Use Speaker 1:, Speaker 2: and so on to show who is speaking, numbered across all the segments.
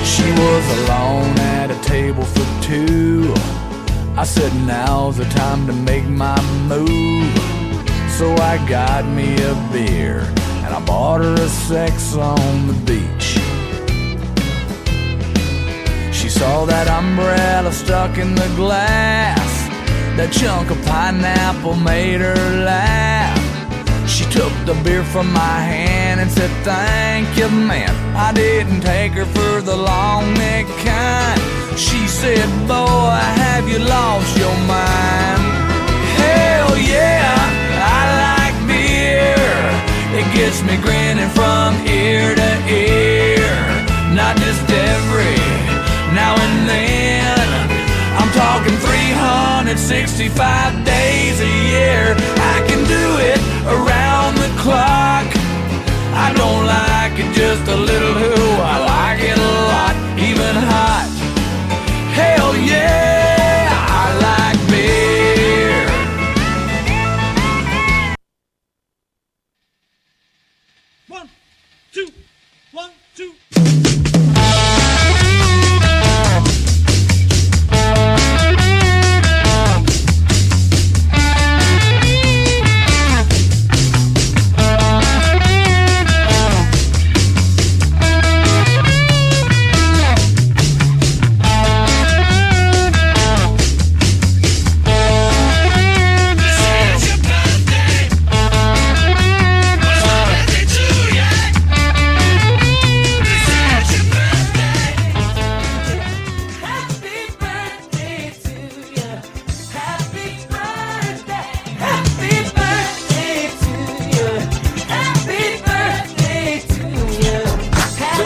Speaker 1: was alone at a table for two. I said, now's the time to make my move. So I got me a beer and I bought her a sex on the beach. She saw that umbrella stuck in the glass. That chunk of pineapple made her laugh. She took the beer from my hand and said, Thank you, man. I didn't take her for the long neck kind. She said, Boy, have you lost your mind? Hell yeah, I like beer. It gets me grinning from ear to ear. Not just every now and then. I'm talking 365 days a year. I can do it around the clock. I don't like it just a little who. I like it a lot, even hot. Hell yeah, I like beer.
Speaker 2: One, two, one, two.
Speaker 3: Go,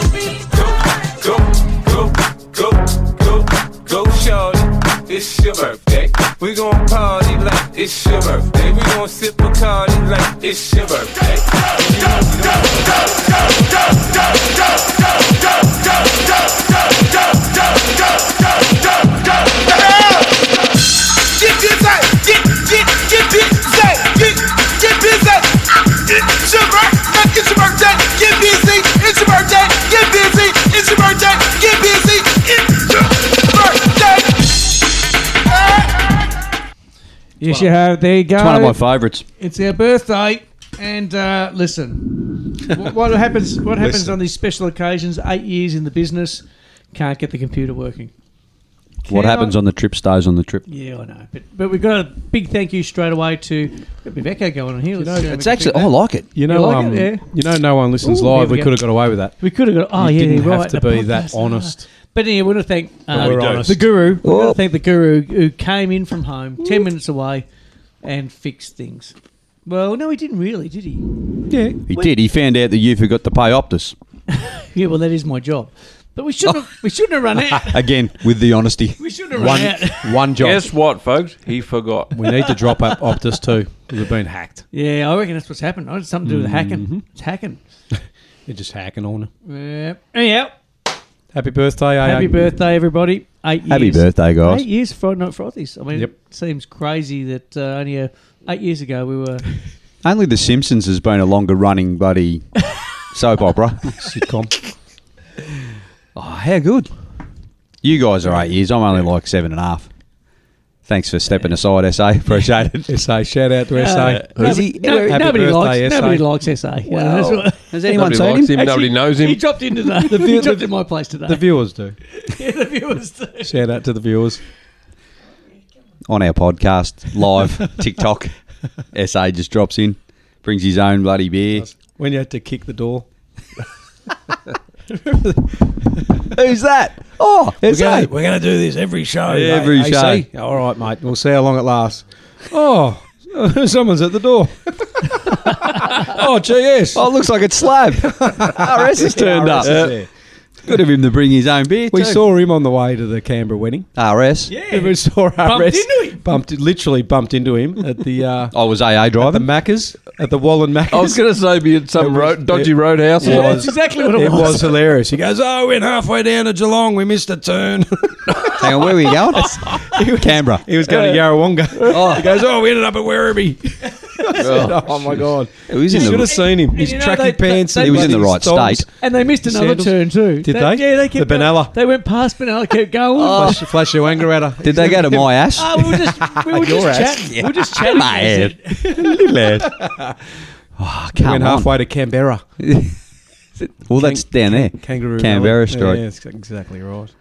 Speaker 3: go, go, go, go, Charlie. It's your birthday. We gon' party like it's your birthday. We gon' sip a party like it's your birthday.
Speaker 4: Get busy, get get get busy, get get busy. It's your birthday, it's your birthday. Get busy, it's your birthday. Get busy, it's your birthday. Get busy, it's your birthday.
Speaker 5: Yes, you have. There you go.
Speaker 6: It's one of my favourites.
Speaker 5: It's our birthday, and uh, listen, what, what happens? What happens on these special occasions? Eight years in the business, can't get the computer working.
Speaker 6: What happens on the trip stays on the trip.
Speaker 5: Yeah, I know, but but we've got a big thank you straight away to we've got a bit of echo going on here. Let's see how we
Speaker 6: It's
Speaker 5: can
Speaker 6: actually,
Speaker 5: fix that.
Speaker 6: I like it.
Speaker 7: You know,
Speaker 5: like
Speaker 7: um,
Speaker 5: it, yeah?
Speaker 7: you know, no one listens
Speaker 5: Ooh, here
Speaker 7: live.
Speaker 5: we
Speaker 7: We
Speaker 5: go.
Speaker 7: could have got away with that.
Speaker 5: we could have got. Oh
Speaker 7: You
Speaker 5: yeah,
Speaker 7: didn't
Speaker 5: you're right.
Speaker 7: have to
Speaker 5: the
Speaker 7: be that
Speaker 5: podcast.
Speaker 7: honest.
Speaker 5: But anyway, we want to thank uh,
Speaker 7: we're
Speaker 5: the
Speaker 7: honest.
Speaker 5: guru. We want
Speaker 6: Oh.
Speaker 5: to thank the guru who came in from home, ten minutes away, and fixed things. Well, no, he didn't really, did he?
Speaker 7: Yeah,
Speaker 6: He did. He found out that you forgot to pay Optus.
Speaker 5: Yeah, well, that is my job. But we shouldn't. have, we shouldn't have run out.
Speaker 6: Again, with the honesty.
Speaker 5: We shouldn't have
Speaker 7: one
Speaker 5: run out.
Speaker 7: one job.
Speaker 3: Guess what, folks? He forgot.
Speaker 7: We need to drop up Optus too. We've been hacked.
Speaker 5: Yeah, I reckon that's what's happened. Oh, It's something to do with hacking. It's hacking.
Speaker 7: They're just hacking on.
Speaker 5: Yeah. Anyhow,
Speaker 7: Happy birthday, AA.
Speaker 5: happy birthday, everybody. Eight years.
Speaker 6: Happy birthday, guys.
Speaker 5: Eight years Friday Night Frothies. I mean,
Speaker 7: Yep.
Speaker 5: it seems crazy that uh, only uh, eight years ago we were.
Speaker 6: Only The Simpsons has been a longer running buddy soap opera.
Speaker 7: Sitcom.
Speaker 6: Oh, how good. You guys are eight years. I'm only like seven and a half. Thanks for stepping aside, SA. Appreciate it.
Speaker 7: SA. Shout out to SA.
Speaker 6: Is he-
Speaker 5: No,
Speaker 7: Happy
Speaker 5: nobody
Speaker 7: birthday,
Speaker 5: likes.
Speaker 7: SA.
Speaker 5: Nobody likes SA. You know, that's
Speaker 6: Well,
Speaker 5: what-
Speaker 6: Has anyone
Speaker 3: Nobody
Speaker 6: seen
Speaker 3: likes
Speaker 6: him?
Speaker 3: him. Nobody knows
Speaker 5: He
Speaker 3: him.
Speaker 5: dropped into the. he
Speaker 7: view-
Speaker 5: dropped in my place today.
Speaker 7: The viewers do.
Speaker 5: Yeah, the viewers too.
Speaker 7: Shout out to the viewers.
Speaker 6: On our podcast, live, TikTok. SA just drops in, brings his own bloody beer.
Speaker 7: When you had to kick the door.
Speaker 6: Who's that? Oh, SA.
Speaker 7: we're gonna do this every show.
Speaker 6: mate. Every
Speaker 7: show. All right, mate. We'll see how long it lasts. Oh, someone's at the door. oh, gee, yes.
Speaker 6: Oh, it looks like it's Slab. RS has turned
Speaker 7: Yeah,
Speaker 6: up.
Speaker 7: RS is there.
Speaker 6: Good of him to bring his own beer.
Speaker 7: We
Speaker 6: too.
Speaker 7: saw him on the way to the Canberra wedding.
Speaker 6: RS.
Speaker 7: We saw RS bumped
Speaker 5: into him.
Speaker 7: Bumped, literally bumped into him at the uh,
Speaker 6: I was AA
Speaker 7: at the
Speaker 6: driving.
Speaker 7: Macca's at the Wallen Macca's.
Speaker 3: I was going to say, be at some
Speaker 7: It was-
Speaker 3: road, dodgy
Speaker 7: it
Speaker 3: roadhouse.
Speaker 7: It
Speaker 5: That's exactly what it,
Speaker 7: It
Speaker 5: was.
Speaker 7: was hilarious. He goes, "Oh, we're halfway down to Geelong. We missed a turn."
Speaker 6: Hang on, where were you going? Canberra.
Speaker 7: he was going to Yarrawonga.
Speaker 6: Oh.
Speaker 7: He goes, "Oh, we ended up at Werribee." oh, my god!
Speaker 6: He was
Speaker 7: you
Speaker 6: in the-
Speaker 7: should have seen him.
Speaker 5: And
Speaker 7: His
Speaker 5: you know they-
Speaker 7: tracky pants.
Speaker 5: they-
Speaker 7: and
Speaker 5: He was in
Speaker 6: the
Speaker 7: bloody
Speaker 6: right
Speaker 7: thongs.
Speaker 6: state.
Speaker 5: And they missed another
Speaker 7: Sandals?
Speaker 5: turn too.
Speaker 7: Did they?
Speaker 5: Yeah, they kept
Speaker 7: The
Speaker 5: going.
Speaker 7: Benalla.
Speaker 5: They went past Benalla, kept going. Oh,
Speaker 7: Flash, flash your anger at her.
Speaker 6: Did they go to my ass?
Speaker 5: we were just, we were
Speaker 7: Your
Speaker 5: just
Speaker 7: ass.
Speaker 5: chatting. We were just chatting.
Speaker 6: My
Speaker 5: I said,
Speaker 6: head. Little head. Oh, come
Speaker 7: Went
Speaker 6: on.
Speaker 7: halfway to Canberra.
Speaker 6: Well, that's down there.
Speaker 7: Kangaroo.
Speaker 6: Canberra
Speaker 7: Valley.
Speaker 6: Street.
Speaker 7: Yeah, that's exactly right.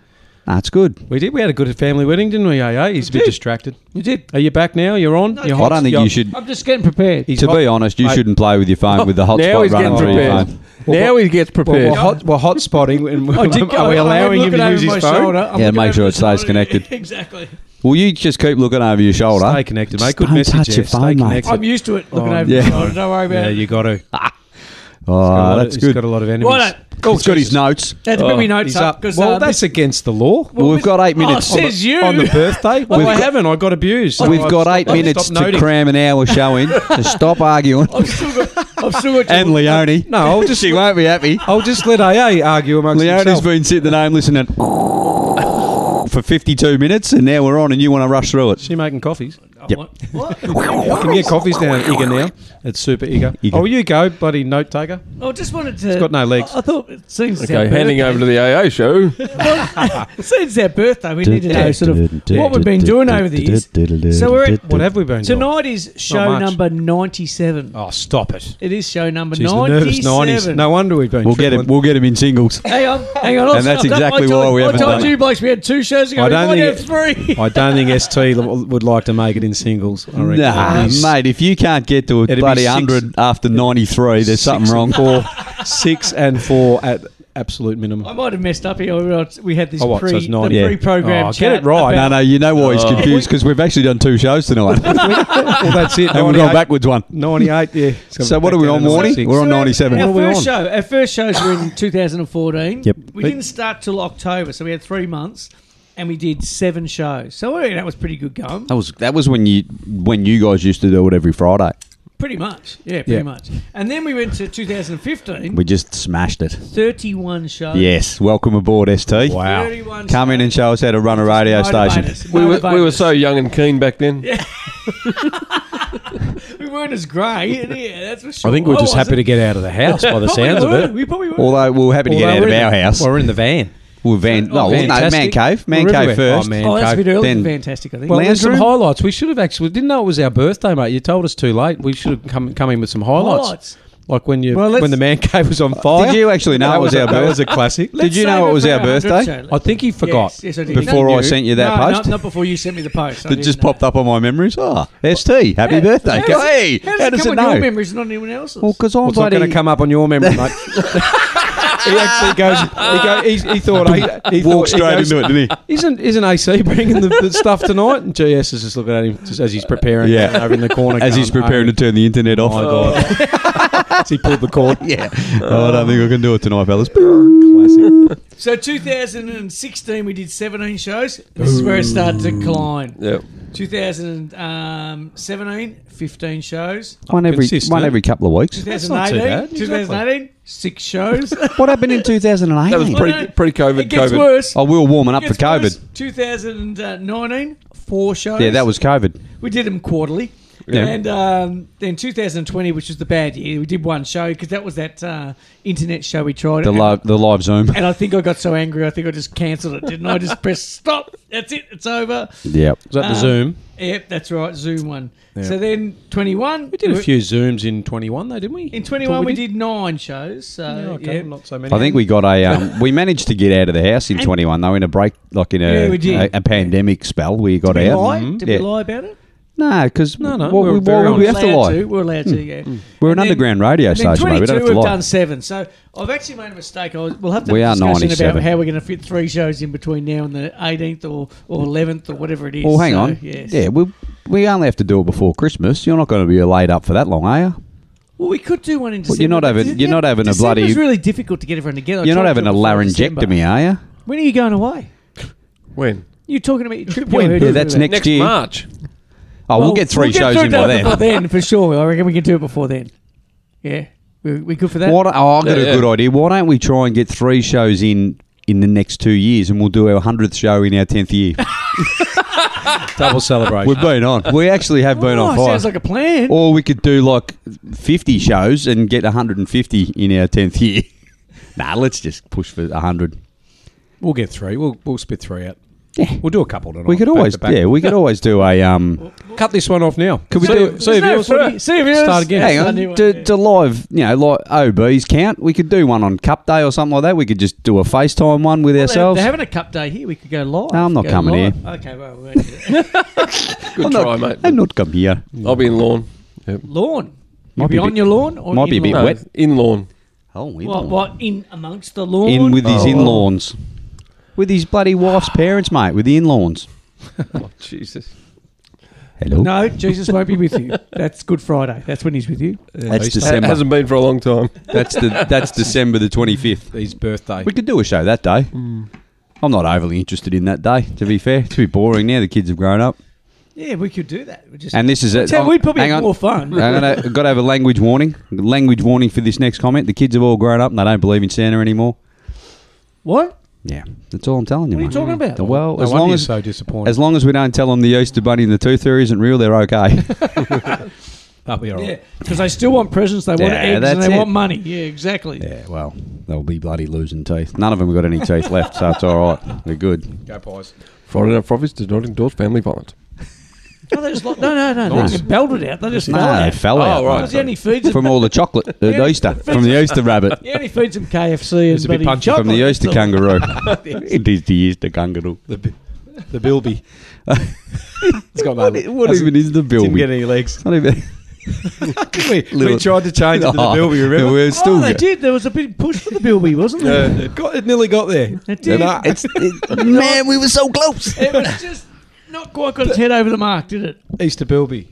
Speaker 6: That's good.
Speaker 7: We did. We had a good family wedding, didn't we? AA. He's a bit distracted. You did. Are you back now? You're on. You're
Speaker 6: I don't think
Speaker 7: You're-
Speaker 6: you should.
Speaker 5: I'm just getting prepared.
Speaker 7: He's
Speaker 6: To
Speaker 7: hot.
Speaker 6: be honest, you
Speaker 7: Mate.
Speaker 6: shouldn't play with your phone with the
Speaker 8: now
Speaker 6: hotspot
Speaker 8: he's
Speaker 6: running
Speaker 8: getting
Speaker 6: through your
Speaker 8: prepared.
Speaker 6: phone.
Speaker 8: now he gets
Speaker 7: Well,
Speaker 8: prepared.
Speaker 7: we're hot. We're hot spotting, and we're,
Speaker 5: I did go-
Speaker 7: are we
Speaker 5: I went
Speaker 7: allowing him
Speaker 5: looking
Speaker 7: to
Speaker 5: over
Speaker 7: use
Speaker 5: my
Speaker 7: his phone?
Speaker 5: shoulder. I'm
Speaker 6: Yeah,
Speaker 5: looking
Speaker 6: make
Speaker 5: over
Speaker 6: sure
Speaker 5: my
Speaker 6: it stays
Speaker 5: shoulder.
Speaker 6: connected.
Speaker 5: exactly.
Speaker 6: Well, you just keep looking over your shoulder.
Speaker 7: Stay connected, mate.
Speaker 6: Just
Speaker 7: Good
Speaker 6: don't
Speaker 7: message
Speaker 6: touch
Speaker 7: there.
Speaker 6: your
Speaker 7: Stay
Speaker 6: phone, mate.
Speaker 7: connected.
Speaker 5: I'm used to it. Looking
Speaker 7: Oh,
Speaker 5: over
Speaker 6: yeah.
Speaker 5: my shoulder. Don't worry about
Speaker 7: Yeah,
Speaker 5: it.
Speaker 7: you got to.
Speaker 6: Oh, Ah, that's
Speaker 7: He's
Speaker 6: good.
Speaker 7: got a lot of enemies.
Speaker 5: Right.
Speaker 6: Oh, he's got his notes.
Speaker 5: That's oh, notes
Speaker 7: He's
Speaker 5: up.
Speaker 7: up.
Speaker 5: 'cause,
Speaker 7: Well,
Speaker 5: uh,
Speaker 7: that's against the law.
Speaker 6: Well, we've got eight
Speaker 5: Oh,
Speaker 6: minutes.
Speaker 5: shit. Says you.
Speaker 7: on the birthday. well,
Speaker 6: We've
Speaker 7: I
Speaker 6: got-
Speaker 7: haven't. I got abused. so
Speaker 6: We've
Speaker 7: I've
Speaker 6: got
Speaker 7: stopped-
Speaker 6: eight
Speaker 7: I've
Speaker 6: minutes
Speaker 7: stopped
Speaker 6: to
Speaker 7: noting.
Speaker 6: cram an hour show in to stop arguing.
Speaker 5: I've still got. I've still got.
Speaker 6: And Leone.
Speaker 7: No, I'll just
Speaker 6: she won't be happy.
Speaker 7: I'll just let AA argue amongst
Speaker 6: Leone's
Speaker 7: themselves.
Speaker 6: been sitting at home listening for 52 minutes, and now we're on, and you want to rush through it.
Speaker 7: She making coffees.
Speaker 6: Yep.
Speaker 7: You can get coffees down at Eager now. It's super Eager.
Speaker 6: Eager.
Speaker 7: Oh, you go, bloody note taker.
Speaker 5: Oh, I just wanted to.
Speaker 7: got no legs.
Speaker 5: I, I thought it seems. it's our
Speaker 8: Okay, handing
Speaker 5: birthday.
Speaker 8: over to the AA show.
Speaker 5: Since our birthday, we need to know sort of what we've been doing over the years. So we're at,
Speaker 7: What have we been doing?
Speaker 5: tonight is show
Speaker 7: much.
Speaker 5: number ninety-seven.
Speaker 7: Oh, stop it.
Speaker 5: It is show number
Speaker 7: She's the nervous nineties.
Speaker 5: ninety-seven.
Speaker 7: No wonder we've been.
Speaker 6: We'll get him.
Speaker 7: tripling.
Speaker 6: We'll get him in singles.
Speaker 5: Hang on, hang on. I'll
Speaker 6: And that's
Speaker 5: stop.
Speaker 6: exactly
Speaker 5: I told,
Speaker 6: why we haven't
Speaker 5: I told
Speaker 6: done
Speaker 5: you,
Speaker 6: it.
Speaker 5: Blokes, we had two shows ago.
Speaker 7: I
Speaker 5: we
Speaker 7: don't
Speaker 5: might have
Speaker 7: think
Speaker 5: three.
Speaker 7: I don't think ST l- would like to make it in singles. I reckon.
Speaker 6: Nah,
Speaker 7: He's
Speaker 6: mate. If you can't get to a
Speaker 7: It'd be
Speaker 6: bloody
Speaker 7: six-
Speaker 6: hundred after ninety-three, there's something
Speaker 7: six
Speaker 6: wrong.
Speaker 7: and Four, six and four at absolute minimum.
Speaker 5: I might have messed up here. We had this
Speaker 7: Oh, what, so
Speaker 5: pre,
Speaker 7: it's 90.
Speaker 6: Yeah.
Speaker 5: the pre-program.
Speaker 7: Oh, get
Speaker 5: chat
Speaker 7: it right.
Speaker 6: No,
Speaker 5: about-
Speaker 6: no. You know why
Speaker 7: Oh.
Speaker 6: he's confused because we've actually done two shows tonight, and
Speaker 7: well, that's it.
Speaker 6: we've gone backwards one.
Speaker 7: 98, yeah.
Speaker 6: So what are we on, Warney? We're on ninety-seven.
Speaker 5: Our
Speaker 7: What are we
Speaker 5: first show, our first shows were in 2014.
Speaker 6: Yep.
Speaker 5: We didn't start till October, so we had three months, and we did seven shows. So I reckon that was pretty good going.
Speaker 6: That was that was when you when you guys used to do it every Friday.
Speaker 5: Pretty much, yeah, pretty
Speaker 7: Yeah.
Speaker 5: much. And then we went to 2015.
Speaker 6: We just smashed it.
Speaker 5: 31 shows.
Speaker 6: Yes, welcome aboard, ST.
Speaker 5: 31
Speaker 6: Come in and show us how to run a radio station.
Speaker 8: We were, we were so young and keen back then.
Speaker 5: we weren't as grey. Yeah, that's for sure.
Speaker 7: I think we're just happy
Speaker 5: wasn't.
Speaker 7: to get out of the house by the
Speaker 5: Probably
Speaker 7: sounds of
Speaker 5: were.
Speaker 7: it.
Speaker 5: We probably were.
Speaker 6: Although we we're happy to get out of our house.
Speaker 7: We're in the van.
Speaker 6: Well, Van, no, well, no, Man
Speaker 7: Fantastic.
Speaker 6: Cave, Man
Speaker 7: We're
Speaker 6: Cave
Speaker 7: everywhere.
Speaker 6: first.
Speaker 7: Oh, Man
Speaker 5: oh, that's a
Speaker 7: Cave.
Speaker 5: bit early.
Speaker 6: Then-
Speaker 5: Fantastic, I think.
Speaker 7: Well, there's some
Speaker 6: Landrum?
Speaker 7: highlights. We should have actually we didn't know it was our birthday, mate. You told us too late. We should have come come in with some highlights,
Speaker 5: Highlights.
Speaker 7: like when you
Speaker 5: Well, let's-
Speaker 7: when the man cave was on
Speaker 6: Uh,
Speaker 7: fire.
Speaker 6: Did you actually know
Speaker 7: That
Speaker 6: it was
Speaker 7: a-
Speaker 6: our
Speaker 7: That was
Speaker 6: birthday?
Speaker 7: a classic.
Speaker 6: Did
Speaker 5: Let's
Speaker 6: you know
Speaker 5: save
Speaker 6: it was
Speaker 5: for
Speaker 6: our
Speaker 5: 100
Speaker 6: birthday?
Speaker 5: show.
Speaker 7: I think he forgot.
Speaker 5: Yes, yes, I did.
Speaker 6: Before
Speaker 5: Thank
Speaker 6: I sent you that
Speaker 5: no,
Speaker 6: post?
Speaker 5: Not, not before you sent me the post. I
Speaker 6: That
Speaker 5: didn't
Speaker 6: just
Speaker 5: know.
Speaker 6: popped up on my memories. Oh, ST, happy
Speaker 5: Yeah.
Speaker 6: birthday.
Speaker 5: How does
Speaker 6: hey,
Speaker 5: it- how does, it come
Speaker 6: it
Speaker 5: on your
Speaker 6: know?
Speaker 5: memories, and not anyone else's?
Speaker 6: Well, because I'm
Speaker 7: Well, it's not
Speaker 6: bloody-
Speaker 7: going to come up on your memory, mate. he actually goes. He, go, he, he thought. He, he
Speaker 6: Walked
Speaker 7: thought,
Speaker 6: straight
Speaker 7: he goes,
Speaker 6: into it, didn't
Speaker 7: Isn't isn't AC bringing the, the stuff tonight? And GS is just looking at him just as he's preparing.
Speaker 6: Yeah.
Speaker 7: going over in the corner
Speaker 6: he? As he's
Speaker 7: going,
Speaker 6: preparing to turn the internet off.
Speaker 7: Oh, my God. "Oh." As he pulled the cord.
Speaker 6: Yeah. Oh, I don't think I can do it tonight, fellas.
Speaker 7: Classic.
Speaker 5: so 2016, we did 17 shows. This is where it started to decline.
Speaker 8: Yeah.
Speaker 5: 2017, 15 um, shows.
Speaker 6: One every,
Speaker 7: Consistent.
Speaker 6: one every couple of weeks.
Speaker 7: That's not too
Speaker 5: 2018,
Speaker 7: bad.
Speaker 5: 2018, six shows.
Speaker 6: What happened in 2008?
Speaker 8: That was
Speaker 5: Well,
Speaker 8: pre
Speaker 5: no,
Speaker 8: pre COVID.
Speaker 5: it gets
Speaker 8: COVID.
Speaker 5: worse.
Speaker 6: Oh, we were warming up
Speaker 5: It
Speaker 6: for
Speaker 5: gets
Speaker 6: COVID.
Speaker 5: worse. 2019, four shows.
Speaker 6: Yeah, that was COVID.
Speaker 5: We did them quarterly.
Speaker 6: Yeah.
Speaker 5: And um, then 2020, which was the bad year, we did one show because that was that uh, internet show we tried.
Speaker 6: The
Speaker 5: and,
Speaker 6: live, the live Zoom.
Speaker 5: and I think I got so angry, I think I just cancelled it, didn't I? I just pressed stop. That's it. It's over.
Speaker 6: Yep.
Speaker 7: Was that the
Speaker 5: Um,
Speaker 7: Zoom?
Speaker 5: Yep, that's right. Zoom one.
Speaker 7: Yeah.
Speaker 5: So then 21.
Speaker 7: We did a few Zooms in 21, though, didn't we?
Speaker 5: In 21, we did nine shows. So,
Speaker 7: Yeah, okay,
Speaker 5: yeah.
Speaker 7: not so many.
Speaker 6: I think we got a. Um, we managed to get out of the house in 21 though in a break, like in
Speaker 5: Yeah,
Speaker 6: a
Speaker 5: we did.
Speaker 6: a, a pandemic spell. We got
Speaker 5: Did we
Speaker 6: out.
Speaker 5: lie?
Speaker 6: Mhm.
Speaker 5: Did
Speaker 6: yeah.
Speaker 5: we lie about it?
Speaker 6: No, because
Speaker 7: No, no,
Speaker 6: What,
Speaker 7: we
Speaker 6: we
Speaker 7: were very
Speaker 6: why would we have
Speaker 7: honest.
Speaker 6: to
Speaker 5: allowed
Speaker 6: lie? Hmm.
Speaker 5: to. We're allowed to. Yeah.
Speaker 6: We're an
Speaker 5: And
Speaker 6: underground radio
Speaker 5: and then
Speaker 6: station, mate. We don't
Speaker 5: 22,
Speaker 6: have to
Speaker 5: we've
Speaker 6: lie.
Speaker 5: done seven. So I've actually made a mistake. I was, we'll have to
Speaker 6: We
Speaker 5: have
Speaker 6: are
Speaker 5: a discussion
Speaker 6: 97.
Speaker 5: about how we're going to fit three shows in between now and the 18th or, or 11th or whatever it is.
Speaker 6: Well, Oh, hang
Speaker 5: So,
Speaker 6: on.
Speaker 5: yes.
Speaker 6: Yeah, we we only have to do it before Christmas. You're not going to be laid up for that long, are you?
Speaker 5: Well, we could do one in December.
Speaker 6: you're not
Speaker 5: but
Speaker 6: having-
Speaker 5: Dece-
Speaker 6: you're not having a
Speaker 5: December's
Speaker 6: bloody-
Speaker 5: really difficult to get everyone together. I
Speaker 6: You're not
Speaker 5: tried
Speaker 6: having
Speaker 5: to
Speaker 6: a
Speaker 5: before December.
Speaker 6: laryngectomy, are you?
Speaker 5: When are you going away?
Speaker 8: When?
Speaker 5: You're talking about your trip. you
Speaker 7: When?
Speaker 5: heard
Speaker 7: Yeah,
Speaker 5: us
Speaker 6: that's
Speaker 5: about.
Speaker 6: next
Speaker 8: Next
Speaker 6: year.
Speaker 8: March.
Speaker 6: Oh, we'll
Speaker 5: Well,
Speaker 6: get 3
Speaker 5: we'll
Speaker 6: shows
Speaker 5: through
Speaker 6: in
Speaker 5: that
Speaker 6: by then.
Speaker 5: Before then, for sure. I reckon we can do it before then. Yeah, we we good for that.
Speaker 6: Why don't- oh, I've got
Speaker 8: Yeah,
Speaker 6: a
Speaker 8: yeah.
Speaker 6: good idea. Why don't we try and get three shows in in the next two years, and we'll do our hundredth show in our tenth year?
Speaker 7: Double celebration.
Speaker 6: We've been on. We actually have been on
Speaker 5: Oh,
Speaker 6: fire.
Speaker 5: sounds like a plan.
Speaker 6: or we could do like 50 shows and get 150 in our 10th year. nah, let's just push for 100.
Speaker 7: We'll get three. We'll we'll spit three out. Yeah, we'll do a couple tonight.
Speaker 6: We could
Speaker 7: back
Speaker 6: always,
Speaker 7: to back.
Speaker 6: yeah, we could always do a um.
Speaker 7: cut this one off now. Could
Speaker 6: we
Speaker 7: see,
Speaker 6: do-
Speaker 7: See if
Speaker 5: There's
Speaker 7: yours
Speaker 5: no footy. See if yours-
Speaker 7: Start again.
Speaker 6: Hang on,
Speaker 5: Sunday one,
Speaker 6: do,
Speaker 5: yeah.
Speaker 6: do live, you know, like OBs count. We could do one on Cup Day or something like that. We could just do a FaceTime one with
Speaker 5: They're,
Speaker 6: ourselves.
Speaker 5: they're having a cup day here. We could go live.
Speaker 6: No, I'm not
Speaker 5: Go
Speaker 6: coming
Speaker 5: live.
Speaker 6: here.
Speaker 5: Okay, well, we're gonna do it.
Speaker 8: Good
Speaker 6: I'm
Speaker 8: try,
Speaker 6: not,
Speaker 8: mate.
Speaker 6: I'm not come here.
Speaker 8: I'll be in lawn. Yep.
Speaker 5: lawn.
Speaker 6: Might
Speaker 5: Might
Speaker 6: be
Speaker 5: be
Speaker 6: a
Speaker 5: on
Speaker 6: bit-
Speaker 5: your lawn or
Speaker 6: might be a
Speaker 5: in
Speaker 6: bit
Speaker 5: lawn?
Speaker 8: No,
Speaker 6: Wet?
Speaker 8: in lawn.
Speaker 6: Oh, we
Speaker 5: What,
Speaker 6: don't- Oh.
Speaker 5: what in amongst the lawn?
Speaker 6: in with his in-laws, with his bloody wife's parents, mate, with the in-laws.
Speaker 8: Oh, Jesus.
Speaker 6: Hello.
Speaker 5: No, Jesus won't be with you. That's Good Friday. That's when he's with you.
Speaker 6: that's
Speaker 8: It
Speaker 6: December.
Speaker 8: hasn't been for a long time.
Speaker 6: That's the that's December the twenty fifth.
Speaker 7: His birthday.
Speaker 6: We could do a show that day.
Speaker 5: Hmm.
Speaker 6: I'm not overly interested in that day. To be fair, it's too boring now. The kids have grown up,
Speaker 5: Yeah, we could do that. We just
Speaker 6: and this is it.
Speaker 5: so
Speaker 6: I'm-
Speaker 5: we'd probably
Speaker 6: hang
Speaker 5: have
Speaker 6: on. Uh,
Speaker 5: more fun.
Speaker 6: I'm gonna got to have a language warning. Language warning for this next comment. The kids have all grown up and they don't believe in Santa anymore.
Speaker 5: What?
Speaker 6: Yeah, that's all I'm telling you.
Speaker 5: What are you
Speaker 6: mate.
Speaker 5: talking about?
Speaker 6: The- Well,
Speaker 7: No
Speaker 6: as
Speaker 7: wonder
Speaker 6: long
Speaker 7: you're
Speaker 6: as
Speaker 7: so disappointed.
Speaker 6: as long as we don't tell them the Easter Bunny and the Tooth Fairy isn't real, they're okay.
Speaker 7: That'll be all right.
Speaker 5: Yeah, because they still want presents. They want
Speaker 6: Yeah,
Speaker 5: eggs and
Speaker 6: that's
Speaker 5: they
Speaker 6: it.
Speaker 5: want money. Yeah, exactly.
Speaker 6: Yeah, well, they'll be bloody losing teeth. None of them got any teeth left, so it's all right. They're good.
Speaker 7: Go pies.
Speaker 8: Friday Night Profits does not endorse family violence.
Speaker 5: No, they just like, no, no, no. They
Speaker 6: Nice.
Speaker 5: just belted out. They just fell
Speaker 6: No, they
Speaker 5: out.
Speaker 6: fell out.
Speaker 8: Oh, right.
Speaker 5: Because he only feeds them.
Speaker 6: From all the chocolate, uh, the
Speaker 5: Yeah.
Speaker 6: Easter, from the Easter rabbit,
Speaker 5: He only feeds them KFC and
Speaker 7: a bit
Speaker 5: bloody
Speaker 7: punchy
Speaker 5: chocolate.
Speaker 6: from the Easter
Speaker 5: That's all.
Speaker 6: kangaroo. it is the Easter kangaroo.
Speaker 7: The bi- the bilby. it's got
Speaker 6: What,
Speaker 7: that.
Speaker 6: what even is the bill?
Speaker 7: Didn't get any legs.
Speaker 6: Not even.
Speaker 7: we, we
Speaker 6: Little-
Speaker 7: tried to change it to the
Speaker 6: Oh,
Speaker 7: bilby. Remember?
Speaker 6: we're still
Speaker 5: Oh, they
Speaker 6: good.
Speaker 5: did. There was a big push for the Bilby, wasn't there?
Speaker 7: Uh, it, got, it nearly got there.
Speaker 5: It did.
Speaker 7: Nah,
Speaker 6: It's, it, man, we were so close.
Speaker 5: It was just not quite got its head over the mark, did it?
Speaker 7: Easter bilby.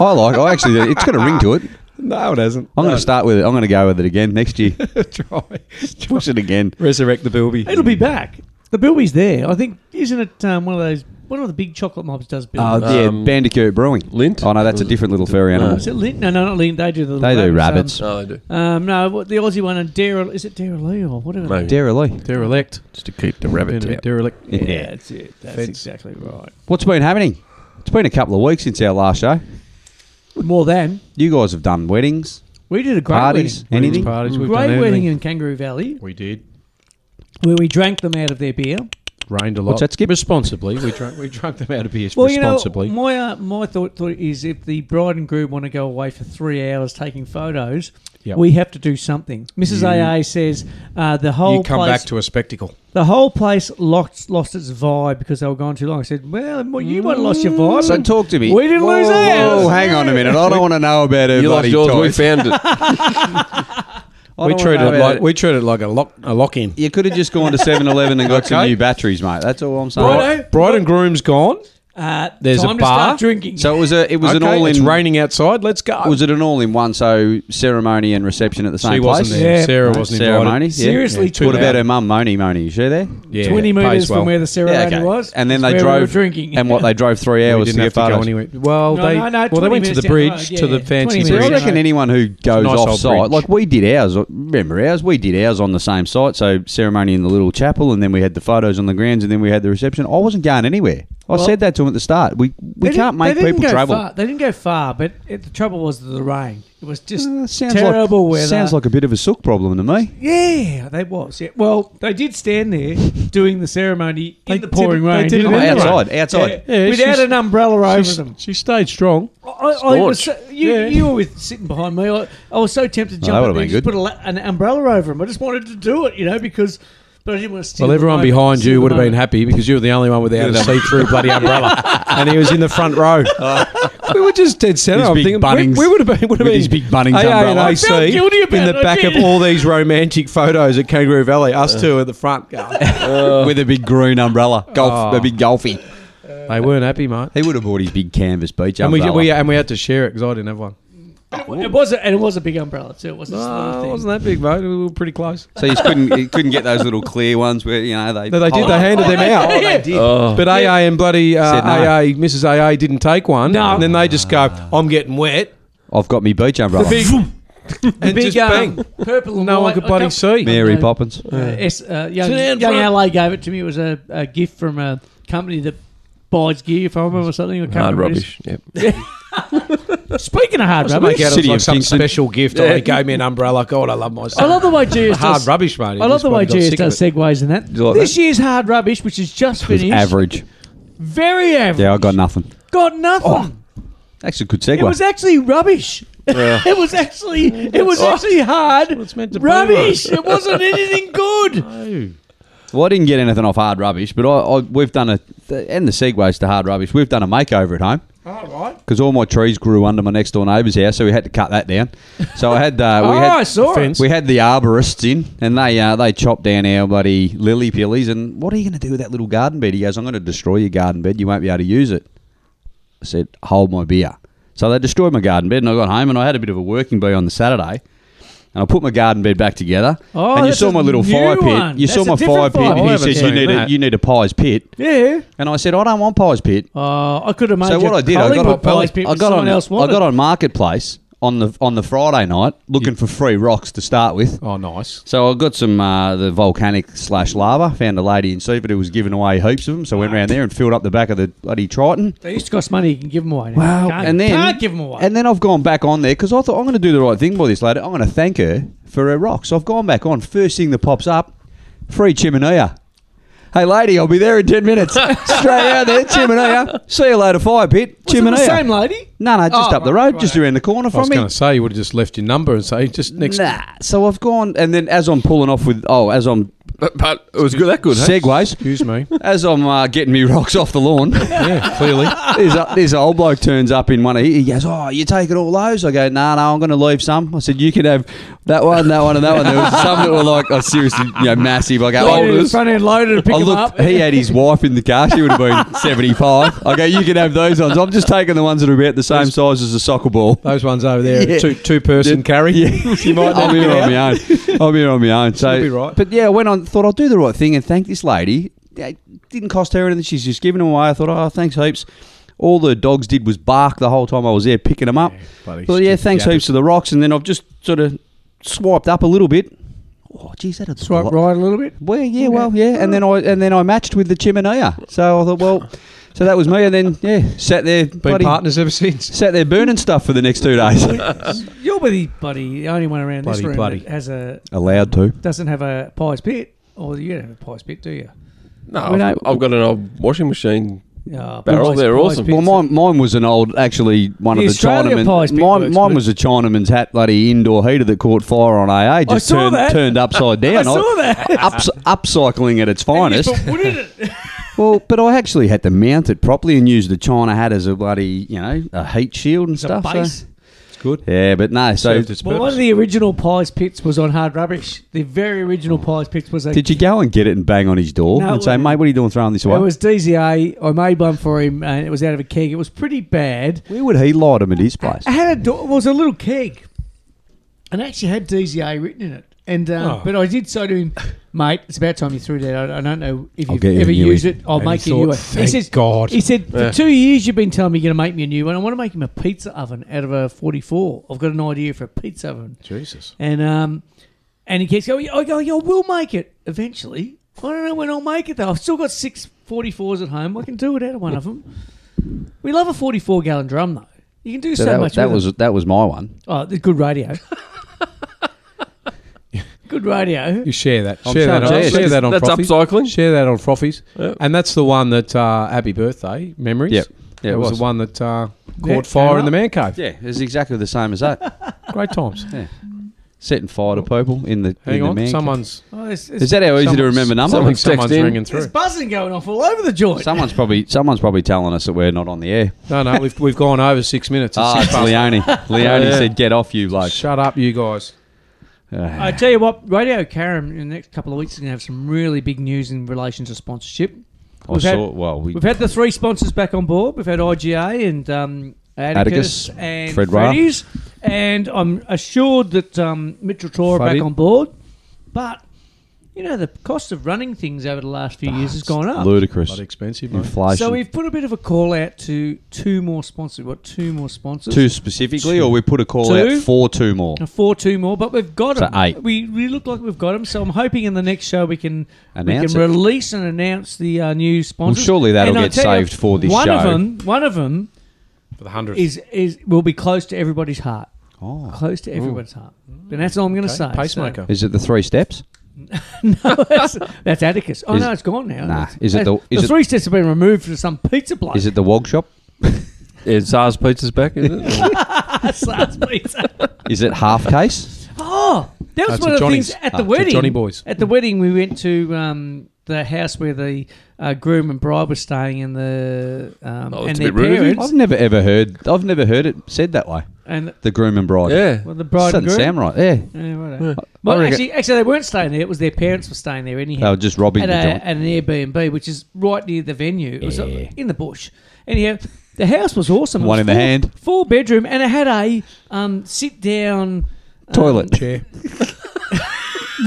Speaker 6: I like. I actually. It's got a ring to it.
Speaker 7: No, it hasn't.
Speaker 6: I'm going
Speaker 7: No,
Speaker 6: to start with it. I'm going to go with it again next year.
Speaker 7: try.
Speaker 6: Push it again.
Speaker 7: Resurrect the bilby.
Speaker 5: It'll be back. The Bilby's there. I think, isn't it um, one of those, one of the big chocolate mobs does Bilby?
Speaker 6: Oh yeah,
Speaker 7: Um,
Speaker 6: Bandicoot Brewing.
Speaker 8: Lint?
Speaker 6: Oh no, that's a different little furry animal.
Speaker 5: Is it Lint? No, no, not Lint. They do the
Speaker 6: They do rabbits.
Speaker 5: Um,
Speaker 8: No, they do.
Speaker 5: um, no, what, the Aussie one and Dara, is it Dara Lee or whatever?
Speaker 8: Maybe.
Speaker 6: Derelict.
Speaker 7: derelict.
Speaker 8: Just to keep the rabbit out.
Speaker 7: Derelict.
Speaker 5: Yeah, that's it. That's
Speaker 7: Fence.
Speaker 5: exactly right.
Speaker 6: What's been happening? It's been a couple of weeks since our last show.
Speaker 5: More than.
Speaker 6: You guys have done weddings,
Speaker 5: We did a great
Speaker 6: parties,
Speaker 5: wedding.
Speaker 6: anything.
Speaker 7: Parties. We've
Speaker 5: great
Speaker 7: done
Speaker 5: wedding
Speaker 7: everything.
Speaker 5: in Kangaroo Valley
Speaker 7: We did.
Speaker 5: where we drank them out of their beer.
Speaker 7: Rained a lot.
Speaker 6: What's that, Skip?
Speaker 7: Responsibly. We drank, we drank them out of beers
Speaker 5: Well, you know,
Speaker 7: responsibly.
Speaker 5: my, uh, my thought, thought is if the bride and groom want to go away for three hours taking photos,
Speaker 7: Yep.
Speaker 5: we have to do something. Mrs. AA says uh, the whole
Speaker 7: you come
Speaker 5: place,
Speaker 7: back to a spectacle.
Speaker 5: the whole place lost lost its vibe because they were gone too long. I said, "Well, well, you won't lost your vibe."
Speaker 6: Mm. So
Speaker 5: and
Speaker 6: talk to me.
Speaker 5: We didn't
Speaker 6: Whoa,
Speaker 5: lose ours.
Speaker 6: Whoa, hang on a minute. I don't want to know about her
Speaker 8: You
Speaker 6: bloody
Speaker 8: lost yours. We
Speaker 6: toys.
Speaker 8: found it.
Speaker 6: I
Speaker 7: we
Speaker 6: don't wanna
Speaker 7: treat
Speaker 6: know
Speaker 7: it
Speaker 6: about
Speaker 7: like we treat it like a lock a lock in.
Speaker 6: You could have just gone to 7-Eleven and got some
Speaker 7: Okay.
Speaker 6: new batteries, mate. That's all I'm saying.
Speaker 5: Righto.
Speaker 7: Bride and groom's gone.
Speaker 5: Uh,
Speaker 7: There's
Speaker 5: time
Speaker 7: a
Speaker 5: to
Speaker 7: bar.
Speaker 5: start drinking.
Speaker 6: So it was a. It was
Speaker 7: okay,
Speaker 6: an all
Speaker 7: it's
Speaker 6: in.
Speaker 7: raining outside. Let's go.
Speaker 6: Was it an all in one? So ceremony and reception at the same
Speaker 7: she wasn't
Speaker 6: place.
Speaker 7: there.
Speaker 5: Yeah.
Speaker 7: Sarah wasn't
Speaker 6: ceremony.
Speaker 7: invited.
Speaker 6: yeah.
Speaker 5: Seriously,
Speaker 7: Yeah,
Speaker 6: What
Speaker 7: too
Speaker 6: about
Speaker 7: loud.
Speaker 6: her mum, Moni? Moni, is she there?
Speaker 7: Yeah,
Speaker 5: twenty
Speaker 7: pays
Speaker 5: meters
Speaker 7: well.
Speaker 5: from where the ceremony was,
Speaker 6: And
Speaker 5: is
Speaker 6: then they
Speaker 5: where we were
Speaker 6: drove
Speaker 5: drinking.
Speaker 6: and what they drove three
Speaker 7: We
Speaker 6: hours
Speaker 7: didn't
Speaker 6: to
Speaker 7: have
Speaker 6: get
Speaker 7: to go
Speaker 6: photos.
Speaker 7: anywhere. Well,
Speaker 5: No,
Speaker 7: they
Speaker 5: no, no,
Speaker 7: well they
Speaker 5: 20
Speaker 7: went to
Speaker 5: minutes
Speaker 7: the
Speaker 5: down the road,
Speaker 7: bridge to
Speaker 5: yeah.
Speaker 7: the fancy
Speaker 5: 20
Speaker 6: See, I
Speaker 5: minutes.
Speaker 7: bridge.
Speaker 6: reckon anyone who goes
Speaker 7: nice old
Speaker 6: off site,
Speaker 7: bridge.
Speaker 6: like we did ours, remember ours, we did ours on the same site. So ceremony in the little chapel, and then we had the photos on the grounds, and then we had the reception. I wasn't going anywhere. I said that to him at the start. We we
Speaker 5: They didn't-
Speaker 6: can't make
Speaker 5: they didn't
Speaker 6: people
Speaker 5: go
Speaker 6: travel.
Speaker 5: Far. They didn't go far, but it, the trouble was the rain. It was just
Speaker 6: Uh, sounds
Speaker 5: terrible
Speaker 6: like,
Speaker 5: weather.
Speaker 6: Sounds like a bit of a sook problem to me.
Speaker 5: yeah, they was. Yeah, well, they did stand there doing the ceremony in the pouring
Speaker 7: did it- they
Speaker 5: rain.
Speaker 7: did it
Speaker 5: didn't
Speaker 7: in the
Speaker 6: outside, outside.
Speaker 5: Yeah,
Speaker 7: Yeah,
Speaker 5: without
Speaker 7: she's-
Speaker 5: an umbrella over
Speaker 7: She-
Speaker 5: them.
Speaker 7: She stayed strong.
Speaker 5: I, I was so, you,
Speaker 7: Yeah.
Speaker 5: you were with, sitting behind me. I, I was so tempted to
Speaker 6: that
Speaker 5: jump
Speaker 6: would've
Speaker 5: up there and
Speaker 6: been
Speaker 5: just
Speaker 6: good.
Speaker 5: put a, la- an umbrella over them. I just wanted to do it, you know, because but I didn't want to. steal
Speaker 7: Well,
Speaker 5: the
Speaker 7: everyone
Speaker 5: moment-
Speaker 7: behind
Speaker 5: steal
Speaker 7: you
Speaker 5: the
Speaker 7: would have been
Speaker 5: moment.
Speaker 7: happy because you were the only one without a see-through bloody umbrella, and he was in the front row. we were just dead centre.
Speaker 6: His
Speaker 7: I'm
Speaker 6: big
Speaker 7: thinking
Speaker 6: Bunnings-
Speaker 7: we, we would have been would have
Speaker 6: with
Speaker 7: been
Speaker 6: his big Bunnings
Speaker 7: AA and
Speaker 6: umbrella. I
Speaker 5: felt
Speaker 7: AC
Speaker 5: guilty about
Speaker 7: in
Speaker 5: it,
Speaker 7: the
Speaker 5: I
Speaker 7: back of
Speaker 5: did.
Speaker 7: all these romantic photos at Kangaroo Valley. Us two at the front. Uh,
Speaker 6: With a big green umbrella, golf,
Speaker 7: Oh.
Speaker 6: a big golfy.
Speaker 7: they weren't happy, mate.
Speaker 6: He would have bought his big canvas beach
Speaker 7: And we,
Speaker 6: umbrella.
Speaker 7: we uh, and we had to share it because I didn't have one.
Speaker 5: It was, a, and it was a big umbrella too. It wasn't just a little
Speaker 7: No, Uh, it
Speaker 5: thing.
Speaker 7: wasn't that big, mate. We were pretty close.
Speaker 6: so you couldn't you couldn't get those little clear ones where you know they.
Speaker 7: No, they did. They handed them out.
Speaker 5: Oh, they
Speaker 6: did.
Speaker 7: But AA and bloody uh,
Speaker 6: Said no.
Speaker 7: AA, Mrs. AA didn't take one.
Speaker 5: No.
Speaker 7: And then they just go, I'm getting wet.
Speaker 6: I've got me beach umbrella.
Speaker 7: and
Speaker 5: big
Speaker 7: just bang.
Speaker 5: um, purple and
Speaker 7: no one
Speaker 5: white-
Speaker 7: could
Speaker 5: I
Speaker 7: bloody
Speaker 5: can't-
Speaker 7: see.
Speaker 6: Mary
Speaker 5: No.
Speaker 6: Poppins.
Speaker 5: Uh, S, uh, young
Speaker 7: Sit down,
Speaker 5: young
Speaker 7: Frank.
Speaker 5: LA gave it to me. It was a, a gift from a company that Bides gear, if I remember something. I can't
Speaker 8: Hard
Speaker 5: remember what it is.
Speaker 8: rubbish. Yep.
Speaker 5: Speaking of hard
Speaker 7: Make
Speaker 5: rubbish,
Speaker 7: out it was
Speaker 6: City
Speaker 7: like
Speaker 6: of
Speaker 7: some
Speaker 6: Kingston.
Speaker 7: special gift. Oh, he gave me an umbrella. God, I love
Speaker 5: I
Speaker 7: myself.
Speaker 5: love the way GS
Speaker 7: Hard
Speaker 5: does.
Speaker 7: rubbish, mate.
Speaker 5: I love the way GS does segues in that.
Speaker 8: you like
Speaker 5: this year's hard rubbish, which is just
Speaker 6: It's
Speaker 5: finished,
Speaker 6: average.
Speaker 5: very average.
Speaker 6: Yeah, I got nothing.
Speaker 5: got nothing.
Speaker 6: That's a good segue.
Speaker 5: it was actually rubbish. it was actually it was actually hard. It's meant to
Speaker 7: be,
Speaker 5: rubbish. it wasn't anything good.
Speaker 6: well, I didn't get anything off hard rubbish, but I, I we've done a th- and the segues to hard rubbish. We've done a makeover at home. Because all my trees grew under my next door neighbour's house, so we had to cut that down. So I had uh, we
Speaker 5: oh,
Speaker 6: had
Speaker 5: I saw it.
Speaker 7: Fence.
Speaker 6: We had the arborists in, and they uh, they chopped down our buddy lily pillies. And what are you going to do with that little garden bed? He goes, I'm going to destroy your garden bed. You won't be able to use it. I said, hold my beer. So they destroyed my garden bed, and I got home, and I had a bit of a working bee on the Saturday. And I put my garden bed back together.
Speaker 5: Oh,
Speaker 6: and you
Speaker 5: that's
Speaker 6: saw
Speaker 5: a
Speaker 6: my little
Speaker 5: new
Speaker 6: fire pit.
Speaker 5: one.
Speaker 6: You
Speaker 5: That's
Speaker 6: saw
Speaker 5: a
Speaker 6: my fire
Speaker 5: different
Speaker 6: pit.
Speaker 5: fire
Speaker 6: And
Speaker 5: pit.
Speaker 6: he
Speaker 5: I've
Speaker 6: says,
Speaker 7: never
Speaker 6: you need,
Speaker 7: seen
Speaker 6: a,
Speaker 7: that.
Speaker 6: you need a pie's pit.
Speaker 5: Yeah.
Speaker 6: And I said, I don't want pie's pit.
Speaker 5: Oh, I could have made.
Speaker 6: So what I did, I got, on, I, got on,
Speaker 5: someone else
Speaker 6: I
Speaker 5: wanted.
Speaker 6: got on Marketplace on the on the Friday night looking for free rocks to start with.
Speaker 7: Oh, nice.
Speaker 6: So I got some uh, the volcanic slash lava. Found a lady in Seaford who was giving away heaps of them. So I went round there and filled up the back of the bloody Triton.
Speaker 5: They used to cost money. You can give them away. Now.
Speaker 6: Wow!
Speaker 5: can't,
Speaker 6: and then
Speaker 5: can't give them away.
Speaker 6: And then I've gone back on there because I thought I'm going to do the right thing by this lady. I'm going to thank her for her rocks. So I've gone back on. First thing that pops up, free chiminea. Hey lady, I'll be there in ten minutes. Straight out there, chiminea. See you later, fire pit.
Speaker 5: was it the
Speaker 6: chiminea.
Speaker 5: same lady?
Speaker 6: No, no, just
Speaker 5: Oh,
Speaker 6: up the
Speaker 5: right,
Speaker 6: road, just around the corner
Speaker 7: I was
Speaker 6: from me.
Speaker 7: going to say you would have just left your number and say just next.
Speaker 6: Nah. So I've gone, and then as I'm pulling off with, oh, as I'm
Speaker 8: But, but it was good, that good, hey?
Speaker 6: segues,
Speaker 7: Excuse me.
Speaker 6: as I'm uh, getting me rocks off the lawn,
Speaker 7: yeah, clearly.
Speaker 6: this, this old bloke turns up in one of he goes, "Oh, you taking all those?" I go, "No, no, I'm going to leave some." I said, "You can have that one, that one, and that one." There was some that were like, oh, seriously, you know, massive. I go,
Speaker 5: Loaded,
Speaker 6: "Oh,
Speaker 5: front end loaded to pick
Speaker 6: I
Speaker 5: 'em
Speaker 6: looked,
Speaker 5: up.
Speaker 6: he had his wife in the car. She would have been 75. I go, you can have those ones. I'm just taking the ones that are about the same size as a soccer ball.
Speaker 7: Those ones over there,
Speaker 6: Yeah.
Speaker 7: two two person carry.
Speaker 6: Yeah, you might I'm here on my own. I'm here on my own. So,
Speaker 7: She'll be right.
Speaker 6: but yeah, I went on. Thought I'll do the right thing and thank this lady. Yeah, It didn't cost her anything. She's just giving them away. I thought, oh, thanks heaps. All the dogs did was bark the whole time I was there picking them up.
Speaker 7: bloody
Speaker 6: but yeah,
Speaker 7: stupid
Speaker 6: thanks
Speaker 7: gabbers.
Speaker 6: heaps to the rocks. And then I've just sort of swiped up a little bit. Oh, geez, that
Speaker 5: Swipe right a little bit.
Speaker 6: Well, yeah, well, yeah. And then I and then I matched with the chimenea. So I thought, well, so that was me. And then yeah, sat there,
Speaker 7: Been
Speaker 6: bloody,
Speaker 7: partners ever since.
Speaker 6: sat there burning stuff for the next two days.
Speaker 5: You're bloody buddy, the only one around
Speaker 7: Bloody
Speaker 5: this room
Speaker 7: buddy.
Speaker 5: that has a
Speaker 6: Allowed to.
Speaker 5: doesn't have a pie's pit. Or you don't have a pie's pit, do you?
Speaker 8: No,
Speaker 6: We
Speaker 8: I've,
Speaker 6: don't-
Speaker 8: I've got an old washing machine.
Speaker 5: Oh,
Speaker 8: Barrel,
Speaker 5: pies-
Speaker 8: they're
Speaker 5: pies
Speaker 8: awesome.
Speaker 5: pits.
Speaker 6: Well, mine, mine was an old, actually, one
Speaker 5: The
Speaker 6: of the
Speaker 5: Australia
Speaker 6: Chinaman.
Speaker 5: pie's bit
Speaker 6: mine
Speaker 5: works,
Speaker 6: mine
Speaker 5: but-
Speaker 6: was a Chinaman's hat, bloody indoor heater that caught fire on AA. Just
Speaker 5: saw
Speaker 6: turned,
Speaker 5: that.
Speaker 6: turned upside down.
Speaker 5: I saw that.
Speaker 6: Ups, upcycling at its finest.
Speaker 5: But wouldn't it?
Speaker 6: well, but I actually had to mount it properly and use the China hat as a bloody, you know, a heat shield and
Speaker 5: It's a
Speaker 6: stuff. eh? so-
Speaker 5: base.
Speaker 7: It's good.
Speaker 6: Yeah, but no. So,
Speaker 7: Served its
Speaker 5: Well, one
Speaker 7: purpose.
Speaker 5: of the original Pies Pits was on Hard Rubbish. The very original Pies Pits was a.
Speaker 6: did you go and get it and bang on his door
Speaker 5: No,
Speaker 6: and say,
Speaker 5: it-
Speaker 6: mate, what are you doing throwing this away?
Speaker 5: it was DZA. I made one for him, and it was out of a keg. It was pretty bad.
Speaker 6: Where would he light him at his place?
Speaker 5: I had a do- it was a little keg, and it actually had DZA written in it. And uh,
Speaker 7: Oh.
Speaker 5: but I did say to him, mate, it's about time you threw that. out. I don't know if
Speaker 6: I'll
Speaker 5: you've
Speaker 6: get you a
Speaker 5: ever
Speaker 6: new
Speaker 5: used
Speaker 6: one."
Speaker 5: it. I'll
Speaker 7: And
Speaker 5: make
Speaker 7: he
Speaker 5: you a new
Speaker 7: thought,
Speaker 5: one.
Speaker 7: "Thank God."
Speaker 5: He said for two years you've been telling me you're going to make me a new one. I want to make him a pizza oven out of a 44. I've got an idea for a pizza oven.
Speaker 7: Jesus.
Speaker 5: And um, and he keeps going. I go, yeah, I will make it eventually. I don't know when I'll make it though. I've still got six 44s at home. I can do it out of one of them. We love a 44 gallon drum though. You can do so,
Speaker 6: So that,
Speaker 5: much.
Speaker 6: that
Speaker 5: with it.
Speaker 6: was that was my one.
Speaker 5: oh, the good radio. good radio.
Speaker 7: You share that.
Speaker 6: I'm
Speaker 7: share
Speaker 6: sure
Speaker 7: that.
Speaker 6: I
Speaker 7: On,
Speaker 6: did.
Speaker 7: share that on
Speaker 8: That's
Speaker 7: Frothies.
Speaker 8: upcycling.
Speaker 7: Share that on frothies.
Speaker 8: Yeah.
Speaker 7: And that's the one that uh, happy birthday memories.
Speaker 6: Yep. Yeah,
Speaker 7: That
Speaker 6: it
Speaker 7: was,
Speaker 6: was.
Speaker 7: the one that uh, caught
Speaker 5: Yeah,
Speaker 7: fire
Speaker 5: came
Speaker 7: in the
Speaker 5: up.
Speaker 7: man cave.
Speaker 6: Yeah, it's exactly the same as that.
Speaker 7: Great times.
Speaker 6: Setting fire to people in the in
Speaker 7: Hang
Speaker 6: the
Speaker 7: on.
Speaker 6: man cave.
Speaker 7: Someone's
Speaker 5: Oh, it's, it's,
Speaker 6: Is that how easy to remember number?
Speaker 8: someone's
Speaker 7: someone's, someone's
Speaker 8: texting.
Speaker 7: ringing through.
Speaker 5: there's buzzing going off all over the joint.
Speaker 6: Someone's probably someone's probably telling us that we're not on the air.
Speaker 7: No, no, we've, we've gone over six minutes. It's
Speaker 6: Ah,
Speaker 7: six
Speaker 6: it's
Speaker 7: past.
Speaker 6: Leone. Leone
Speaker 7: Yeah.
Speaker 6: said, "Get off, you bloke."
Speaker 7: Shut up, you guys.
Speaker 5: I tell you what, Radio Karam in the next couple of weeks is going to have some really big news in relation to sponsorship.
Speaker 6: I
Speaker 5: We've had-
Speaker 6: saw. Well, we,
Speaker 5: We've had the three sponsors back on board. We've had IGA and um, Atticus,
Speaker 6: Atticus,
Speaker 5: and
Speaker 6: Fred Ra.
Speaker 5: Freddy's, and I'm assured that um, Mitchell Tor are back
Speaker 7: Fuddy.
Speaker 5: on board. But You know, the cost of running things over the last few years has gone up.
Speaker 6: Ludicrous.
Speaker 7: Bloody expensive, mate.
Speaker 6: Inflation.
Speaker 5: So we've put a bit of a call out to two more sponsors. What two more sponsors?
Speaker 6: two specifically, or we put a call
Speaker 5: Two?
Speaker 6: out for two more.
Speaker 5: Four, two more, but we've got
Speaker 6: So
Speaker 5: them.
Speaker 6: eight.
Speaker 5: We, we look like we've got them. So I'm hoping in the next show we can
Speaker 6: Announce
Speaker 5: we
Speaker 6: it.
Speaker 5: can release and announce the uh, new sponsors.
Speaker 6: surely that'll
Speaker 5: And I'll
Speaker 6: get
Speaker 5: tell you,
Speaker 6: saved for this
Speaker 5: one Of
Speaker 6: show.
Speaker 5: them, one of them
Speaker 9: for the hundred.
Speaker 5: is is will be close to everybody's heart.
Speaker 6: Oh.
Speaker 5: Close to everybody's heart. And that's all I'm going to say.
Speaker 9: pacemaker.
Speaker 6: Is it the three steps?
Speaker 5: So- that's, that's Atticus. Oh
Speaker 6: Is-
Speaker 5: no, it's gone now.
Speaker 6: Nah.
Speaker 5: It's-
Speaker 6: Is it the- is
Speaker 5: the
Speaker 6: it-
Speaker 5: three steps have been removed for some pizza place?
Speaker 6: Is it the Wog Shop?
Speaker 8: Yeah, Zars Pizza's back, isn't it?
Speaker 5: Sars pizza?
Speaker 6: Is it half case?
Speaker 5: Oh, that was
Speaker 7: That's
Speaker 5: one
Speaker 7: a
Speaker 5: of the
Speaker 7: Uh, Johnny's.
Speaker 5: things at
Speaker 6: Ah,
Speaker 5: the
Speaker 6: it's a
Speaker 5: wedding.
Speaker 7: Johnny boys.
Speaker 5: At the wedding, we went to um, the house where the uh, groom and bride were staying, and the um,
Speaker 8: Oh,
Speaker 5: and
Speaker 8: that's a
Speaker 5: their
Speaker 8: bit rude, isn't it?
Speaker 5: parents,
Speaker 6: I've never ever heard. I've never heard it said that way.
Speaker 5: and
Speaker 6: The groom and bride.
Speaker 8: yeah.
Speaker 5: well, the bride and
Speaker 6: Doesn't
Speaker 5: groom.
Speaker 6: sound right. Yeah.
Speaker 5: Yeah, righto. Well,
Speaker 6: reckon- Oh,
Speaker 5: actually, actually, they weren't staying there. It was their parents were staying there anyhow.
Speaker 6: They were just robbing
Speaker 5: at,
Speaker 6: the
Speaker 5: a-
Speaker 6: joint.
Speaker 5: at an Airbnb, which is right near the venue. It was uh,
Speaker 6: Yeah.
Speaker 5: in the bush. Anyhow, the house was awesome. It
Speaker 6: One
Speaker 5: was
Speaker 6: in the
Speaker 5: four-
Speaker 6: hand.
Speaker 5: four bedroom, and it had a um, sit down
Speaker 6: Toilet.
Speaker 7: Um, Chair.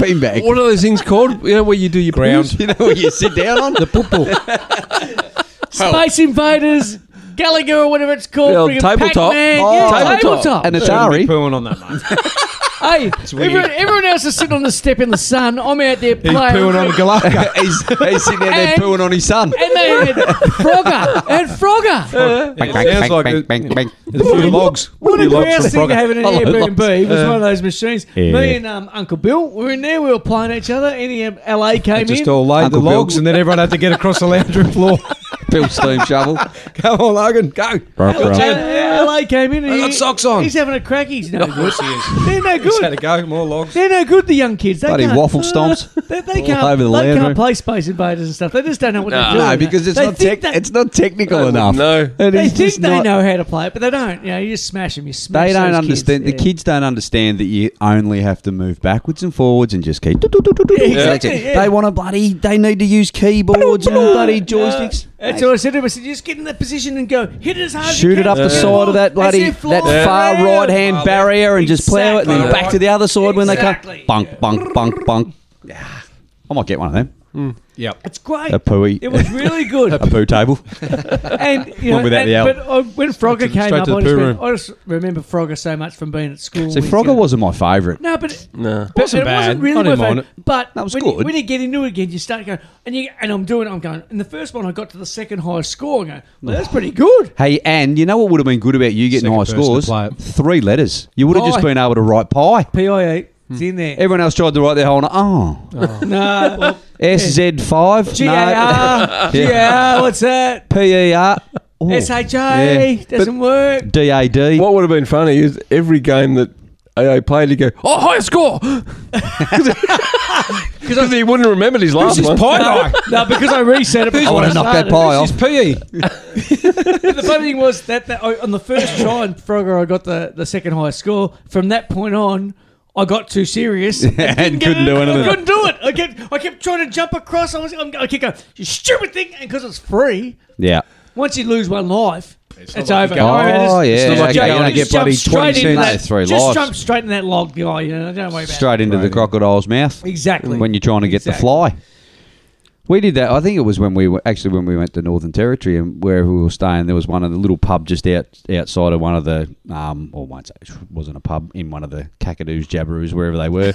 Speaker 6: Beanbag.
Speaker 8: What are those things called? You know where you do your
Speaker 7: Ground.
Speaker 6: You know what you sit down on? the poo
Speaker 5: Space Invaders, Gallagher, or whatever it's called.
Speaker 8: The old
Speaker 5: friggin'
Speaker 8: tabletop.
Speaker 5: Pac-Man,
Speaker 6: Oh,
Speaker 5: yeah,
Speaker 8: tabletop.
Speaker 5: tabletop.
Speaker 6: And it's
Speaker 7: Shouldn't be
Speaker 6: Ari.
Speaker 7: pooing on that, mate.
Speaker 5: hey,
Speaker 7: weird.
Speaker 5: everyone, everyone else is sitting on the step in the sun. I'm out there
Speaker 7: He's
Speaker 5: playing.
Speaker 7: pooing on Galaka.
Speaker 6: he's, he's sitting there, there
Speaker 5: And-
Speaker 6: pooing on his son.
Speaker 5: and they had Frogger and Frogger.
Speaker 6: Bang,
Speaker 7: sounds like it-
Speaker 6: bang.
Speaker 7: There's a few logs.
Speaker 5: What a
Speaker 7: Few logs
Speaker 5: grouse
Speaker 7: from
Speaker 5: thing to
Speaker 7: Frogger.
Speaker 5: have in an
Speaker 6: Hello,
Speaker 5: Airbnb. It was
Speaker 7: Uh,
Speaker 5: one of those machines.
Speaker 6: Yeah.
Speaker 5: Me and um, Uncle Bill were in there. We were playing each other. Any um, LA came
Speaker 7: Just
Speaker 5: in.
Speaker 7: all laid
Speaker 6: Uncle
Speaker 7: the
Speaker 6: Bill.
Speaker 7: logs, and then everyone had to get across the lounge room floor.
Speaker 6: Bill Steam Shovel.
Speaker 7: Come on, Logan, go.
Speaker 5: Uh,
Speaker 6: Rock,
Speaker 5: LA came in. And
Speaker 7: I got
Speaker 5: he-
Speaker 7: socks on.
Speaker 5: He's having a crack. He's no good.
Speaker 7: course he is.
Speaker 5: They're no
Speaker 7: Just had to
Speaker 5: good.
Speaker 7: go. More logs.
Speaker 5: They're no good. The young kids. They
Speaker 6: Bloody
Speaker 5: can't- uh,
Speaker 6: waffle stomps.
Speaker 5: They, they
Speaker 6: All
Speaker 5: can't,
Speaker 6: over the
Speaker 5: they
Speaker 6: land,
Speaker 5: can't
Speaker 6: right?
Speaker 5: play Space Invaders and stuff. They just don't know what they're doing.
Speaker 6: No, because it's
Speaker 5: They
Speaker 6: not
Speaker 5: think
Speaker 6: tec-
Speaker 5: they-
Speaker 6: it's not technical enough.
Speaker 8: No.
Speaker 6: And
Speaker 5: They think
Speaker 6: it's just
Speaker 5: they
Speaker 6: not-
Speaker 5: know how to play it, but they don't. You know, you just smash them. You smash
Speaker 6: They don't
Speaker 5: those
Speaker 6: understand.
Speaker 5: Kids.
Speaker 6: The kids don't understand that you only have to move backwards and forwards and just keep.
Speaker 5: exactly,
Speaker 6: That's it.
Speaker 5: yeah.
Speaker 6: They want to bloody. They need to use keyboards and bloody joysticks.
Speaker 5: That's what I said to him. I said, you just get in that position and go, hit it as hard as you
Speaker 6: Shoot it
Speaker 5: can
Speaker 6: up
Speaker 5: to
Speaker 6: the side
Speaker 5: ball
Speaker 6: of that
Speaker 5: as
Speaker 6: bloody
Speaker 5: it
Speaker 6: that
Speaker 5: flies
Speaker 6: far
Speaker 5: around."
Speaker 6: right hand
Speaker 5: Well,
Speaker 6: barrier and just plow it, and then
Speaker 5: Exactly.
Speaker 6: back to the other side when they come.
Speaker 5: Exactly.
Speaker 6: Bunk, bunk, bunk, bunk. Yeah. I might get one of them.
Speaker 7: Yep.
Speaker 5: It's great.
Speaker 6: A pooey.
Speaker 5: It was really good.
Speaker 6: A poo table.
Speaker 5: and you know,
Speaker 6: One without
Speaker 5: and-
Speaker 6: the L.
Speaker 5: But uh, when Frogger came
Speaker 7: straight
Speaker 5: up,
Speaker 7: to the
Speaker 5: I just,
Speaker 7: poo
Speaker 5: went,
Speaker 7: room.
Speaker 5: I just remember Frogger so much from being at school.
Speaker 6: See,
Speaker 5: with,
Speaker 6: Frogger
Speaker 5: you know-
Speaker 6: wasn't my favourite.
Speaker 5: No, but
Speaker 8: No.
Speaker 5: But
Speaker 7: Wasn't
Speaker 5: it wasn't
Speaker 7: bad.
Speaker 5: really
Speaker 7: I didn't
Speaker 5: my
Speaker 7: mind
Speaker 5: favorite. But
Speaker 6: was
Speaker 5: when, You,
Speaker 6: good.
Speaker 5: when you get into it again, you start going, and you and I'm doing, it, I'm going. And the first one, I got to the second highest score. I go, well, that's pretty good.
Speaker 6: Hey, and you know what would have been good about you getting
Speaker 7: Second
Speaker 6: high
Speaker 7: person to
Speaker 6: scores?
Speaker 7: play it.
Speaker 6: Three letters. You would have just
Speaker 5: Pie.
Speaker 6: been able to write pie.
Speaker 5: PIE, E. it's in there.
Speaker 6: Everyone else tried to write their whole name. Oh,
Speaker 5: no, well,
Speaker 6: SZ five.
Speaker 5: G A R, G A R, what's that?
Speaker 6: P E R. Oh.
Speaker 5: S H A
Speaker 6: Yeah.
Speaker 5: doesn't work.
Speaker 6: D A D.
Speaker 8: What would have been funny is every game that AA played, he'd go, oh, higher score! Because he wouldn't have remembered his last
Speaker 7: This is
Speaker 8: one.
Speaker 7: pie guy.
Speaker 5: No, because I reset it.
Speaker 6: I
Speaker 5: before
Speaker 6: want to knock that
Speaker 5: started.
Speaker 6: pie
Speaker 7: This
Speaker 6: off.
Speaker 7: is PE.
Speaker 5: E. But the funny thing was that, that I, on the first try in Frogger, I got the, the second highest score. From that point on, I got too serious and,
Speaker 6: And
Speaker 5: didn't get
Speaker 6: couldn't
Speaker 5: it-
Speaker 6: do anything.
Speaker 5: I couldn't do it. I kept I kept trying to jump across. I was I'm, I kept going, you stupid thing, and because it's free.
Speaker 6: Yeah.
Speaker 5: Once you lose one life, it's, over.
Speaker 6: go-
Speaker 5: I mean,
Speaker 6: Oh,
Speaker 5: it's-
Speaker 6: yeah,
Speaker 5: it's
Speaker 6: okay,
Speaker 5: jump-
Speaker 6: you don't
Speaker 5: just
Speaker 6: get bloody
Speaker 5: jump straight
Speaker 6: 20
Speaker 5: into
Speaker 6: cents.
Speaker 5: that-
Speaker 6: No, three
Speaker 5: Just
Speaker 6: lives.
Speaker 5: jump straight in that log guy. You know, don't worry about
Speaker 6: Straight into the crocodile's mouth.
Speaker 5: it. Exactly.
Speaker 6: When you're trying to get the
Speaker 5: Exactly.
Speaker 6: fly. We did that. I think it was when we were actually when we went to Northern Territory and where we were staying. There was one of the little pub just out outside of one of the um, or once it wasn't a pub in one of the Kakadoos, Jabberoos, wherever they were,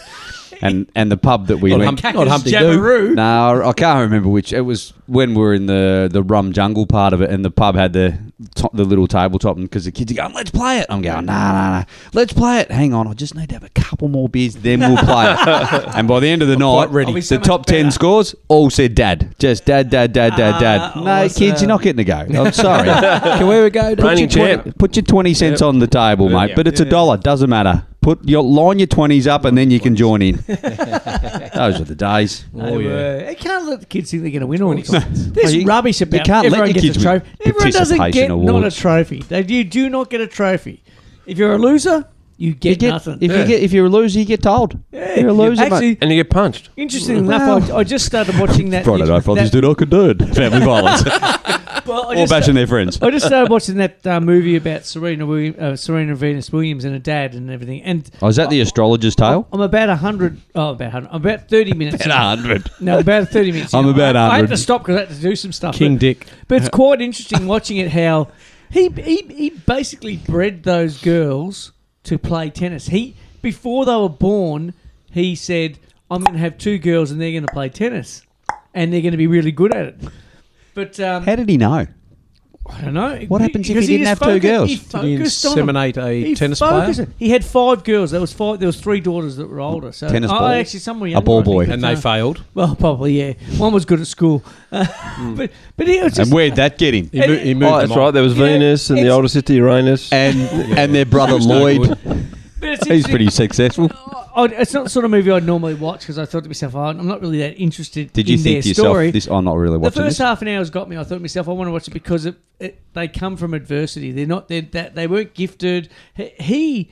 Speaker 6: and and the pub that we went.
Speaker 5: Cactus
Speaker 7: Not Humpty Doo.
Speaker 5: Jabberoo.
Speaker 6: No, I can't remember which. It was when we were in the, the rum jungle part of it, and the pub had the top, the little tabletop, and because the kids are going, "Let's play it." I'm going, "Nah, nah, nah, let's play it." Hang on, I just need to have a couple more beers, then we'll play it. and by the end of the night,
Speaker 5: ready. I'll be so
Speaker 6: the
Speaker 5: much
Speaker 6: top ten
Speaker 5: better.
Speaker 6: scores all said, "Dad, just dad, dad, dad, dad, dad."
Speaker 5: Ah,
Speaker 6: no, kids,
Speaker 5: awesome.
Speaker 6: you're not getting a go. I'm sorry. Can we go? Put your,
Speaker 8: Reigning
Speaker 6: twen-
Speaker 8: champ.
Speaker 6: put your twenty cents on the table, mate. But it's a dollar. Doesn't matter. Put your line your twenties up, and then you can join in. Those are the days.
Speaker 5: Oh, yeah. They can't let the kids think they're going to win all the time. There's
Speaker 6: Well, you-
Speaker 5: rubbish
Speaker 6: you
Speaker 5: about
Speaker 6: can't let
Speaker 5: everyone
Speaker 6: your
Speaker 5: gets
Speaker 6: kids
Speaker 5: a
Speaker 6: win
Speaker 5: trophy. Everyone doesn't
Speaker 6: participation
Speaker 5: get not a
Speaker 6: awards.
Speaker 5: trophy. They, you do not get a trophy. If you're a loser, you get,
Speaker 6: get-
Speaker 5: nothing.
Speaker 6: If you get if you're a loser, you get told.
Speaker 5: Yeah.
Speaker 6: You're a loser. mate.
Speaker 5: Actually,
Speaker 8: And you get punched.
Speaker 5: interesting enough, I, I just started watching that.
Speaker 6: Friday Night Fathers
Speaker 5: that-
Speaker 6: did I could do it. Family violence.
Speaker 5: Well, I
Speaker 6: Or bashing their friends.
Speaker 5: I just started watching that uh, movie about Serena William, uh, Serena Venus Williams and her dad and everything. And
Speaker 6: Oh, is that the astrologer's tale?
Speaker 5: I'm about hundred. Oh, about hundred. I'm about thirty minutes. in.
Speaker 6: hundred.
Speaker 5: No, about thirty minutes.
Speaker 6: I'm
Speaker 5: in.
Speaker 6: about
Speaker 5: I, I had
Speaker 6: 100.
Speaker 5: to stop because I had to do some stuff.
Speaker 7: King
Speaker 5: but,
Speaker 7: Dick.
Speaker 5: But it's quite interesting watching it. How he, he he basically bred those girls to play tennis. He before they were born, he said, "I'm going to have two girls and they're going to play tennis, and they're going to be really good at it." But um,
Speaker 6: How did he know?
Speaker 5: I don't know.
Speaker 6: What happens if
Speaker 5: Because
Speaker 6: he didn't
Speaker 5: just
Speaker 6: have two
Speaker 5: focused-
Speaker 6: girls?
Speaker 5: He
Speaker 6: Did
Speaker 7: Did he
Speaker 5: focused on them.
Speaker 7: inseminate a
Speaker 5: He
Speaker 7: tennis
Speaker 5: focused
Speaker 7: player?
Speaker 5: on- He had five girls. There was five. There was three daughters that were older. So
Speaker 6: Tennis
Speaker 5: oh,
Speaker 6: ball.
Speaker 5: actually, some were younger,
Speaker 6: ball
Speaker 5: I think,
Speaker 6: boy.
Speaker 5: but,
Speaker 7: And they
Speaker 5: uh,
Speaker 7: failed.
Speaker 5: well, probably yeah. One was good at school, Uh, but but he was just.
Speaker 6: Hmm. And where'd that get him?
Speaker 7: He, mo- he moved
Speaker 8: Oh, that's
Speaker 7: them
Speaker 8: right.
Speaker 7: on.
Speaker 8: There was
Speaker 5: Yeah,
Speaker 8: Venus and the
Speaker 5: it's-
Speaker 8: older sister Uranus.
Speaker 6: And and their brother
Speaker 7: no
Speaker 6: Lloyd,
Speaker 5: but it's
Speaker 6: he's
Speaker 5: interesting.
Speaker 6: pretty successful.
Speaker 5: I- it's not the sort of movie I'd normally watch because I thought to myself, oh, I'm not really that interested.
Speaker 6: Did you
Speaker 5: in
Speaker 6: think
Speaker 5: their
Speaker 6: to yourself,
Speaker 5: story.
Speaker 6: "This I'm not really
Speaker 5: The
Speaker 6: watching
Speaker 5: first
Speaker 6: this"?
Speaker 5: half an hour's got me. I thought to myself, I want to watch it because it, it, they come from adversity. They're not they're, that they weren't gifted. He he,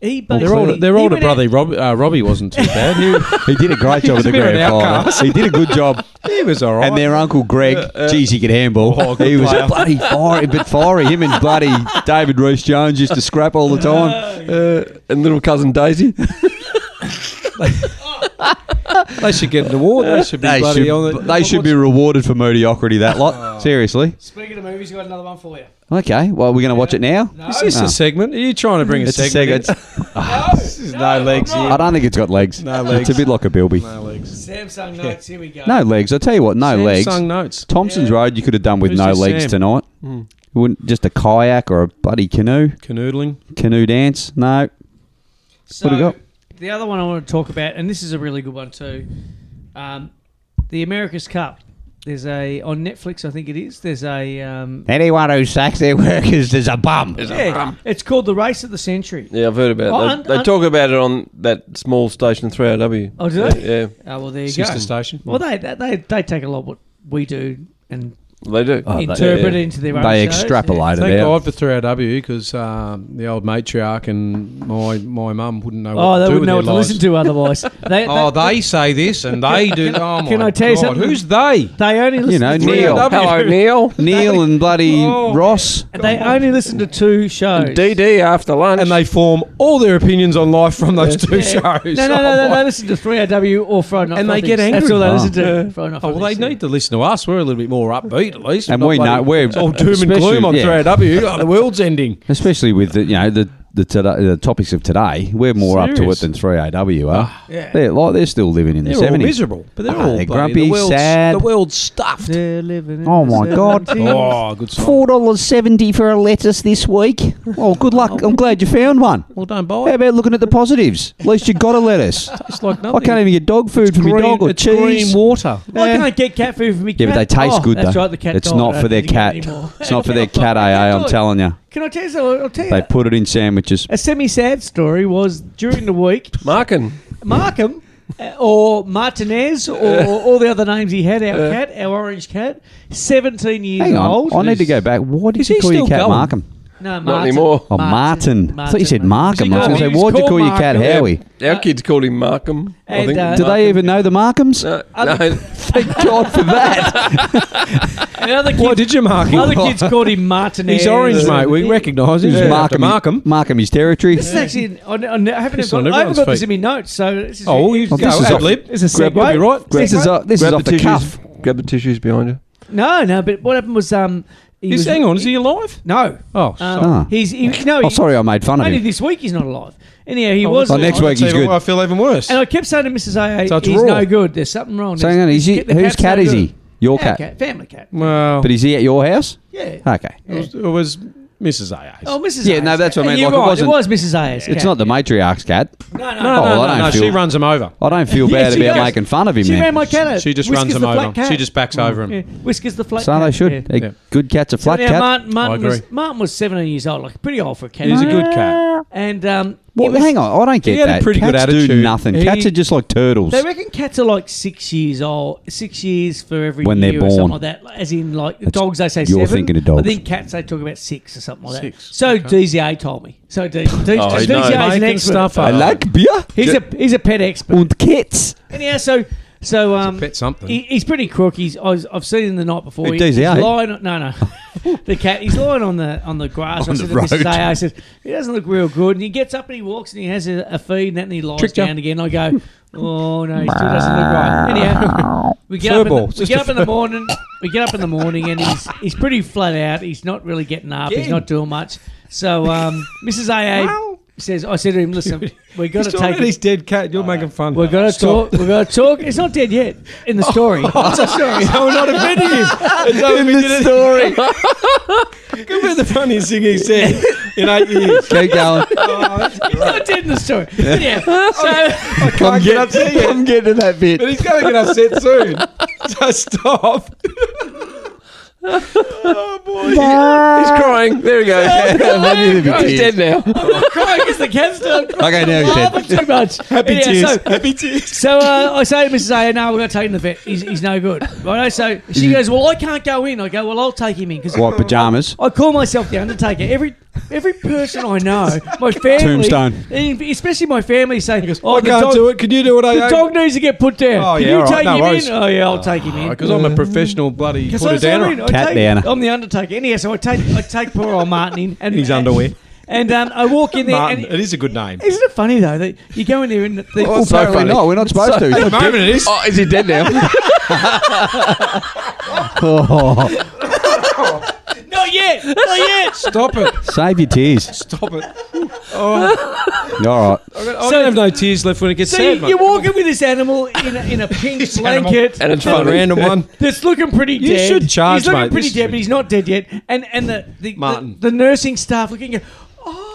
Speaker 5: he basically
Speaker 7: Their older, their
Speaker 5: he
Speaker 7: older
Speaker 5: went out-
Speaker 7: brother, Rob, uh, Robbie, wasn't too bad. He,
Speaker 6: He did a great job as
Speaker 7: was
Speaker 6: a
Speaker 7: a bit of an
Speaker 6: grandfather.
Speaker 7: outcast.
Speaker 6: He did a good job.
Speaker 7: he was all right.
Speaker 6: And their uncle Greg, geez, he could handball.
Speaker 7: Oh, good
Speaker 6: he was
Speaker 7: player.
Speaker 6: a bloody fiery, but fiery. Him and bloody David Roos Jones used to scrap all the time.
Speaker 8: Uh, and little cousin Daisy.
Speaker 7: they should get an award. They should be
Speaker 6: They
Speaker 7: bloody on
Speaker 6: should,
Speaker 7: it.
Speaker 6: they should be rewarded for mediocrity. That
Speaker 7: Oh.
Speaker 6: lot, seriously.
Speaker 5: Speaking of movies, I got another one for you.
Speaker 6: Okay, well, we're going to watch it now.
Speaker 5: No,
Speaker 7: Is this
Speaker 6: No.
Speaker 7: a segment? Are you trying to bring a
Speaker 6: It's a
Speaker 7: segment?
Speaker 6: segment. Oh!
Speaker 7: There's no, legs
Speaker 6: I don't think it's got legs.
Speaker 7: No legs.
Speaker 6: It's a bit like a bilby. No,
Speaker 7: No legs.
Speaker 5: Samsung Notes. Here we go.
Speaker 6: legs. I tell you what, no
Speaker 7: Samsung
Speaker 6: legs.
Speaker 7: notes.
Speaker 6: Thompson's Road, you could have done with
Speaker 7: Who's
Speaker 6: no
Speaker 7: this
Speaker 6: legs
Speaker 7: Sam? Hmm.
Speaker 6: tonight. You wouldn't just a kayak or a bloody canoe,
Speaker 7: Canoodling.
Speaker 6: canoe dance. No,
Speaker 5: So,
Speaker 6: What do you got?
Speaker 5: The other one I want to talk about, and this is a really good one too. Um, the America's Cup. There's a on Netflix, I think it is. There's a um,
Speaker 6: anyone who sacks their workers is a bum.
Speaker 5: yeah, it's called the Race of the Century.
Speaker 8: Yeah, I've heard about it.
Speaker 5: Oh,
Speaker 8: they,
Speaker 5: and-
Speaker 8: they
Speaker 5: and-
Speaker 8: talk about it on that small station, 3RW.
Speaker 5: Oh, do they?
Speaker 8: Yeah,
Speaker 5: Oh, well, there you
Speaker 7: Sister
Speaker 5: go.
Speaker 7: station.
Speaker 5: Well, they, they- they they take a lot what we do and
Speaker 8: they do.
Speaker 6: Oh, they-
Speaker 5: interpret
Speaker 8: yeah.
Speaker 5: it into their own.
Speaker 6: They
Speaker 5: shows.
Speaker 6: extrapolate it
Speaker 7: Thank
Speaker 6: out.
Speaker 7: God for 3RW because um, the old matriarch and my my mum wouldn't know
Speaker 5: Yeah.
Speaker 7: what
Speaker 5: Oh,
Speaker 7: to
Speaker 5: they wouldn't
Speaker 7: do with
Speaker 5: know
Speaker 7: their
Speaker 5: what to
Speaker 7: lives.
Speaker 5: listen to otherwise. They,
Speaker 7: Oh,
Speaker 5: they,
Speaker 7: they say this and they do. Oh my
Speaker 5: Can I tell you
Speaker 7: God.
Speaker 5: something?
Speaker 7: Who's they?
Speaker 5: they only listen
Speaker 6: You know,
Speaker 5: to
Speaker 6: Neil.
Speaker 8: Hello, Neil.
Speaker 6: Neil and bloody
Speaker 7: Oh.
Speaker 6: Ross.
Speaker 5: They only listen to two shows.
Speaker 8: DD after lunch.
Speaker 7: And they form all their opinions on life from those two shows.
Speaker 5: No, no,
Speaker 7: Oh,
Speaker 5: no, no,
Speaker 7: my-
Speaker 5: They listen to 3RW or Friday Night
Speaker 7: And they
Speaker 5: Funnies.
Speaker 7: get
Speaker 5: That's
Speaker 7: angry.
Speaker 5: all they
Speaker 7: Oh.
Speaker 5: listen to. Friday Night
Speaker 7: Oh, well, they
Speaker 5: Funnies, yeah.
Speaker 7: need to listen to us. We're a little bit more upbeat, at least.
Speaker 6: And
Speaker 7: Not
Speaker 6: we know-
Speaker 7: bloody-
Speaker 6: we're-
Speaker 7: it's all doom and
Speaker 6: especially-
Speaker 7: gloom on
Speaker 6: yeah.
Speaker 7: 3RW. Oh, the world's ending.
Speaker 6: Especially with the, you know the the, today, the topics of today, we're more up to it
Speaker 7: Serious. Ah.
Speaker 6: than three AW are.
Speaker 5: Yeah.
Speaker 6: They're like they're still living in
Speaker 7: They're
Speaker 6: the
Speaker 7: all
Speaker 6: seventies.
Speaker 7: miserable, but they're
Speaker 6: Ah,
Speaker 7: all
Speaker 6: they're
Speaker 7: bloody-
Speaker 6: grumpy,
Speaker 7: the world's,
Speaker 6: sad.
Speaker 7: The world's stuffed.
Speaker 5: They're living in
Speaker 6: Oh,
Speaker 5: the
Speaker 6: my God.
Speaker 5: 70s.
Speaker 7: Oh, good song.
Speaker 6: Four dollars seventy for a lettuce this week. Well, good luck. I'm glad you found one.
Speaker 7: Well, don't
Speaker 6: How
Speaker 7: buy it.
Speaker 6: about looking at the positives? At least you got a lettuce.
Speaker 7: It's like nothing.
Speaker 6: I can't even get dog food for my
Speaker 7: Green-
Speaker 6: dog or
Speaker 7: it's
Speaker 6: cheese.
Speaker 7: green water.
Speaker 5: Well, I can't get cat food for me.
Speaker 6: Yeah, but they
Speaker 5: cat.
Speaker 6: taste
Speaker 5: Oh,
Speaker 6: good
Speaker 5: That's
Speaker 6: though.
Speaker 5: right, the cat
Speaker 6: it's
Speaker 5: died.
Speaker 6: not
Speaker 5: I
Speaker 6: for their
Speaker 5: didn't get
Speaker 6: cat.
Speaker 5: it anymore.
Speaker 6: It's not for their cat AA.
Speaker 5: Look,
Speaker 6: I'm telling you.
Speaker 5: Can I tell you something? I'll tell you.
Speaker 6: They put it in sandwiches.
Speaker 5: a semi-sad story was during the week,
Speaker 8: Markin.
Speaker 5: Markham uh, or Martinez or, all the other names he had, our cat, our orange cat, 17 years
Speaker 6: Hang on,
Speaker 5: old.
Speaker 6: I need to go back. Why did
Speaker 7: Is
Speaker 6: you
Speaker 7: he
Speaker 6: call your
Speaker 7: still
Speaker 6: cat
Speaker 7: going?
Speaker 6: Markham?
Speaker 5: No, Martin.
Speaker 8: anymore.
Speaker 6: Oh, Martin. I thought you said Markham. I was
Speaker 5: Martin.
Speaker 6: going to say, why'd you
Speaker 5: He's
Speaker 6: call your
Speaker 5: called
Speaker 6: cat
Speaker 5: Markham.
Speaker 6: Howie?
Speaker 5: Uh,
Speaker 8: Our kids called him Markham.
Speaker 5: and,
Speaker 8: I think.
Speaker 5: uh,
Speaker 6: Do
Speaker 8: Markham.
Speaker 6: they even know the Markhams?
Speaker 8: No,
Speaker 5: Other-
Speaker 8: no.
Speaker 6: Thank God for that.
Speaker 5: And other
Speaker 7: Why
Speaker 5: kids,
Speaker 7: did you mark
Speaker 5: other
Speaker 7: him?
Speaker 5: kids called him Martinez.
Speaker 7: He's orange, mate. We recognise him.
Speaker 6: Who's
Speaker 7: Yeah.
Speaker 6: Markham?
Speaker 7: Markham.
Speaker 6: Markham, his territory.
Speaker 5: This is actually, I, I, I haven't,
Speaker 7: Piss
Speaker 5: got,
Speaker 7: on
Speaker 5: I haven't
Speaker 7: everyone's
Speaker 5: got this
Speaker 7: feet.
Speaker 5: in my notes, so this is.
Speaker 7: Oh, you
Speaker 6: Oh,
Speaker 7: go
Speaker 6: this is off-
Speaker 7: ad lib.
Speaker 5: It's a
Speaker 7: Grab-
Speaker 5: segue.
Speaker 7: You'll be right.
Speaker 6: This is, uh, this is
Speaker 8: Grab
Speaker 6: off the
Speaker 8: tissues.
Speaker 6: cuff.
Speaker 8: Grab the tissues behind you.
Speaker 5: no, no, but what happened was. um, he
Speaker 7: He's,
Speaker 5: was-
Speaker 7: hang on, is he alive?
Speaker 5: No.
Speaker 7: Oh,
Speaker 5: Um,
Speaker 6: Ah.
Speaker 5: He's he, no.
Speaker 6: Oh,
Speaker 5: he-
Speaker 6: sorry, I made fun of
Speaker 5: Only
Speaker 6: him.
Speaker 5: this week he's not alive. Anyhow, he
Speaker 7: Oh,
Speaker 5: was.
Speaker 6: Oh, next
Speaker 5: alive.
Speaker 6: week he's
Speaker 7: Even-
Speaker 6: good.
Speaker 7: I feel even worse.
Speaker 5: And I kept saying to Mrs. AA,
Speaker 7: So it's
Speaker 5: he's
Speaker 7: raw.
Speaker 5: no good. There's something wrong.
Speaker 6: So hang on, is he,
Speaker 5: Get the
Speaker 6: whose
Speaker 5: cat's
Speaker 6: cat
Speaker 5: no
Speaker 6: is
Speaker 5: good.
Speaker 6: he?
Speaker 5: Our
Speaker 6: Your cat.
Speaker 5: cat, family cat.
Speaker 7: well,
Speaker 6: But is he at your house?
Speaker 5: Yeah.
Speaker 6: Okay.
Speaker 7: it, was, it was Mrs. AA's.
Speaker 5: Oh, Mrs.
Speaker 6: Yeah,
Speaker 5: Ayers.
Speaker 6: no, that's what I meant,
Speaker 5: You're
Speaker 6: like, it
Speaker 5: right,
Speaker 6: wasn't-
Speaker 5: was Mrs. Ayers.
Speaker 6: It's not the matriarch's cat.
Speaker 5: No, no,
Speaker 7: no, no,
Speaker 6: Oh, well, I
Speaker 7: no,
Speaker 6: don't
Speaker 7: no,
Speaker 6: feel-
Speaker 7: She runs him over.
Speaker 6: I don't feel
Speaker 5: Yeah,
Speaker 6: bad
Speaker 5: she
Speaker 6: about
Speaker 5: does.
Speaker 6: making fun of him
Speaker 5: She
Speaker 6: then.
Speaker 5: ran my cat. out.
Speaker 7: She just
Speaker 5: Uh, Whiskers
Speaker 7: runs him
Speaker 5: the flat
Speaker 7: over.
Speaker 5: cat.
Speaker 7: She just backs over him.
Speaker 5: Yeah, Whiskers the flat
Speaker 6: so
Speaker 5: cat.
Speaker 6: they should.
Speaker 5: Yeah.
Speaker 6: A
Speaker 7: Yeah.
Speaker 6: Good cat's a
Speaker 5: So
Speaker 6: flat
Speaker 5: now
Speaker 6: cat.
Speaker 5: Martin, Martin,
Speaker 7: I
Speaker 5: was,
Speaker 7: agree.
Speaker 5: Martin was 17 years old, like pretty old for a cat.
Speaker 7: He's a good cat.
Speaker 5: And um,
Speaker 6: Well,
Speaker 5: it was-
Speaker 6: hang on, I don't get
Speaker 7: had a
Speaker 6: that.
Speaker 7: pretty good
Speaker 6: Cats do
Speaker 7: attitude.
Speaker 6: nothing.
Speaker 7: He-
Speaker 6: Cats are just like turtles.
Speaker 5: They reckon cats are like six years old, six years for every
Speaker 6: When
Speaker 5: year
Speaker 6: they're
Speaker 5: or something
Speaker 6: born.
Speaker 5: like that. Like, As in, like dogs, they say
Speaker 6: you're
Speaker 5: seven.
Speaker 6: thinking of dogs.
Speaker 5: I think cats they talk about six or something like
Speaker 7: Six,
Speaker 5: that. So DZA told me. So D- D-
Speaker 8: Oh,
Speaker 5: DZA is
Speaker 8: he
Speaker 5: an
Speaker 7: Making
Speaker 5: expert.
Speaker 7: stuff
Speaker 6: I
Speaker 7: up.
Speaker 6: like beer
Speaker 5: He's um, a he's a pet expert.
Speaker 6: and cats.
Speaker 5: Anyhow, so So um,
Speaker 7: bet something.
Speaker 5: He, he's pretty crook. He's I was, I've seen him the night before.
Speaker 6: Who,
Speaker 5: He-
Speaker 6: DZ8?
Speaker 5: he's
Speaker 7: eh?
Speaker 5: lying. on- No, no. the cat. He's lying on the on the grass.
Speaker 6: On
Speaker 5: I said
Speaker 6: the
Speaker 5: to Mrs.
Speaker 6: road.
Speaker 5: AR, I said he doesn't look real good. And he gets up and he walks and he has a, a feed and that and he lies
Speaker 7: Tricked ya.
Speaker 5: down again. I go. Oh no, he still doesn't look right. Anyhow, we get up. In
Speaker 7: Furball,
Speaker 5: the, we
Speaker 7: just
Speaker 5: get
Speaker 7: a
Speaker 5: up in the morning. We get up in the morning and he's he's pretty flat out. He's not really getting up. He's
Speaker 7: Again.
Speaker 5: not doing much. So um, Mrs. AA says, I said to him, listen, we got to
Speaker 7: He's talking
Speaker 5: take
Speaker 7: about his dead cat. You're making fun.
Speaker 5: We've got to
Speaker 7: Stop. Oh,
Speaker 5: talk. We've got to talk. It's not dead yet in the story. It's a story.
Speaker 7: No, we're not offending him. It's over we did it. Look at the funniest thing he said in eight years.
Speaker 6: Keep going.
Speaker 5: Oh, It's not dead in the story. Yeah. So,
Speaker 7: I can't get upset yet.
Speaker 6: I'm getting to that bit.
Speaker 7: But he's going to get upset soon. So stop.
Speaker 8: He's crying. There he goes. He's dead now.
Speaker 5: crying because the cat's done.
Speaker 6: Okay, now he's dead.
Speaker 5: Laughing too much.
Speaker 7: Happy
Speaker 5: Anyhow,
Speaker 7: tears.
Speaker 5: So,
Speaker 7: Happy tears.
Speaker 5: so uh, I say to Mrs. A, no, we're going to take him to the vet. He's, he's no good. Right? So she goes, well, I can't go in. I go, well, I'll take him in because
Speaker 6: What, pajamas?
Speaker 5: I call myself the Undertaker. Every every person I know, my family,
Speaker 6: Tombstone.
Speaker 5: and especially my family, say, "Oh,
Speaker 7: I
Speaker 5: the
Speaker 7: can't
Speaker 5: dog,
Speaker 7: do it. Can you do it,
Speaker 5: The
Speaker 7: AA?
Speaker 5: dog needs to get put down.
Speaker 7: Oh,
Speaker 5: Can
Speaker 7: yeah,
Speaker 5: you
Speaker 7: all right.
Speaker 5: take
Speaker 7: No
Speaker 5: him
Speaker 7: worries.
Speaker 5: in? Oh yeah, I'll take him in.
Speaker 7: Because I'm a professional bloody
Speaker 5: Because
Speaker 7: put it
Speaker 5: that's what I mean.
Speaker 7: down.
Speaker 5: I
Speaker 6: Cat
Speaker 5: take,
Speaker 6: downer.
Speaker 5: I'm the Undertaker. Anyhow, so I take I take poor old Martin in and uh,
Speaker 7: His underwear.
Speaker 5: And um, I walk in there.
Speaker 7: Martin,
Speaker 5: and
Speaker 7: it is a good name.
Speaker 5: Isn't it funny though that you go in there and the, the,
Speaker 6: Well, apparently not. We're not supposed to.
Speaker 7: Moment it is.
Speaker 8: Oh, is he dead now?
Speaker 6: Oh,
Speaker 5: not yet, not yet.
Speaker 7: Stop it.
Speaker 6: save your tears.
Speaker 7: Stop it.
Speaker 6: All right.
Speaker 7: I don't have no tears left when it gets
Speaker 5: So
Speaker 7: sad,
Speaker 5: you, you're walking with this animal in a, in a pink blanket
Speaker 8: And it's
Speaker 7: a
Speaker 8: funny.
Speaker 7: random one.
Speaker 5: that's looking pretty
Speaker 7: You
Speaker 5: dead.
Speaker 7: should charge,
Speaker 5: He's looking
Speaker 7: mate.
Speaker 5: pretty
Speaker 7: This-
Speaker 5: dead, but he's not dead yet. And and the the,
Speaker 7: Martin.
Speaker 5: the, the nursing staff looking. At,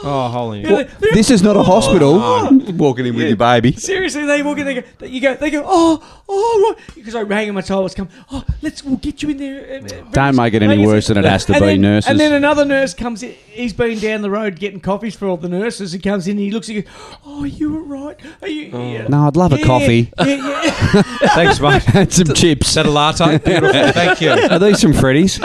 Speaker 7: Oh, holy.
Speaker 5: you know, they're-
Speaker 6: This is not a hospital. Oh, Walking in with your baby.
Speaker 5: Seriously, they walk in. They go. They, you go. They go. Oh, oh, right. Because I rang him. I told him, "Come, oh, let's. We'll get you in there." uh, uh,
Speaker 6: Don't make it any
Speaker 5: Rang us
Speaker 6: worse
Speaker 5: in.
Speaker 6: than it has to
Speaker 5: and
Speaker 6: be,
Speaker 5: then,
Speaker 6: nurses.
Speaker 5: And then another nurse comes in. He's been down the road getting coffees for all the nurses. He comes in and he looks at you. Oh, you were right. Are you, yeah,
Speaker 6: No, I'd love a
Speaker 5: yeah,
Speaker 6: coffee
Speaker 5: Yeah, yeah.
Speaker 7: Thanks, mate.
Speaker 6: and some chips.
Speaker 7: Is that a latte? Beautiful. Thank you.
Speaker 6: Are these some Freddies?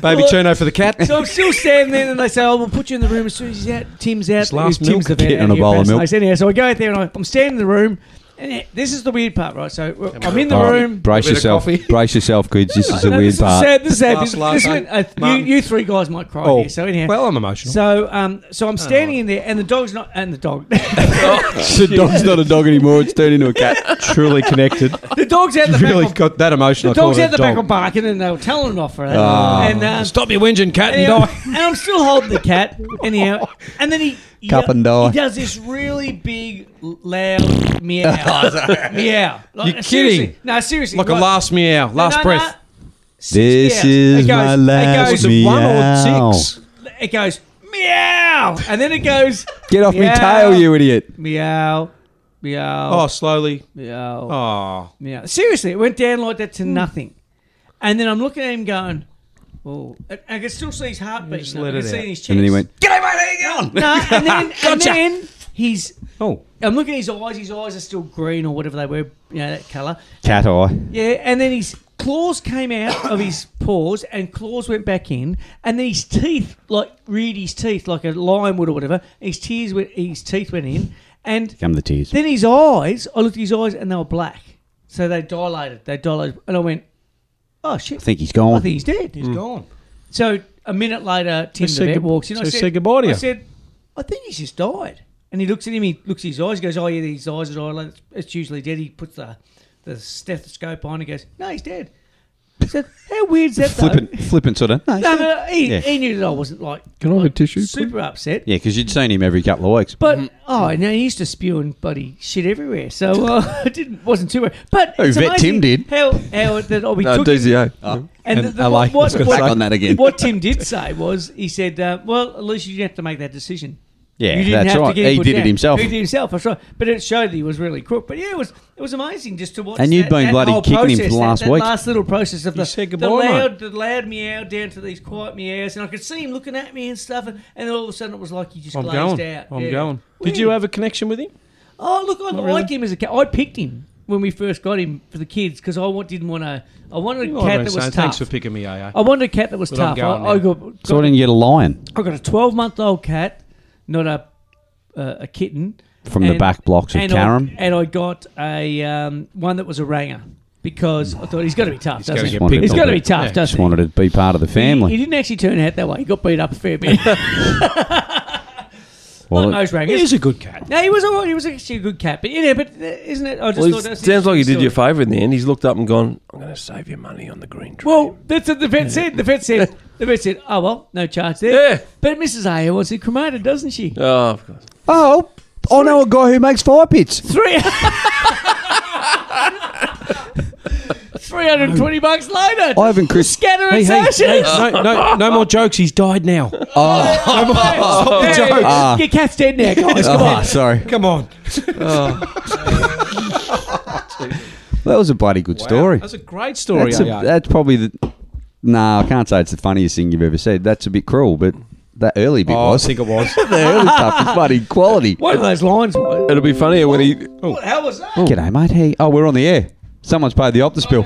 Speaker 7: Baby
Speaker 5: Well,
Speaker 7: Chino for the cat.
Speaker 5: so I'm still standing there and they say, oh, we'll put you in the room as soon as he's out. Tim's out.
Speaker 7: It's last
Speaker 5: Tim's
Speaker 7: milk.
Speaker 5: the vet
Speaker 6: Getting
Speaker 5: out
Speaker 6: on a
Speaker 5: here
Speaker 6: bowl of
Speaker 5: first.
Speaker 6: milk.
Speaker 5: I said, yeah. So I go out there and I, I'm standing in the room. And uh, this is the weird part, right? So uh, I'm in the
Speaker 6: All right,
Speaker 5: room.
Speaker 6: brace
Speaker 7: Bit of
Speaker 6: yourself.
Speaker 7: coffee.
Speaker 6: Brace yourself, kids. This is a
Speaker 5: No,
Speaker 6: weird
Speaker 5: this Is
Speaker 6: part.
Speaker 5: sad, this is sad.
Speaker 7: Last-
Speaker 5: This-
Speaker 7: last
Speaker 5: this
Speaker 7: one.
Speaker 5: one, uh,
Speaker 7: Martin.
Speaker 5: you, you three guys might cry
Speaker 7: Oh,
Speaker 5: here. So anyhow,
Speaker 7: well, Oh. I'm emotional.
Speaker 5: so um, so I'm standing in there, and the dog's not, and the dog,
Speaker 6: The dog's not a dog anymore. It's turned into a cat.
Speaker 7: truly connected.
Speaker 5: the dog's out the
Speaker 7: really
Speaker 5: back. on-
Speaker 7: got that emotion.
Speaker 5: the
Speaker 7: I call
Speaker 5: dog's
Speaker 7: it
Speaker 5: out
Speaker 7: a
Speaker 5: the back
Speaker 7: dog.
Speaker 5: on barking, and they were telling him off for that. and um,
Speaker 7: Stop your whinging, cat, and
Speaker 5: anyhow,
Speaker 7: die.
Speaker 5: and I'm still holding the cat. Anyhow, and then he he
Speaker 6: Cup
Speaker 5: do-
Speaker 6: and die.
Speaker 5: He does this really big, loud meow, meow. Like,
Speaker 7: Oh, You're
Speaker 5: seriously.
Speaker 7: kidding.
Speaker 5: No, seriously.
Speaker 7: Like a
Speaker 5: right.
Speaker 7: last meow,
Speaker 5: No,
Speaker 7: last
Speaker 5: no,
Speaker 7: breath.
Speaker 5: no. Six
Speaker 6: This
Speaker 5: meows.
Speaker 6: is
Speaker 5: It goes-
Speaker 6: my
Speaker 5: it
Speaker 6: last
Speaker 5: goes-
Speaker 7: Was it one
Speaker 6: Meow.
Speaker 7: or six?
Speaker 5: it goes meow, and then it goes
Speaker 6: Get off me
Speaker 5: Meow.
Speaker 6: tail, you idiot.
Speaker 5: meow, meow,
Speaker 7: Oh, slowly.
Speaker 5: meow,
Speaker 7: Oh,
Speaker 5: meow. Seriously, it went down like that to nothing, and then I'm looking at him going, "Oh, I, I can still see his heart beating.
Speaker 7: just
Speaker 5: I
Speaker 7: let
Speaker 5: can
Speaker 7: it
Speaker 5: see
Speaker 7: out.
Speaker 5: his chest."
Speaker 6: And then he went,
Speaker 5: "No," and then, and then he's.
Speaker 7: oh.
Speaker 5: I'm looking at his eyes. His eyes are still green or whatever they were, you know, that colour.
Speaker 6: cat eye.
Speaker 5: Yeah, and then his claws came out of his paws and claws went back in, and then his teeth like reared his teeth like a lion would or whatever. His tears went, his teeth went in, and
Speaker 6: Come the tears.
Speaker 5: then his eyes. I looked at his eyes and they were black, so they dilated. They dilated, and I went, "Oh shit!
Speaker 6: I think he's gone.
Speaker 5: I think he's dead.
Speaker 7: Mm. hmm.
Speaker 5: He's gone." So a minute later, Tim
Speaker 7: Let's
Speaker 5: the
Speaker 7: say
Speaker 5: vet
Speaker 7: good-
Speaker 5: walks in. I
Speaker 7: so
Speaker 5: said,
Speaker 7: say goodbye to
Speaker 5: I
Speaker 7: you.
Speaker 5: said, "I think he's just died." And he looks at him. He looks at his eyes. Goes, "Oh yeah, his eyes are dilated. It's usually dead." He puts the the stethoscope on. He goes, "No, he's dead." I said, "How weird's that?" though?"
Speaker 6: flippant, flippant sort of.
Speaker 5: No, no, no, he,
Speaker 6: Yeah.
Speaker 5: he knew that I wasn't like
Speaker 8: Can I have a tissue?
Speaker 5: super upset.
Speaker 6: Yeah, because you'd seen him every couple of weeks.
Speaker 5: But oh, and he used to spew and bloody shit everywhere, so uh, it didn't wasn't too bad. But
Speaker 6: Oh,
Speaker 5: it's
Speaker 6: Vet Tim
Speaker 5: amazing
Speaker 6: did.
Speaker 5: how how that oh, we
Speaker 8: No,
Speaker 5: took
Speaker 8: DZA.
Speaker 6: Uh,
Speaker 5: and,
Speaker 7: eh? And
Speaker 5: the- the-
Speaker 7: I like-
Speaker 5: what,
Speaker 7: let's go
Speaker 5: what-
Speaker 6: back on that again.
Speaker 5: What Tim did say was he said, uh, "Well, at least you didn't have to make that decision.
Speaker 6: Yeah,
Speaker 5: you didn't
Speaker 6: that's
Speaker 5: have
Speaker 6: right.
Speaker 5: to get him
Speaker 6: He
Speaker 5: put
Speaker 6: did it
Speaker 5: down.
Speaker 6: himself.
Speaker 5: He did it himself. That's right. But it showed that he was really crook. But yeah, it was it was amazing just to watch.
Speaker 6: And you'd
Speaker 5: that-
Speaker 6: been
Speaker 5: that
Speaker 6: bloody
Speaker 5: whole
Speaker 6: kicking him for the
Speaker 5: process, that-
Speaker 6: last
Speaker 5: that
Speaker 6: week.
Speaker 5: Last little process of the,
Speaker 7: said
Speaker 5: the
Speaker 7: goodbye, mate.
Speaker 5: loud the loud meow down to these quiet meows, and I could see him looking at me and stuff. And, and then all of a sudden, it was like he just
Speaker 7: I'm
Speaker 5: glazed
Speaker 7: going.
Speaker 5: out.
Speaker 7: I'm
Speaker 5: Yeah.
Speaker 7: going. Did
Speaker 5: Weird.
Speaker 7: you have a connection with him?
Speaker 5: Oh, look, I
Speaker 7: really.
Speaker 5: liked him as a cat. I picked him when we first got him for the kids because I wa- didn't want to. I wanted a
Speaker 7: Well, I've
Speaker 5: cat that
Speaker 7: been
Speaker 5: was
Speaker 7: saying,
Speaker 5: tough. Oh,
Speaker 7: Thanks for picking me, AA.
Speaker 5: I wanted a cat that was
Speaker 7: But
Speaker 5: tough.
Speaker 7: I'm going
Speaker 5: I, I
Speaker 7: now.
Speaker 5: got, got,
Speaker 6: So I didn't get a lion.
Speaker 5: I got a 12 month old cat, not a uh, a kitten,
Speaker 6: from the
Speaker 5: And-
Speaker 6: back blocks of
Speaker 5: and I,
Speaker 6: Carrum.
Speaker 5: and I got a um, one that was a ranger because I thought he's got to be tough, doesn't
Speaker 7: gotta
Speaker 5: he?
Speaker 7: get picked
Speaker 5: He's got to
Speaker 6: up.
Speaker 5: be tough, doesn't
Speaker 6: Just
Speaker 5: he?
Speaker 6: wanted to be part of the
Speaker 5: He,
Speaker 6: family.
Speaker 5: he didn't actually turn out that way. He got beat up a fair bit.
Speaker 6: well,
Speaker 5: Like most
Speaker 7: He
Speaker 5: rangers.
Speaker 7: is a good cat.
Speaker 5: no, he was all right. He was actually a good cat, but yeah, but uh, isn't it? I just
Speaker 8: Well,
Speaker 5: thought
Speaker 8: it
Speaker 5: that's
Speaker 8: sounds like he did
Speaker 5: story.
Speaker 8: you a favour in the end. He's looked up and gone, I'm going to save you money on the green tree.
Speaker 5: Well, that's what the vet said. The vet said. The vet said, "Oh well, no charge there."
Speaker 8: yeah.
Speaker 5: But Mrs. Ayer wants it cremated, doesn't she?
Speaker 8: Oh, of course.
Speaker 6: oh, I know a guy who makes fire pits.
Speaker 5: Three. 320 bucks later.
Speaker 6: I haven't Chris.
Speaker 5: Scatter
Speaker 7: Hey,
Speaker 5: and
Speaker 7: hey,
Speaker 5: sash
Speaker 7: hey,
Speaker 5: it.
Speaker 7: no, no, no more jokes. He's died now.
Speaker 5: Hey,
Speaker 7: joke.
Speaker 6: Ah.
Speaker 5: Your cat's dead now, guys. Come
Speaker 6: Oh,
Speaker 5: on.
Speaker 6: sorry.
Speaker 7: Come on.
Speaker 6: That was a bloody good story.
Speaker 7: That's a great story. eh?
Speaker 6: That's, a-
Speaker 7: yeah.
Speaker 6: that's probably the. Nah, I can't say it's the funniest thing you've ever said. That's a bit cruel, but that early bit
Speaker 7: Oh, I
Speaker 6: was.
Speaker 7: think it was.
Speaker 6: the early stuff is bloody quality.
Speaker 5: One of those lines. What
Speaker 8: It'll be funnier when he.
Speaker 5: the hell was that?
Speaker 6: G'day, mate. Hey, oh, we're on the air. Someone's paid the Optus bill.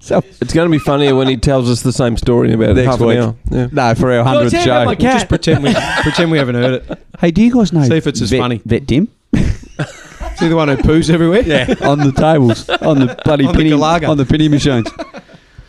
Speaker 6: So,
Speaker 8: It's going to be funnier when he tells us the same story in about
Speaker 6: Next
Speaker 8: half an
Speaker 6: week.
Speaker 8: hour. Yeah.
Speaker 6: no, for our
Speaker 5: Oh,
Speaker 6: hundredth
Speaker 5: tell me about
Speaker 6: show.
Speaker 5: my cat.
Speaker 7: Just pretend we pretend we haven't heard it.
Speaker 6: Hey, do you guys know?
Speaker 7: See if it's as
Speaker 6: Vet-
Speaker 7: funny.
Speaker 6: Vet Dim
Speaker 7: See the one who poos everywhere. Yeah.
Speaker 6: on the tables on the bloody
Speaker 7: On the
Speaker 6: pinning
Speaker 7: Galaga.
Speaker 6: on the pinning machines.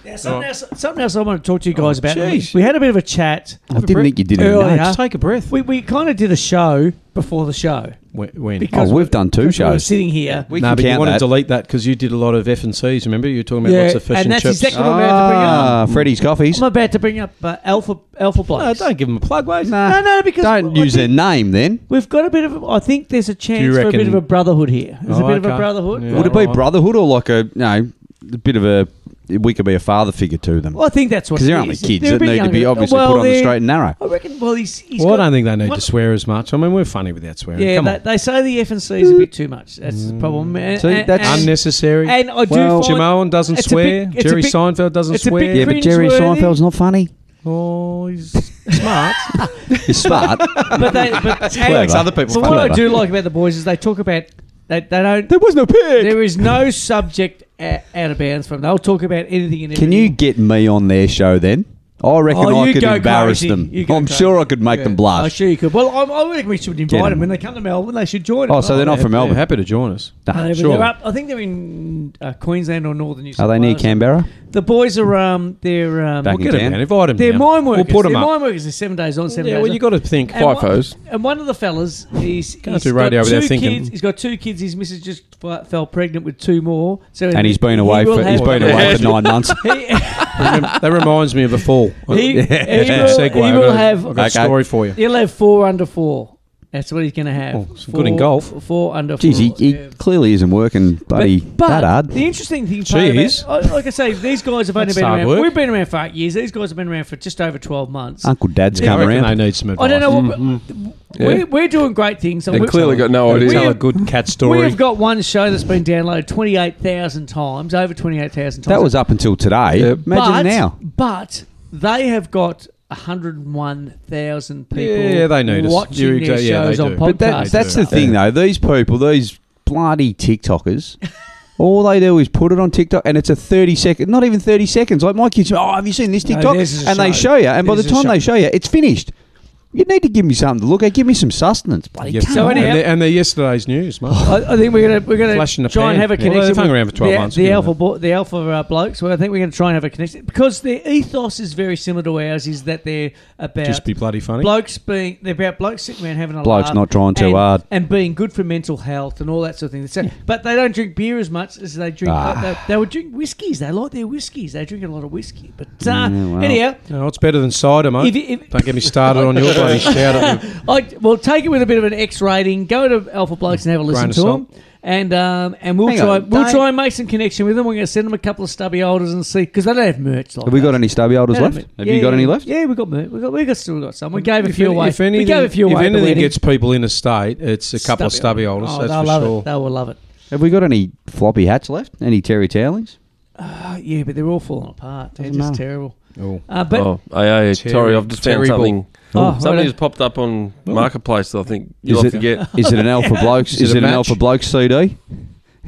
Speaker 5: Yeah, something, else, something else I want to talk to you guys about.
Speaker 7: jeez.
Speaker 5: We had a bit of a chat.
Speaker 6: I didn't think you did any
Speaker 5: Earlier.
Speaker 6: notes.
Speaker 7: Take a breath.
Speaker 5: We, we kind of did a show before the show.
Speaker 7: When, when?
Speaker 5: Because
Speaker 6: Oh, we've done two
Speaker 5: because We were
Speaker 6: shows.
Speaker 5: sitting here.
Speaker 6: We
Speaker 7: no,
Speaker 6: can
Speaker 7: but you
Speaker 6: count
Speaker 7: want
Speaker 6: that.
Speaker 7: to delete that because you did a lot of F and C's. Remember, you were talking about
Speaker 5: Yeah,
Speaker 7: lots of fish
Speaker 5: and
Speaker 7: and,
Speaker 5: that's
Speaker 7: chips.
Speaker 5: exactly- what I'm about to bring
Speaker 6: Ah, Freddy's coffees.
Speaker 5: I'm about to bring up uh, Alpha Alpha
Speaker 7: No,
Speaker 5: Blokes.
Speaker 7: Oh, don't give them a plug, wait.
Speaker 6: Nah,
Speaker 5: No, no, because
Speaker 6: don't
Speaker 5: I
Speaker 6: use their
Speaker 5: think-
Speaker 6: name. Then
Speaker 5: We've got a bit of. I think there's a chance
Speaker 7: you
Speaker 5: for a bit
Speaker 7: reckon-
Speaker 5: of a brotherhood here. There's a
Speaker 7: Oh,
Speaker 5: bit of a
Speaker 7: okay.
Speaker 5: brotherhood.
Speaker 7: Yeah.
Speaker 6: would it be
Speaker 7: Alright.
Speaker 6: brotherhood or like a you know a bit of a we could be a father figure to them
Speaker 5: Well, I think that's what.
Speaker 6: because they're
Speaker 5: it
Speaker 6: only
Speaker 5: is.
Speaker 6: kids
Speaker 5: They're a
Speaker 6: that
Speaker 5: bit
Speaker 6: need to be
Speaker 5: younger.
Speaker 6: obviously
Speaker 5: Well,
Speaker 6: put on the
Speaker 5: they're-
Speaker 6: straight and narrow.
Speaker 5: I reckon. Well, he's. he's
Speaker 7: Well, I
Speaker 5: got-
Speaker 7: don't think they need
Speaker 5: what-
Speaker 7: to swear as much. I mean, we're funny without swearing.
Speaker 5: Yeah,
Speaker 7: Come
Speaker 5: they,
Speaker 7: on. Mm.
Speaker 5: they say the F and C is a bit too much. That's the problem. And,
Speaker 6: See,
Speaker 5: and-
Speaker 6: that's-
Speaker 5: and,
Speaker 7: Unnecessary.
Speaker 5: and I do
Speaker 7: well,
Speaker 5: find-
Speaker 7: Jim Owen doesn't
Speaker 5: it's a
Speaker 7: swear.
Speaker 5: big- it's a
Speaker 7: Jerry
Speaker 5: big-
Speaker 7: Seinfeld doesn't
Speaker 5: it's a
Speaker 7: swear.
Speaker 5: big Yeah, but Jerry Cringeworthy. Seinfeld's
Speaker 6: not funny.
Speaker 7: Oh, he's smart.
Speaker 6: He's smart.
Speaker 5: but they, but
Speaker 7: Makes other people
Speaker 5: But what I
Speaker 6: clever.
Speaker 5: do like about the boys is they talk about they, they don't.
Speaker 6: there was no pig.
Speaker 5: There is no subject out, out of bounds from. They'll talk about anything and everything.
Speaker 6: Can you get me on their show then? I reckon
Speaker 5: Oh,
Speaker 6: I
Speaker 5: you
Speaker 6: could
Speaker 5: go
Speaker 6: embarrass
Speaker 5: crazy.
Speaker 6: them.
Speaker 5: You go
Speaker 6: I'm
Speaker 5: crazy.
Speaker 6: sure I could make them
Speaker 5: I'm
Speaker 6: blush.
Speaker 5: sure you could. Well, I'm, I reckon we should invite
Speaker 6: Get 'em.
Speaker 5: them when they come to Melbourne. They should join.
Speaker 6: Oh,
Speaker 5: us.
Speaker 6: so they're not from
Speaker 7: Yeah,
Speaker 6: Melbourne.
Speaker 7: happy to join us.
Speaker 5: No,
Speaker 6: Nah,
Speaker 5: but
Speaker 6: sure.
Speaker 5: They're up. I think they're in uh, Queensland or northern New
Speaker 6: Are
Speaker 5: South
Speaker 6: they near
Speaker 5: Wales.
Speaker 6: Canberra?
Speaker 5: The boys are um, they're um,
Speaker 6: Back
Speaker 7: Well,
Speaker 6: in
Speaker 7: get him,
Speaker 6: town.
Speaker 7: man. Invite him.
Speaker 5: they're
Speaker 7: now.
Speaker 5: mine workers.
Speaker 7: We'll put him
Speaker 5: they're
Speaker 7: up.
Speaker 5: mine workers. They're seven days on, seven
Speaker 7: Yeah,
Speaker 5: days.
Speaker 7: well, you
Speaker 5: off.
Speaker 7: got to think.
Speaker 5: And one-
Speaker 8: FIFOs.
Speaker 5: And one of the fellas, he's, he's
Speaker 7: do
Speaker 5: got
Speaker 7: radio without
Speaker 5: two
Speaker 7: thinking.
Speaker 5: Kids, he's got two kids. His missus just f- fell pregnant with two more. So
Speaker 6: And he's been
Speaker 5: he
Speaker 6: away
Speaker 5: will
Speaker 6: for he's
Speaker 5: have-
Speaker 6: been away for nine months.
Speaker 7: Rem- that reminds me of a fall.
Speaker 5: He,
Speaker 7: That's
Speaker 5: he
Speaker 7: my
Speaker 5: will,
Speaker 7: segue.
Speaker 5: he
Speaker 7: I've
Speaker 5: will
Speaker 7: got a-
Speaker 5: have.
Speaker 7: I've got a
Speaker 6: Okay.
Speaker 7: story for you.
Speaker 5: He'll have four under four. That's what he's going to have.
Speaker 7: Oh, so good in golf.
Speaker 5: Four under
Speaker 6: Jeez,
Speaker 5: four.
Speaker 6: he, he
Speaker 5: yeah.
Speaker 6: clearly isn't working bloody that hard.
Speaker 5: The interesting thing,
Speaker 7: She
Speaker 5: part about-
Speaker 7: is.
Speaker 5: I- like I say, these guys have only
Speaker 7: That's
Speaker 5: been
Speaker 7: hard
Speaker 5: around.
Speaker 7: work.
Speaker 5: We've been around for eight years. These guys have been around for just over twelve months.
Speaker 6: Uncle Dad's
Speaker 7: I
Speaker 6: come
Speaker 7: reckon
Speaker 6: around.
Speaker 7: they need some advice. Mm.
Speaker 5: I don't know. What,
Speaker 8: Yeah.
Speaker 5: we're, we're doing great things. and
Speaker 8: They
Speaker 5: we're-
Speaker 8: clearly got no
Speaker 5: We
Speaker 7: Tell
Speaker 8: idea.
Speaker 7: a
Speaker 5: have-
Speaker 7: good cat
Speaker 5: We
Speaker 7: story.
Speaker 5: have got one show that's been downloaded 28,000 times, over 28,000 times.
Speaker 6: That was up until today.
Speaker 8: Yeah.
Speaker 6: Imagine
Speaker 5: but,
Speaker 6: now.
Speaker 5: But they have got 101,000 people
Speaker 7: Yeah, they need us.
Speaker 5: watching
Speaker 7: You're
Speaker 5: their
Speaker 7: exa- yeah, they
Speaker 5: shows on
Speaker 7: do.
Speaker 5: podcast.
Speaker 6: But that, that's the
Speaker 7: Yeah.
Speaker 6: thing, though. These people, these bloody TikTokers, all they do is put it on TikTok, and it's a thirty second, not even thirty seconds. Like my kids, oh, have you seen this TikTok? and
Speaker 5: this is a
Speaker 6: they
Speaker 5: show.
Speaker 6: show you, and by the
Speaker 5: This is a
Speaker 6: time
Speaker 5: show.
Speaker 6: they show you, it's finished. You need to give me something to look at. Give me some sustenance. Bloody
Speaker 7: Yeah.
Speaker 6: come
Speaker 5: So
Speaker 6: on.
Speaker 7: and,
Speaker 5: anyhow-
Speaker 7: they're, and they're yesterday's news, mate.
Speaker 5: I, I think we're gonna we're gonna
Speaker 7: Flash in the
Speaker 5: try and
Speaker 7: pan.
Speaker 5: have a
Speaker 7: Yeah. Well,
Speaker 5: connection.
Speaker 7: they've hung
Speaker 5: with
Speaker 7: around for 12
Speaker 5: the,
Speaker 7: months,
Speaker 5: The
Speaker 7: haven't
Speaker 5: alpha
Speaker 7: they?
Speaker 5: bo- the alpha uh, blokes. Well, I think we're gonna try and have a connection because their ethos is very similar to ours. Is that they're about
Speaker 7: Just be bloody funny.
Speaker 5: blokes being they're about blokes sitting around having a
Speaker 6: Blokes
Speaker 5: laugh
Speaker 6: not trying too
Speaker 5: and,
Speaker 6: hard.
Speaker 5: and being good for mental health and all that sort of thing. So, But they don't drink beer as much as they drink.
Speaker 6: Ah.
Speaker 5: They, they would drink whiskies. They like their whiskies. They drink a lot of whiskey. But uh,
Speaker 6: Yeah, well.
Speaker 5: anyhow,
Speaker 7: No, it's better than cider, mate.
Speaker 5: If you- if-
Speaker 7: don't get me started on your bloody shout at me.
Speaker 5: I well take it with a bit of an X rating. Go to Alpha Blokes and have a listen
Speaker 7: of
Speaker 5: to them,
Speaker 7: salt.
Speaker 5: and um, and we'll
Speaker 6: Hang
Speaker 5: try
Speaker 6: on,
Speaker 5: we'll
Speaker 6: don't-
Speaker 5: try and make some connection with them. We're going to send them a couple of stubby holders and see because they don't have merch. Like
Speaker 6: Have we got
Speaker 5: us.
Speaker 6: any stubby holders
Speaker 5: They don't
Speaker 6: left?
Speaker 5: have merch.
Speaker 6: Have
Speaker 5: Yeah,
Speaker 6: you got
Speaker 5: yeah,
Speaker 6: any left?
Speaker 5: Yeah, we got merch. We got we got still got some. We gave a few
Speaker 7: If-
Speaker 5: away.
Speaker 7: If anything,
Speaker 5: we gave a few
Speaker 7: if
Speaker 5: away. at the
Speaker 7: anything
Speaker 5: wedding.
Speaker 7: gets people in a state, it's a couple of
Speaker 5: Stubby
Speaker 7: stubby holders.
Speaker 5: Oh,
Speaker 7: that's
Speaker 5: they'll
Speaker 7: for
Speaker 5: love
Speaker 7: sure.
Speaker 5: it. They will love it.
Speaker 6: Have we got any floppy hats left? Any Terry Towlings?
Speaker 5: Oh, yeah, but they're all falling apart. They're
Speaker 6: Doesn't
Speaker 5: just
Speaker 6: matter.
Speaker 5: terrible.
Speaker 7: Oh.
Speaker 5: Uh, but
Speaker 8: oh, aye, aye. sorry, I've just found
Speaker 7: Terrible.
Speaker 8: something.
Speaker 5: Oh,
Speaker 8: Something
Speaker 5: right.
Speaker 8: has popped up on Marketplace that I think
Speaker 6: Is
Speaker 8: you'll
Speaker 6: it-
Speaker 8: have to get.
Speaker 6: Is it an Alpha Blokes? Is,
Speaker 7: it
Speaker 6: it
Speaker 7: a
Speaker 6: an
Speaker 7: match?
Speaker 6: Alpha Blokes CD?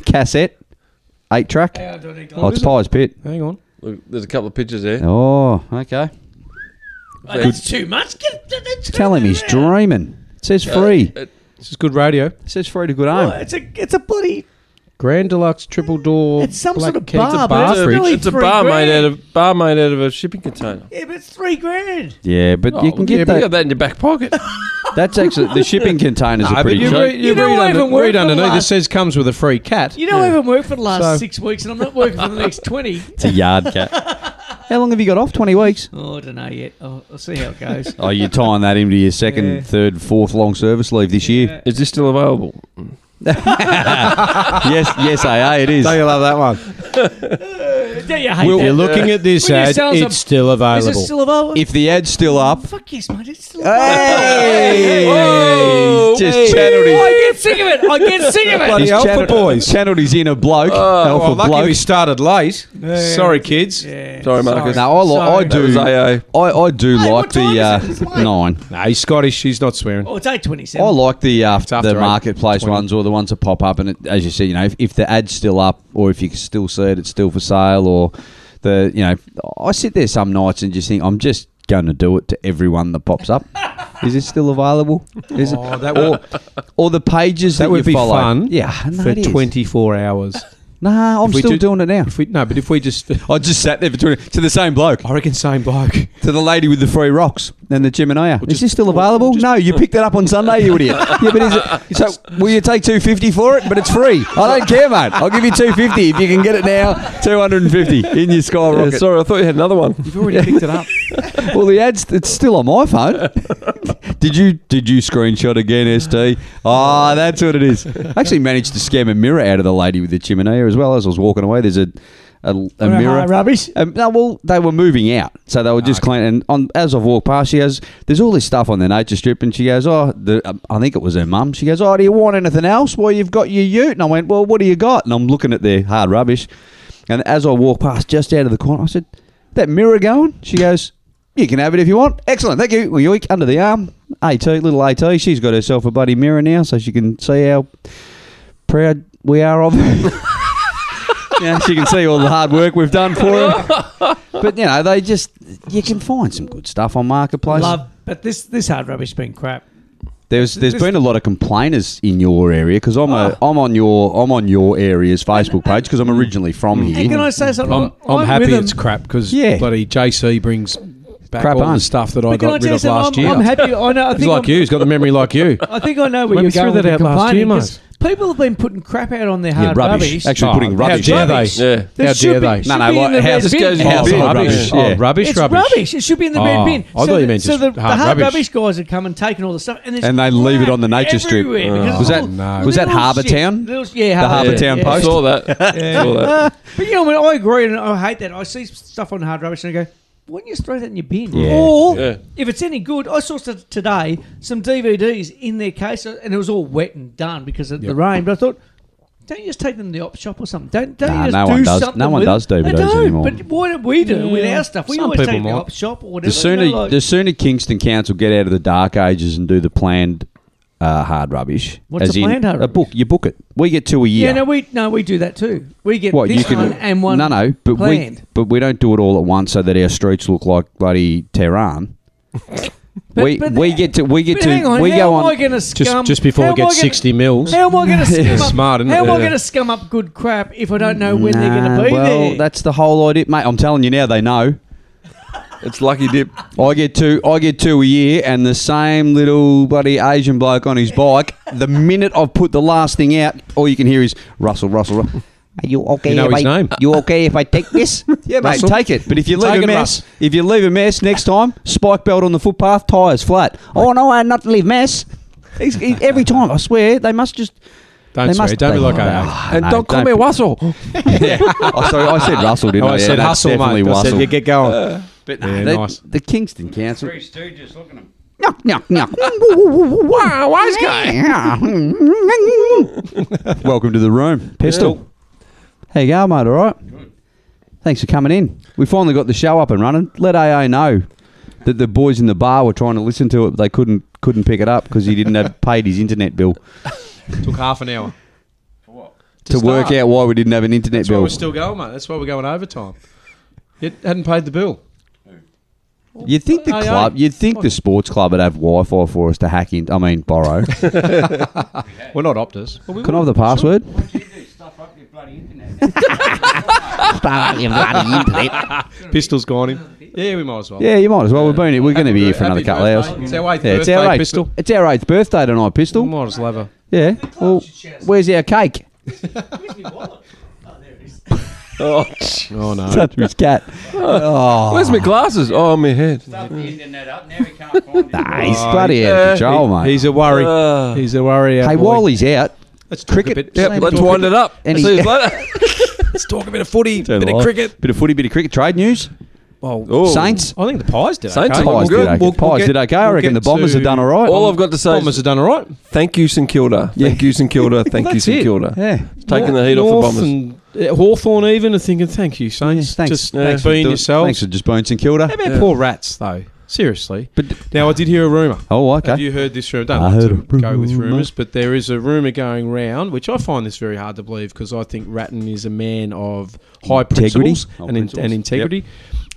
Speaker 6: Cassette? Eight track?
Speaker 5: Hang on, do I need
Speaker 6: Oh,
Speaker 5: glasses?
Speaker 6: it's Pie's Pit.
Speaker 7: Hang on.
Speaker 8: Look, there's a couple of pictures there.
Speaker 6: Oh, okay.
Speaker 5: Oh, that's too much. Get- get- get-
Speaker 6: Tell him he's dreaming. It says free.
Speaker 8: It-
Speaker 7: This is good radio.
Speaker 6: Says free to good
Speaker 5: Oh,
Speaker 6: home.
Speaker 5: it's a it's a bloody
Speaker 7: Grand Deluxe Triple Door.
Speaker 5: It's some
Speaker 7: black
Speaker 5: sort of
Speaker 7: cake.
Speaker 5: bar,
Speaker 7: It's a
Speaker 5: but
Speaker 7: bar
Speaker 5: it's
Speaker 7: fridge.
Speaker 5: really-
Speaker 8: It's a
Speaker 5: Three
Speaker 8: bar
Speaker 5: grand.
Speaker 8: made out of bar made out of a shipping container.
Speaker 5: yeah, but it's three grand.
Speaker 6: Yeah, but you can
Speaker 8: yeah,
Speaker 6: get
Speaker 8: but you got
Speaker 6: that.
Speaker 8: that in your back pocket.
Speaker 6: That's actually the shipping containers
Speaker 7: Ah,
Speaker 6: are
Speaker 7: but
Speaker 6: pretty
Speaker 7: you
Speaker 6: cheap.
Speaker 7: read, you
Speaker 5: You know
Speaker 7: read
Speaker 5: I
Speaker 7: under,
Speaker 5: haven't worked
Speaker 7: read
Speaker 5: on
Speaker 7: underneath. It
Speaker 5: last-
Speaker 7: says comes with a free cat.
Speaker 5: You know, I haven't worked for the last
Speaker 7: So-
Speaker 5: six weeks, and I'm not working for the next twenty.
Speaker 6: it's a yard cat. How long have you got off? Twenty weeks.
Speaker 5: Oh, I don't know yet. I'll, I'll see how it goes.
Speaker 6: Oh, you're tying that into your second,
Speaker 7: Yeah.
Speaker 6: third, fourth long service leave this year.
Speaker 8: Is this still available?
Speaker 6: yes, yes, AA, it is.
Speaker 7: Don't you love that one?
Speaker 5: Don't you hate
Speaker 7: Well,
Speaker 5: that?
Speaker 7: you're looking at this
Speaker 5: When you
Speaker 7: ad,
Speaker 5: sell some-
Speaker 7: it's still
Speaker 5: Is it
Speaker 7: available.
Speaker 5: still available?
Speaker 6: If the ad's still up,
Speaker 5: Fuck yes, mate. It's still
Speaker 6: hey,
Speaker 8: Whoa,
Speaker 6: just
Speaker 8: hey.
Speaker 6: channeled
Speaker 5: available.
Speaker 6: his,
Speaker 5: I get sick of it. I get sick of it.
Speaker 7: Bloody
Speaker 6: he's
Speaker 7: alpha
Speaker 6: channeled,
Speaker 7: boys.
Speaker 6: channeled his inner bloke, alpha bloke.
Speaker 7: started late. Sorry, kids.
Speaker 8: Sorry, Marcus.
Speaker 6: No, I, li- I
Speaker 5: Sorry.
Speaker 8: That was
Speaker 6: do. I,
Speaker 8: AA.
Speaker 6: I do
Speaker 5: Hey,
Speaker 6: like
Speaker 5: what time
Speaker 6: the
Speaker 5: is it? It's
Speaker 6: uh,
Speaker 5: late.
Speaker 6: nine.
Speaker 7: No, he's Scottish. He's not swearing.
Speaker 5: Oh, it's eight
Speaker 6: I
Speaker 5: twenty-seven.
Speaker 6: like the uh,
Speaker 7: after
Speaker 6: the
Speaker 7: eight,
Speaker 6: marketplace
Speaker 7: 20.
Speaker 6: ones or the ones that pop up, and it, as you said, you know, if, if the ad's still up or if you can still see it, it's still for sale, or the you know, I sit there some nights and just think I'm just going to do it to everyone that pops up. Is it still available? Is it?
Speaker 7: Oh, that would,
Speaker 6: Or the pages that,
Speaker 7: that would
Speaker 6: you
Speaker 7: be
Speaker 6: follow?
Speaker 7: fun
Speaker 6: Yeah, no,
Speaker 7: for
Speaker 6: it is.
Speaker 7: 24 hours.
Speaker 6: Nah, I'm
Speaker 7: If we
Speaker 6: still
Speaker 7: do-
Speaker 6: doing it now.
Speaker 7: If we no, but if we just,
Speaker 6: I just sat there for twenty to the same bloke,
Speaker 7: I reckon same bloke.
Speaker 6: to the lady with the three rocks and the Gemini. is this still available? no, you picked that up on Sunday, you idiot. yeah, but is it? So will you take two fifty for it? But it's free. I don't care, mate. I'll give you two fifty if you can get it now. Two hundred and fifty in your
Speaker 8: Yeah,
Speaker 6: skyrocket.
Speaker 8: sorry, I thought you had another one.
Speaker 7: You've already picked it up.
Speaker 6: well, the ads. It's still on my phone. did you did you screenshot again, St? Ah, that's what it is. I actually managed to scam a mirror out of the lady with the chimney as well as I was walking away. There's a a, a mirror.
Speaker 5: rubbish. Ah,
Speaker 6: Um, no, well, they were moving out, so they were just cleaning. And on, as I've walked past, she goes, "There's all this stuff on the nature strip," and she goes, "Oh, the, um, I think it was her mum." She goes, "Oh, do you want anything else? Well, you've got your ute." And I went, "Well, what do you got?" And I'm looking at their hard rubbish, and as I walk past, just out of the corner, I said, "That mirror going?" She goes, "You can have it if you want." Excellent, thank you. Well, yoink, under the arm, at little at. She's got herself a bloody mirror now, so she can see how proud we are of her. yeah, she can see all the hard work we've done for her. But you know, they just you can find some good stuff on marketplace.
Speaker 5: Love, but this this hard rubbish has been crap.
Speaker 6: There's there's been a lot of complainers in your area because I'm a
Speaker 5: Ah.
Speaker 6: I'm on your I'm on your area's Facebook page because I'm originally from
Speaker 5: And Mm. can I
Speaker 6: here.
Speaker 5: say something?
Speaker 7: I'm, I'm,
Speaker 5: with
Speaker 7: happy
Speaker 5: them.
Speaker 7: it's crap because
Speaker 6: Yeah.
Speaker 7: bloody JC brings back
Speaker 6: Crap
Speaker 7: all
Speaker 6: on.
Speaker 7: the stuff that I
Speaker 5: But can I
Speaker 7: got
Speaker 5: tell
Speaker 7: rid
Speaker 5: you
Speaker 7: of
Speaker 5: something?
Speaker 7: last
Speaker 5: I'm,
Speaker 7: year.
Speaker 5: I'm happy. I know. I
Speaker 7: He's
Speaker 5: think
Speaker 7: like
Speaker 5: I'm-
Speaker 7: you. He's got the memory like you.
Speaker 5: I think I know where
Speaker 7: Let
Speaker 5: you're
Speaker 7: me throw
Speaker 5: going.
Speaker 7: that
Speaker 5: with
Speaker 7: out
Speaker 5: the
Speaker 7: last
Speaker 5: complaining,
Speaker 7: year, mate.
Speaker 5: 'cause People have been putting crap out on their
Speaker 6: Yeah,
Speaker 5: hard Ah,
Speaker 6: rubbish. Actually,
Speaker 7: Oh,
Speaker 6: putting rubbish.
Speaker 7: How dare
Speaker 5: Rubbish.
Speaker 7: they?
Speaker 8: Yeah.
Speaker 5: That
Speaker 7: How
Speaker 5: should
Speaker 7: dare
Speaker 5: be-
Speaker 7: they?
Speaker 5: should be in the red
Speaker 6: houses
Speaker 5: bin.
Speaker 6: goes in
Speaker 8: Oh,
Speaker 6: the
Speaker 8: it's
Speaker 6: bin.
Speaker 8: rubbish.
Speaker 6: Yeah.
Speaker 7: Oh, rubbish,
Speaker 5: It's
Speaker 7: rubbish.
Speaker 5: rubbish. It should be in the
Speaker 7: Oh,
Speaker 5: red bin.
Speaker 7: I thought
Speaker 5: so
Speaker 7: you
Speaker 5: the-
Speaker 7: meant
Speaker 5: so
Speaker 7: just
Speaker 5: the, the
Speaker 7: hard
Speaker 5: hard
Speaker 7: rubbish.
Speaker 5: rubbish. guys have come and taken all the stuff, and, there's
Speaker 6: And they leave it
Speaker 5: crap
Speaker 6: on the nature strip. Uh,
Speaker 5: everywhere because
Speaker 6: Was
Speaker 5: it's
Speaker 6: that-
Speaker 5: all
Speaker 6: no. was that
Speaker 5: little
Speaker 6: Harbour
Speaker 5: shit.
Speaker 6: Town?
Speaker 5: Little, yeah, Harbour
Speaker 6: Harbour
Speaker 5: Town,
Speaker 6: Town
Speaker 5: yeah.
Speaker 8: I
Speaker 6: Post?
Speaker 8: saw that. Saw that.
Speaker 5: But you know, what? I agree, and I hate that. I see stuff on hard rubbish, and I go, "Why don't you just throw that in your bin?" Or
Speaker 8: Yeah.
Speaker 5: if it's any good, I saw st- today some DVDs in their case, uh, and it was all wet and done because of the rain. But I thought, don't you just take them to the op shop or something? Don't, don't
Speaker 6: Nah,
Speaker 5: you just
Speaker 6: no
Speaker 5: do
Speaker 6: one does-
Speaker 5: something?
Speaker 6: no one
Speaker 5: with
Speaker 6: does
Speaker 5: it? They
Speaker 6: DVDs
Speaker 5: don't,
Speaker 6: anymore.
Speaker 5: But what do we do with our stuff? We
Speaker 7: Some
Speaker 5: always
Speaker 7: people
Speaker 5: take it to the
Speaker 7: might.
Speaker 5: op shop or whatever.
Speaker 6: The sooner
Speaker 5: you know, like-
Speaker 6: the sooner Kingston Council get out of the dark ages and do the planned uh, hard rubbish.
Speaker 5: What's
Speaker 6: as
Speaker 5: a
Speaker 6: in
Speaker 5: planned hard
Speaker 6: A
Speaker 5: rubbish?
Speaker 6: book. You book it. We get two a year.
Speaker 5: yeah, no, we no, we do that too. We get
Speaker 6: What
Speaker 5: this
Speaker 6: you can
Speaker 5: one and one.
Speaker 6: No, no, but
Speaker 5: planned.
Speaker 6: we but we don't do it all at once so that our streets look like bloody Tehran. we
Speaker 5: but-
Speaker 6: we get to we get
Speaker 5: But
Speaker 6: to
Speaker 5: hang on,
Speaker 6: we
Speaker 5: how
Speaker 6: go
Speaker 5: am
Speaker 6: on.
Speaker 5: I going to
Speaker 7: Just
Speaker 5: scum?
Speaker 7: just before
Speaker 5: how
Speaker 7: we
Speaker 5: am
Speaker 7: get
Speaker 5: I gonna-
Speaker 7: 60 mils.
Speaker 5: How am I going to scum
Speaker 7: Yeah.
Speaker 5: up?
Speaker 7: Smart, isn't it?
Speaker 5: How am I
Speaker 7: Yeah.
Speaker 5: going to scum up good crap if I don't know when they're going
Speaker 6: Nah,
Speaker 5: to be
Speaker 6: well,
Speaker 5: there?
Speaker 6: that's the whole idea, mate. I'm telling you now, they know.
Speaker 8: It's lucky dip.
Speaker 6: I get two. I get two a year, and the same little bloody Asian bloke on his bike. the minute I've put the last thing out, all you can hear is Russell, Russell. Russell. Are you okay?
Speaker 7: You know
Speaker 6: if
Speaker 7: his
Speaker 6: I,
Speaker 7: name.
Speaker 6: You okay if I take this? yeah, mate,
Speaker 7: Russell.
Speaker 6: take it. But if you leave
Speaker 7: Take
Speaker 6: a
Speaker 7: it,
Speaker 6: mess,
Speaker 7: Russ.
Speaker 6: if you leave a mess next time, spike belt on the footpath, tires flat. Oh no, I not leave mess. He's- he- every time, I swear, they must just.
Speaker 7: Don't
Speaker 6: they
Speaker 7: swear,
Speaker 6: must,
Speaker 7: don't be
Speaker 6: they-
Speaker 7: like
Speaker 6: oh,
Speaker 7: AA.
Speaker 6: no,
Speaker 8: And don't call me
Speaker 6: be-
Speaker 8: Wassel.
Speaker 6: yeah. oh, sorry, I said Russell, didn't
Speaker 7: Oh,
Speaker 6: I?
Speaker 7: I
Speaker 6: Yeah,
Speaker 7: said
Speaker 6: that's
Speaker 7: hustle,
Speaker 6: definitely
Speaker 7: mate. I said
Speaker 6: Russell.
Speaker 7: you get going.
Speaker 6: But
Speaker 7: Yeah,
Speaker 6: they-
Speaker 7: nice.
Speaker 6: the Kingston Council. Three Stooges, look at them. Knock, knock, knock. wow, wise guy. Welcome to the room, Pistol. How you going, mate? All right. Thanks for coming in. We finally got the show up and running. Let AA know that the boys in the bar were trying to listen to it, but they couldn't couldn't pick it up because he didn't have paid his internet bill
Speaker 7: Took half an hour.
Speaker 6: to, work
Speaker 7: start.
Speaker 6: out why we didn't have an internet
Speaker 7: That's why
Speaker 6: bill.
Speaker 7: we're still going, mate. That's why we're going overtime. It hadn't paid the bill.
Speaker 6: You'd think the
Speaker 5: Aye, aye.
Speaker 6: club, you'd think the sports club would have Wi-Fi for us to hack in. I mean, borrow.
Speaker 7: We're not Optus.
Speaker 6: Can I have the password?
Speaker 7: Pistol's gone in. Yeah, we might as well.
Speaker 6: Yeah, you might as well. We've been we're going to be here for
Speaker 7: Happy
Speaker 6: another couple of
Speaker 7: birthday.
Speaker 6: hours.
Speaker 7: It's our eighth
Speaker 6: Yeah, it's our
Speaker 7: birthday,
Speaker 6: eighth.
Speaker 7: Pistol.
Speaker 6: It's our eighth birthday tonight,
Speaker 7: We
Speaker 6: Pistol.
Speaker 7: might as well have a.
Speaker 6: Yeah. Well, where's our cake?
Speaker 8: Oh,
Speaker 7: Oh no.
Speaker 6: Touch his cat. Oh,
Speaker 8: where's my glasses? Oh, my head.
Speaker 6: nah, he's bloody out of control, mate.
Speaker 7: Oh, He's a worry.
Speaker 8: Uh,
Speaker 7: He's a worry. our
Speaker 6: hey,
Speaker 7: boy.
Speaker 6: while he's out,
Speaker 7: Let's talk
Speaker 6: cricket.
Speaker 7: a bit.
Speaker 8: yep, let's wind it up.
Speaker 6: And
Speaker 8: See
Speaker 6: he-
Speaker 8: you later.
Speaker 7: Let's talk a bit of footy.
Speaker 6: Bit of cricket, bit of footy, bit of cricket. Trade news:
Speaker 7: Well,
Speaker 8: Oh.
Speaker 6: Saints,
Speaker 7: I think the pies did.
Speaker 8: Saints
Speaker 7: okay.
Speaker 8: are
Speaker 6: Pies did
Speaker 8: we'll get-
Speaker 6: okay.
Speaker 7: we'll- we'll
Speaker 6: Pies
Speaker 7: get-
Speaker 6: did okay. I
Speaker 7: we'll
Speaker 6: reckon the
Speaker 7: get
Speaker 6: Bombers
Speaker 7: to-
Speaker 6: have done all right.
Speaker 8: All I've got to say
Speaker 7: Bombers
Speaker 8: is
Speaker 7: have done all right.
Speaker 8: thank you, St Kilda. Thank you, St Kilda. Thank you,
Speaker 7: That's
Speaker 8: St
Speaker 7: it.
Speaker 8: Kilda.
Speaker 6: yeah.
Speaker 8: It's Taking the heat
Speaker 7: North
Speaker 8: off the Bombers.
Speaker 7: And, uh, Hawthorne even are thinking, thank you, Saints.
Speaker 6: Yeah, thanks.
Speaker 7: Just
Speaker 8: Yeah.
Speaker 7: thanks being
Speaker 6: Do-
Speaker 7: yourselves.
Speaker 6: Thanks for just Bones and Kilda.
Speaker 7: How about poor rats, though? Seriously.
Speaker 6: But
Speaker 7: Now, I did hear a rumour.
Speaker 6: oh,
Speaker 7: Have
Speaker 6: okay.
Speaker 7: you heard this rumour? Don't
Speaker 6: I
Speaker 7: like
Speaker 6: heard
Speaker 7: to
Speaker 6: a
Speaker 7: go with
Speaker 6: rumour.
Speaker 7: rumours, but there is a rumour going round, which I find this very hard to believe because I think Ratton is a man of high
Speaker 6: Integrity.
Speaker 7: principles
Speaker 6: High
Speaker 7: and, in,
Speaker 6: principles.
Speaker 7: and integrity.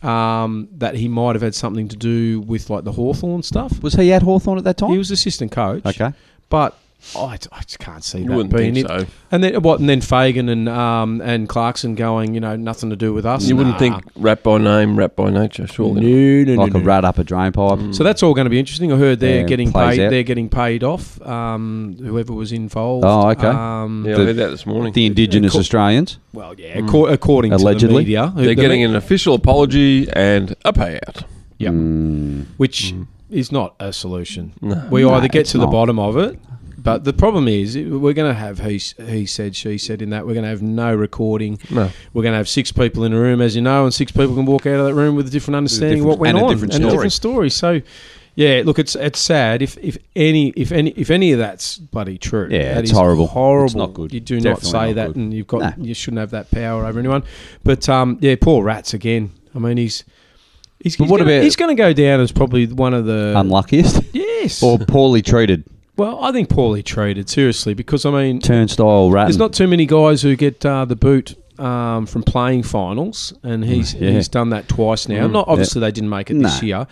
Speaker 7: Um, that he might have had something to do with like the Hawthorn stuff.
Speaker 6: Was he at Hawthorn at that time?
Speaker 7: He was assistant coach.
Speaker 6: okay.
Speaker 7: But I, I just can't see
Speaker 8: You
Speaker 7: that
Speaker 8: wouldn't
Speaker 7: being
Speaker 8: think
Speaker 7: it.
Speaker 8: so.
Speaker 7: And then what? And then Fagan and um, and Clarkson going, you know, nothing to do with us.
Speaker 8: You wouldn't
Speaker 7: Nah.
Speaker 8: think rap by name, rap by nature, surely.
Speaker 6: like a rat up a drain pipe.
Speaker 7: So that's all going to be interesting. I heard they're
Speaker 6: Yeah,
Speaker 7: getting
Speaker 6: plays
Speaker 7: paid.
Speaker 6: out.
Speaker 7: They're getting paid off. Um, whoever was involved.
Speaker 6: Oh, okay.
Speaker 7: Um,
Speaker 8: Yeah, I
Speaker 6: The-
Speaker 8: heard that this morning.
Speaker 6: The indigenous
Speaker 7: Cool.
Speaker 6: Australians.
Speaker 7: Well, yeah. acco- according to the
Speaker 6: Allegedly.
Speaker 7: media,
Speaker 8: Hmm. They're getting an official apology and a payout.
Speaker 7: yeah,
Speaker 8: Hmm.
Speaker 6: Mm.
Speaker 7: which is not a solution.
Speaker 8: No.
Speaker 7: We
Speaker 6: No,
Speaker 7: either get
Speaker 6: it's
Speaker 7: to the
Speaker 6: not.
Speaker 7: bottom of it, but the problem is it- we're going to have he, s- he said, she said in that. We're going to have no recording.
Speaker 8: No.
Speaker 7: We're going to have six people in a room, as you know, and six people can walk out of that room with a different understanding of what went
Speaker 6: different- and
Speaker 7: on
Speaker 6: a different
Speaker 7: and a
Speaker 6: story.
Speaker 7: different story. So, yeah, look, it's it's sad if if any if any if any of that's bloody true.
Speaker 6: Yeah,
Speaker 7: That
Speaker 6: it's
Speaker 7: is
Speaker 6: horrible.
Speaker 7: Horrible.
Speaker 6: It's not good.
Speaker 7: You do
Speaker 6: Definitely
Speaker 7: not say
Speaker 6: not
Speaker 7: that,
Speaker 6: good.
Speaker 7: and you've got
Speaker 6: No.
Speaker 7: you shouldn't have that power over anyone. But um, yeah, poor rats again. I mean, he's. He's,
Speaker 6: But
Speaker 7: he's
Speaker 6: what
Speaker 7: gonna,
Speaker 6: about-
Speaker 7: he's going to go down as probably one of the
Speaker 6: Mm. Unluckiest
Speaker 7: Yes.
Speaker 6: or poorly treated
Speaker 7: well, I think poorly treated, seriously, because I mean,
Speaker 6: turnstile rat.
Speaker 7: there's not too many guys who get uh, the boot um, from playing finals, and he's
Speaker 6: Mm, Yeah. Mm,
Speaker 7: he's done that twice now. Not obviously they didn't make it this
Speaker 6: No.
Speaker 7: year,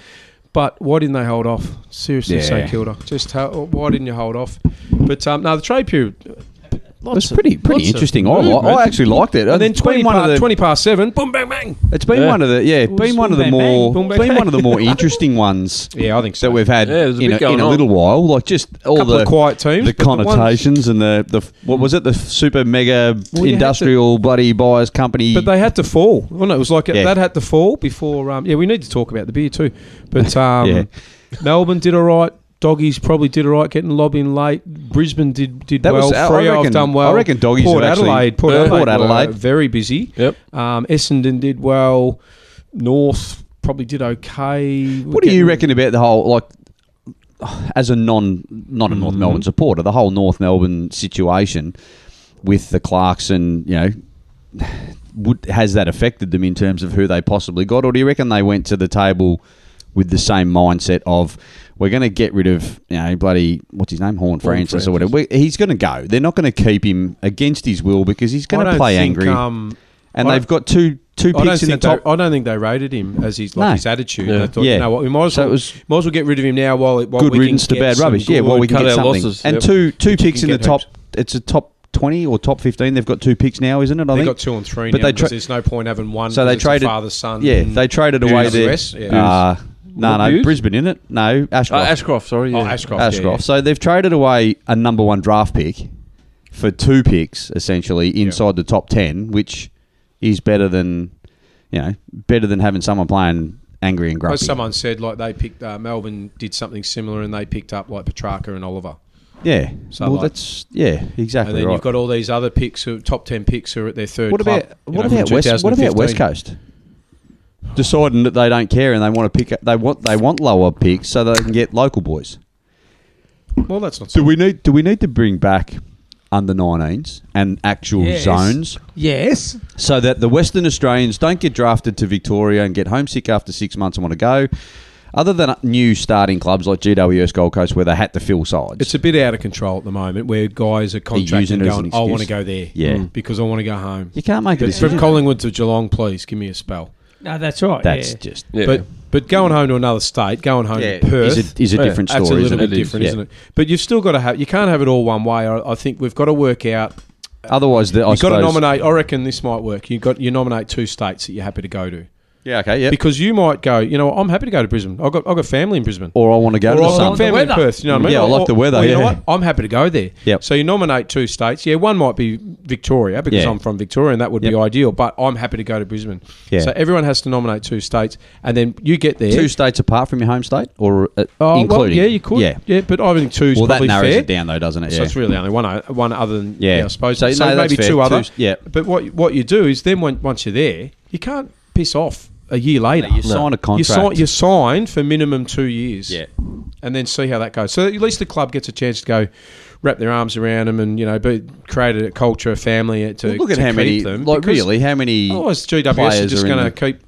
Speaker 7: but why didn't they hold off? Seriously,
Speaker 6: Yeah.
Speaker 7: St Kilda, just ho- why didn't you hold off? But um, no, the trade period.
Speaker 6: It's pretty pretty
Speaker 7: lots of
Speaker 6: interesting. I, li-
Speaker 7: movement.
Speaker 6: I actually liked it.
Speaker 7: And then
Speaker 6: It's
Speaker 7: 20
Speaker 6: been one
Speaker 7: past,
Speaker 6: of the,
Speaker 7: 20 past 7, boom, bang, bang.
Speaker 6: It's been
Speaker 8: Yeah.
Speaker 6: one of the yeah,
Speaker 7: Well,
Speaker 6: been
Speaker 7: it's
Speaker 6: one of the
Speaker 7: boom, bang,
Speaker 6: more
Speaker 7: bang, boom, bang,
Speaker 6: been
Speaker 7: bang.
Speaker 6: one of the more interesting ones
Speaker 7: Yeah, I think so.
Speaker 6: that we've had
Speaker 8: Yeah, there's a
Speaker 6: in,
Speaker 8: bit
Speaker 6: a,
Speaker 8: going
Speaker 6: in a
Speaker 8: on.
Speaker 6: little while. Like just all
Speaker 7: Couple of
Speaker 6: the
Speaker 7: quiet teams,
Speaker 6: the
Speaker 7: but the ones-
Speaker 6: connotations and the the what was it the super mega
Speaker 7: Well, you had
Speaker 6: industrial bloody buyers company.
Speaker 7: But they had to fall. Well, no, it was like
Speaker 6: Yeah.
Speaker 7: that had to fall before. Um, yeah, we need to talk about the beer too. But um,
Speaker 6: Yeah.
Speaker 7: Melbourne did all right. Doggies probably did all right, getting lob in late. Brisbane did did
Speaker 6: That
Speaker 7: well.
Speaker 6: was- I
Speaker 7: Freo have
Speaker 6: reckon-
Speaker 7: done well.
Speaker 6: I reckon Doggies
Speaker 7: Port
Speaker 6: have actually-
Speaker 7: Adelaide. Port
Speaker 8: Yeah.
Speaker 7: Adelaide.
Speaker 6: Port
Speaker 7: were
Speaker 6: Adelaide.
Speaker 7: very busy.
Speaker 8: Yep.
Speaker 7: Um, Essendon did well. North probably did okay. We're
Speaker 6: what do you
Speaker 7: getting-
Speaker 6: reckon about the whole like? As a non not a North
Speaker 7: Mm-hmm.
Speaker 6: Melbourne supporter, the whole North Melbourne situation with the Clarkson, you know, would, has that affected them in terms of who they possibly got, or do you reckon they went to the table with the same mindset of we're going to get rid of you know bloody what's his name Horn Francis, or whatever? We, he's going to go. They're not going to keep him against his will because he's
Speaker 7: I
Speaker 6: going to
Speaker 7: don't
Speaker 6: play
Speaker 7: think,
Speaker 6: angry,
Speaker 7: Um,
Speaker 6: and
Speaker 7: I
Speaker 6: they've
Speaker 7: don't-
Speaker 6: got two two
Speaker 7: I don't
Speaker 6: picks in the
Speaker 7: think
Speaker 6: top.
Speaker 7: they, I don't think they rated him as his like
Speaker 6: No.
Speaker 7: his attitude.
Speaker 8: Yeah.
Speaker 7: They thought,
Speaker 6: Yeah.
Speaker 7: you know what, we might as
Speaker 6: So
Speaker 7: well
Speaker 6: it was-
Speaker 7: might as well get rid of him now while it- while
Speaker 6: good
Speaker 7: we can
Speaker 6: riddance to
Speaker 7: get
Speaker 6: bad
Speaker 7: some
Speaker 6: rubbish.
Speaker 7: good-
Speaker 6: Yeah, well, we can
Speaker 8: cut
Speaker 6: get
Speaker 8: our
Speaker 6: something.
Speaker 8: losses,
Speaker 6: And
Speaker 8: yep.
Speaker 6: two two
Speaker 7: you
Speaker 6: picks in
Speaker 7: can
Speaker 6: the
Speaker 7: get
Speaker 6: top. It's a top twenty or top fifteen. They've got two picks now, isn't it? I
Speaker 7: They
Speaker 6: think
Speaker 7: got two and three,
Speaker 6: But
Speaker 7: but
Speaker 6: they tra-
Speaker 7: there's no point having one.
Speaker 6: So they traded
Speaker 7: father son.
Speaker 6: Yeah, they traded
Speaker 7: Buse.
Speaker 6: away their.
Speaker 7: US, yeah.
Speaker 6: Uh, no,
Speaker 8: What,
Speaker 6: no,
Speaker 8: Buse?
Speaker 6: Brisbane in it. No,
Speaker 8: Uh,
Speaker 6: Ashcroft.
Speaker 8: Ashcroft, sorry. Yeah.
Speaker 7: oh Ashcroft. yeah,
Speaker 6: Ashcroft. So they've traded away a number one draft pick for two picks essentially inside the top ten, which is better than you know better than having someone playing angry and
Speaker 7: yeah.
Speaker 6: grumpy.
Speaker 7: As someone said, like they picked uh, Melbourne did something similar, and they picked up like Petrarca and Oliver.
Speaker 6: yeah.
Speaker 7: So
Speaker 6: well,
Speaker 7: like-
Speaker 6: that's yeah, exactly
Speaker 7: And then
Speaker 6: right.
Speaker 7: you've got all these other picks, who, top ten picks, who are at their third.
Speaker 6: What
Speaker 7: club,
Speaker 6: about
Speaker 7: you
Speaker 6: what
Speaker 7: know, from
Speaker 6: about West? What about
Speaker 7: 2015.
Speaker 6: West Coast? Deciding that they don't care and they want to pick up, they want they want lower picks so they can get local boys.
Speaker 7: Well, that's not.
Speaker 6: Do we need do we need to bring back under 19s and actual
Speaker 5: Yes.
Speaker 6: zones
Speaker 5: Yes.
Speaker 6: so that the Western Australians don't get drafted to Victoria and get homesick after six months and want to go? Other than new starting clubs like GWS Gold Coast where they had to fill sides,
Speaker 7: It's a bit out of control at the moment, where guys are contracting
Speaker 6: using it as
Speaker 7: going.
Speaker 6: an
Speaker 7: I want to
Speaker 6: excuse.
Speaker 7: go there,
Speaker 6: Yeah.
Speaker 7: because I want to go home.
Speaker 6: you can't make a
Speaker 7: But from
Speaker 6: decision.
Speaker 7: Collingwood to Geelong, please give me a spell.
Speaker 5: No, that's right.
Speaker 6: That's
Speaker 5: yeah.
Speaker 6: just
Speaker 8: yeah.
Speaker 7: But But going home to another state, going home
Speaker 6: Yeah,
Speaker 7: to Perth
Speaker 6: is a- is a different
Speaker 7: that's
Speaker 6: story,
Speaker 7: a
Speaker 6: isn't
Speaker 7: little
Speaker 6: it?
Speaker 7: bit
Speaker 6: It is,
Speaker 7: different,
Speaker 6: yeah.
Speaker 7: isn't it? But you've still got to have. You can't have it all one way. I, I think we've got to work out.
Speaker 6: Otherwise, the, I
Speaker 7: You've got to
Speaker 6: suppose-
Speaker 7: nominate. I reckon this might work. You got you nominate two states that you're happy to go to
Speaker 6: Yeah, okay, yeah.
Speaker 7: because you might go. You know, I'm happy to go to Brisbane. I've got I've got family in Brisbane.
Speaker 6: or I want to go
Speaker 7: Or
Speaker 6: to
Speaker 7: I
Speaker 6: the
Speaker 7: like
Speaker 6: sun.
Speaker 7: family in
Speaker 5: weather.
Speaker 7: Perth. You know what I mean?
Speaker 6: Yeah, I like
Speaker 7: Or-
Speaker 6: the weather,
Speaker 7: or You know
Speaker 6: yeah.
Speaker 7: what? I'm happy to go there.
Speaker 6: Yep.
Speaker 7: So you nominate two states. Yeah, one might be Victoria because
Speaker 6: Yeah.
Speaker 7: I'm from Victoria and that would be
Speaker 6: Yep.
Speaker 7: ideal. But I'm happy to go to Brisbane.
Speaker 6: Yeah.
Speaker 7: So everyone has to nominate two states, and then you get there.
Speaker 6: Two states apart from your home state, or uh,
Speaker 7: Oh, well,
Speaker 6: including?
Speaker 7: yeah, you could.
Speaker 6: Yeah.
Speaker 7: Yeah, but I think two's
Speaker 6: Well, that
Speaker 7: probably
Speaker 6: narrows
Speaker 7: fair.
Speaker 6: it down, though, doesn't it?
Speaker 7: So
Speaker 6: yeah.
Speaker 7: it's really only one, o- one other than
Speaker 6: Yeah.
Speaker 7: yeah. I suppose.
Speaker 6: So,
Speaker 7: So,
Speaker 6: no, that's
Speaker 7: maybe
Speaker 6: fair.
Speaker 7: two other.
Speaker 6: Two's- yeah.
Speaker 7: But what what you do is then when, once you're there, you can't piss off a year later.
Speaker 6: you sign a
Speaker 7: You
Speaker 6: contract.
Speaker 7: sign, you sign for minimum two years.
Speaker 6: Yeah.
Speaker 7: And then see how that goes. So at least the club gets a chance to go wrap their arms around them and you know be, create a culture, a family to
Speaker 6: Well, look at
Speaker 7: to
Speaker 6: how
Speaker 7: keep
Speaker 6: many.
Speaker 7: them.
Speaker 6: Like
Speaker 7: because Oh,
Speaker 6: really, how many?
Speaker 7: Otherwise, GWS
Speaker 6: players
Speaker 7: are just
Speaker 6: are in
Speaker 7: going to
Speaker 6: the-
Speaker 7: keep.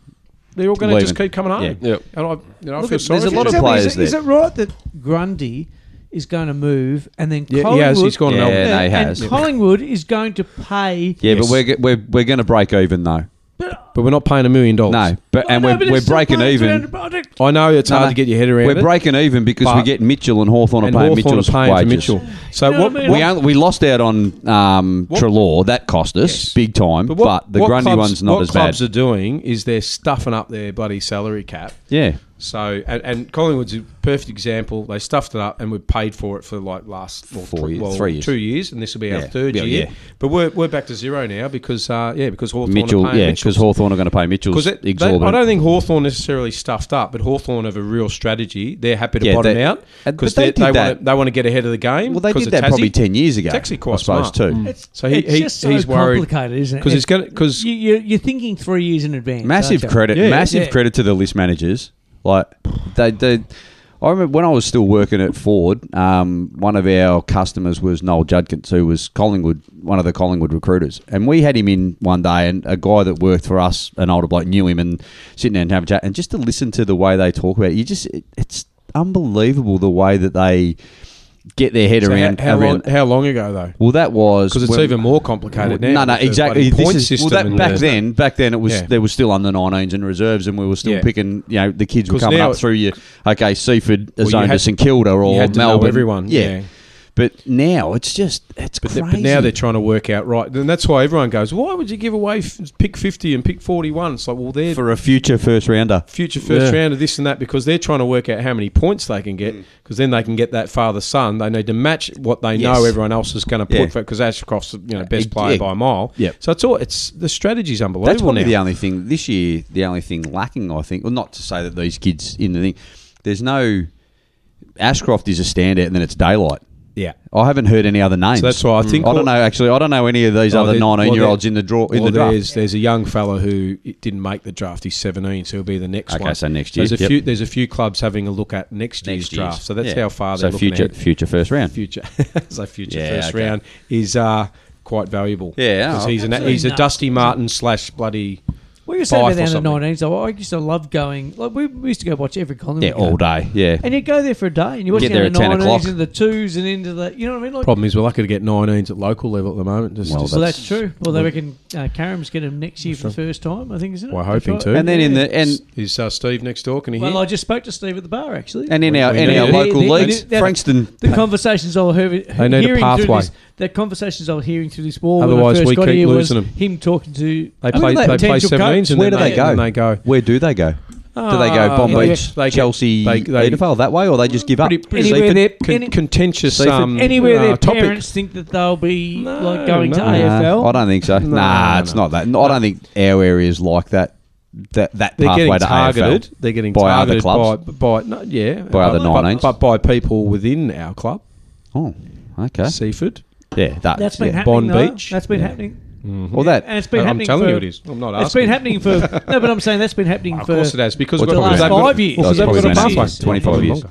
Speaker 7: They're all going to just
Speaker 6: leaving.
Speaker 7: keep coming home.
Speaker 6: Yeah.
Speaker 8: Yep.
Speaker 7: And I, you know, I
Speaker 6: Look
Speaker 7: feel
Speaker 6: at-
Speaker 7: sorry
Speaker 6: there's a
Speaker 7: for
Speaker 6: lot
Speaker 7: them.
Speaker 6: of
Speaker 5: Tell me,
Speaker 6: players
Speaker 5: is, it, is
Speaker 6: there.
Speaker 5: it right that Grundy is going to move and then
Speaker 7: Yeah, he
Speaker 5: Collingwood?
Speaker 7: has. He's gone to
Speaker 6: Yeah,
Speaker 7: Melbourne.
Speaker 6: no, he
Speaker 5: and
Speaker 6: has.
Speaker 5: Collingwood is going to pay.
Speaker 6: Yeah,
Speaker 7: Yes.
Speaker 6: but we're go- we're we're going to break even though.
Speaker 7: But we're not paying a million dollars.
Speaker 6: No, but and
Speaker 5: I know,
Speaker 6: we're
Speaker 5: but
Speaker 6: we're
Speaker 5: it's still
Speaker 6: breaking
Speaker 5: paying
Speaker 6: even.
Speaker 5: 300 but I don't-
Speaker 7: I know it's
Speaker 6: No,
Speaker 7: hard
Speaker 6: no.
Speaker 7: to get your head around.
Speaker 6: We're
Speaker 7: it,
Speaker 6: breaking even because we're
Speaker 7: but-
Speaker 6: getting Mitchell and Hawthorn are
Speaker 7: and
Speaker 6: paying
Speaker 7: Hawthorn are
Speaker 6: Mitchell's
Speaker 7: paying for
Speaker 6: wages.
Speaker 7: Mitchell. So
Speaker 5: know
Speaker 7: what?
Speaker 5: what I mean?
Speaker 6: We, only, we lost out on um, Trelaw. That cost us
Speaker 7: Yes.
Speaker 6: big time. But,
Speaker 7: what-
Speaker 6: the
Speaker 7: what
Speaker 6: Grundy
Speaker 7: clubs-
Speaker 6: one's not
Speaker 7: what
Speaker 6: as bad.
Speaker 7: clubs are doing is they're stuffing up their bloody salary cap.
Speaker 6: yeah,
Speaker 7: So and, and Collingwood's a perfect example. They stuffed it up and we paid for it for like last well,
Speaker 6: Four
Speaker 7: thr-
Speaker 6: years,
Speaker 7: well,
Speaker 6: three years.
Speaker 7: two years, and this will be our
Speaker 6: Yeah.
Speaker 7: third
Speaker 6: Yeah,
Speaker 7: year.
Speaker 6: yeah.
Speaker 7: But we're, we're back to zero now because uh, yeah because Hawthorn are
Speaker 6: Mitchell.
Speaker 7: paying
Speaker 6: Yeah,
Speaker 7: Mitchell's.
Speaker 6: because Hawthorn are going to pay Mitchell's
Speaker 7: Because I
Speaker 6: exorbitant.
Speaker 7: don't think Hawthorn necessarily stuffed up, but Hawthorn have a real strategy. They're happy to
Speaker 6: Yeah,
Speaker 7: bottom
Speaker 6: they-
Speaker 7: out
Speaker 6: and-
Speaker 7: because
Speaker 6: but they
Speaker 7: they,
Speaker 6: did
Speaker 7: they, want
Speaker 6: that-
Speaker 7: to, they want to get ahead of the game.
Speaker 6: well, they
Speaker 7: 'cause
Speaker 6: did
Speaker 7: of
Speaker 6: that probably
Speaker 7: Tassie.
Speaker 6: ten years ago.
Speaker 7: It's actually quite
Speaker 6: I suppose
Speaker 7: smart.
Speaker 6: too.
Speaker 5: It's,
Speaker 7: So he-
Speaker 5: it's
Speaker 7: he-
Speaker 5: just so
Speaker 7: he's worried.
Speaker 5: complicated, isn't it?
Speaker 7: 'Cause he's
Speaker 5: It's-
Speaker 7: gonna- 'cause-
Speaker 5: you, you, you're thinking three years in advance.
Speaker 6: Massive
Speaker 5: aren't you?
Speaker 6: credit,
Speaker 7: Yeah,
Speaker 6: massive
Speaker 5: yeah.
Speaker 6: credit to the list managers. Like they, they, I remember when I was still working at Ford, um, one of our customers was Noel Judkins, who was Collingwood, one of the Collingwood recruiters, and we had him in one day, and a guy that worked for us, an older bloke, knew him, and sitting there and having a chat, and just to listen to the way they talk about it, you just, it, it's unbelievable the way that they get their head
Speaker 7: So how-
Speaker 6: around.
Speaker 7: how, long,
Speaker 6: around
Speaker 7: how long ago though?
Speaker 6: well, that was
Speaker 7: Because it's
Speaker 6: when-
Speaker 7: even more complicated now.
Speaker 6: no, no,
Speaker 7: with the
Speaker 6: exactly.
Speaker 7: bloody
Speaker 6: This
Speaker 7: point
Speaker 6: is, well,
Speaker 7: system
Speaker 6: that
Speaker 7: and
Speaker 6: back
Speaker 7: the-
Speaker 6: then, back then it was
Speaker 7: Yeah.
Speaker 6: there was still under 19s and reserves, and we were still
Speaker 7: Yeah.
Speaker 6: picking. You know, the kids were
Speaker 7: 'Cause
Speaker 6: coming
Speaker 7: now
Speaker 6: up
Speaker 7: it-
Speaker 6: through you. Okay, Seaford is
Speaker 7: Well, you
Speaker 6: zoned to
Speaker 7: had-
Speaker 6: St Kilda or
Speaker 7: had to know
Speaker 6: Melbourne.
Speaker 7: everyone, yeah.
Speaker 6: but now it's just it's
Speaker 7: But,
Speaker 6: crazy.
Speaker 7: th- but now they're trying to work out right, and that's why everyone goes, "Why would you give away f- pick fifty and pick 41? It's like, well, they're
Speaker 6: for a future first rounder.
Speaker 7: future first
Speaker 8: Yeah.
Speaker 7: round of this and that because they're trying to work out how many points they can get
Speaker 6: Mm.
Speaker 7: because then they can get that father son. They need to match what they know
Speaker 6: Yes.
Speaker 7: everyone else is going to
Speaker 6: Yeah. Uh, e,
Speaker 7: put for because Ashcroft's you know best
Speaker 6: Yeah.
Speaker 7: player by a mile.
Speaker 6: Yep.
Speaker 7: So it's all it's the strategy's unbelievable
Speaker 6: That's probably
Speaker 7: now.
Speaker 6: the only thing this year. The only thing lacking, I think, well, not to say that these kids in the thing. There's no Ashcroft is a standout, and then it's daylight.
Speaker 7: yeah.
Speaker 6: I haven't heard any other names.
Speaker 7: that's why I think
Speaker 6: Hmm. Mm. I don't
Speaker 7: all-
Speaker 6: know. Actually, I don't know any of these
Speaker 7: Oh,
Speaker 6: other
Speaker 7: there- well,
Speaker 6: 19 year olds
Speaker 7: there-
Speaker 6: in the draw in the
Speaker 7: well,
Speaker 6: draft.
Speaker 7: There's, there's a young fella who it didn't make the draft. He's 17, so he'll be the next
Speaker 6: Okay,
Speaker 7: one.
Speaker 6: so next
Speaker 7: There's
Speaker 6: year,
Speaker 7: a
Speaker 6: yep.
Speaker 7: few. There's a few clubs having a look at next, year's, draft. So that's
Speaker 6: Yeah.
Speaker 7: how far
Speaker 6: so
Speaker 7: they're looking
Speaker 6: future
Speaker 7: at.
Speaker 6: future first round.
Speaker 7: future so future
Speaker 6: Yeah,
Speaker 7: first
Speaker 6: okay.
Speaker 7: round is uh, quite valuable.
Speaker 6: Yeah,
Speaker 7: because
Speaker 6: oh,
Speaker 7: he's an,
Speaker 5: absolutely.
Speaker 7: he's a Dusty Martin slash bloody.
Speaker 5: What you saying
Speaker 7: Fife
Speaker 5: about
Speaker 7: or
Speaker 5: the
Speaker 7: something.
Speaker 5: under 19s? though, I used to love going. Like we, we used to go watch every Collingwood.
Speaker 6: Yeah, all
Speaker 5: game.
Speaker 6: day. Yeah,
Speaker 5: And you go there for a day, and you watch
Speaker 6: Get
Speaker 5: the
Speaker 6: there
Speaker 5: under
Speaker 6: at 10 o'clock.
Speaker 5: 19s into the twos and into the. You know what I mean? Like,
Speaker 7: Problem is, we're lucky to get 19s at local level at the moment. Just,
Speaker 6: Well,
Speaker 7: just-
Speaker 5: Well, that's true. Well, they reckon uh, Karam's get him next year for the first time. I think isn't it?
Speaker 7: We're
Speaker 5: That's
Speaker 7: hoping
Speaker 5: right.
Speaker 7: to.
Speaker 6: and then in the and
Speaker 7: is uh, Steve next door? Can he
Speaker 5: Well,
Speaker 7: hear?
Speaker 5: I just spoke to Steve at the bar actually.
Speaker 6: and in
Speaker 7: We-
Speaker 6: our
Speaker 7: we
Speaker 6: in
Speaker 7: need
Speaker 6: our
Speaker 7: it.
Speaker 6: local
Speaker 5: They- they-
Speaker 6: leagues,
Speaker 5: they-
Speaker 6: Frankston.
Speaker 5: the conversations I was hearing,
Speaker 7: need a
Speaker 5: hearing through
Speaker 7: pathway.
Speaker 5: this, the conversations I was hearing through this wall. when I
Speaker 7: Otherwise,
Speaker 5: first
Speaker 7: we
Speaker 5: got
Speaker 7: keep
Speaker 5: here
Speaker 7: losing
Speaker 5: was
Speaker 7: 'em.
Speaker 5: Him talking to
Speaker 7: They play-
Speaker 5: Where
Speaker 7: they play
Speaker 5: potential
Speaker 7: 17s and
Speaker 5: coach.
Speaker 6: Where do
Speaker 7: then
Speaker 6: they,
Speaker 7: they-
Speaker 6: go?
Speaker 7: and they go-
Speaker 6: Where do they go? do they go?
Speaker 7: Ah,
Speaker 6: Bomb
Speaker 7: yeah.
Speaker 6: Beach,
Speaker 7: They get-
Speaker 6: Chelsea,
Speaker 7: they- they-
Speaker 6: Edinburgh that way, or they just give up?
Speaker 7: pretty, pretty
Speaker 5: Anywhere
Speaker 7: con-
Speaker 5: their-
Speaker 7: con-
Speaker 5: any-
Speaker 7: contentious
Speaker 6: Seaford-
Speaker 7: um,
Speaker 5: Anywhere
Speaker 7: uh,
Speaker 5: their
Speaker 7: topic.
Speaker 5: parents think that they'll be
Speaker 7: No,
Speaker 5: like going to
Speaker 7: no.
Speaker 6: Nah,
Speaker 5: AFL.
Speaker 6: I don't think so. nah,
Speaker 7: no,
Speaker 6: it's
Speaker 7: no.
Speaker 6: not that. I don't think our area is like that. That that
Speaker 7: They're
Speaker 6: pathway
Speaker 7: getting
Speaker 6: to
Speaker 7: targeted.
Speaker 6: AFL.
Speaker 7: They're getting
Speaker 6: by
Speaker 7: targeted
Speaker 6: other clubs.
Speaker 7: by by no, yeah Uh,
Speaker 6: By other
Speaker 7: but,
Speaker 6: 19s.
Speaker 7: but, but by people within our club,
Speaker 6: oh, okay.
Speaker 7: Seaford.
Speaker 6: Yeah, that,
Speaker 5: That's been
Speaker 6: yeah.
Speaker 5: happening.
Speaker 7: Bond
Speaker 5: though.
Speaker 7: Beach.
Speaker 5: That's been
Speaker 6: Yeah.
Speaker 5: happening.
Speaker 6: Well, that
Speaker 5: And it's been
Speaker 7: I'm
Speaker 5: happening.
Speaker 7: telling
Speaker 5: for,
Speaker 7: you it is. I'm not
Speaker 5: It's
Speaker 7: asking.
Speaker 5: been happening for no, but I'm saying that's been happening
Speaker 7: Of
Speaker 5: for.
Speaker 7: course it has because
Speaker 6: Well,
Speaker 7: we've got,
Speaker 6: it's
Speaker 7: they've
Speaker 6: probably
Speaker 7: got-
Speaker 5: five years.
Speaker 7: because
Speaker 6: That's
Speaker 7: they've got a
Speaker 6: probably
Speaker 7: pathway.
Speaker 6: been 25 years.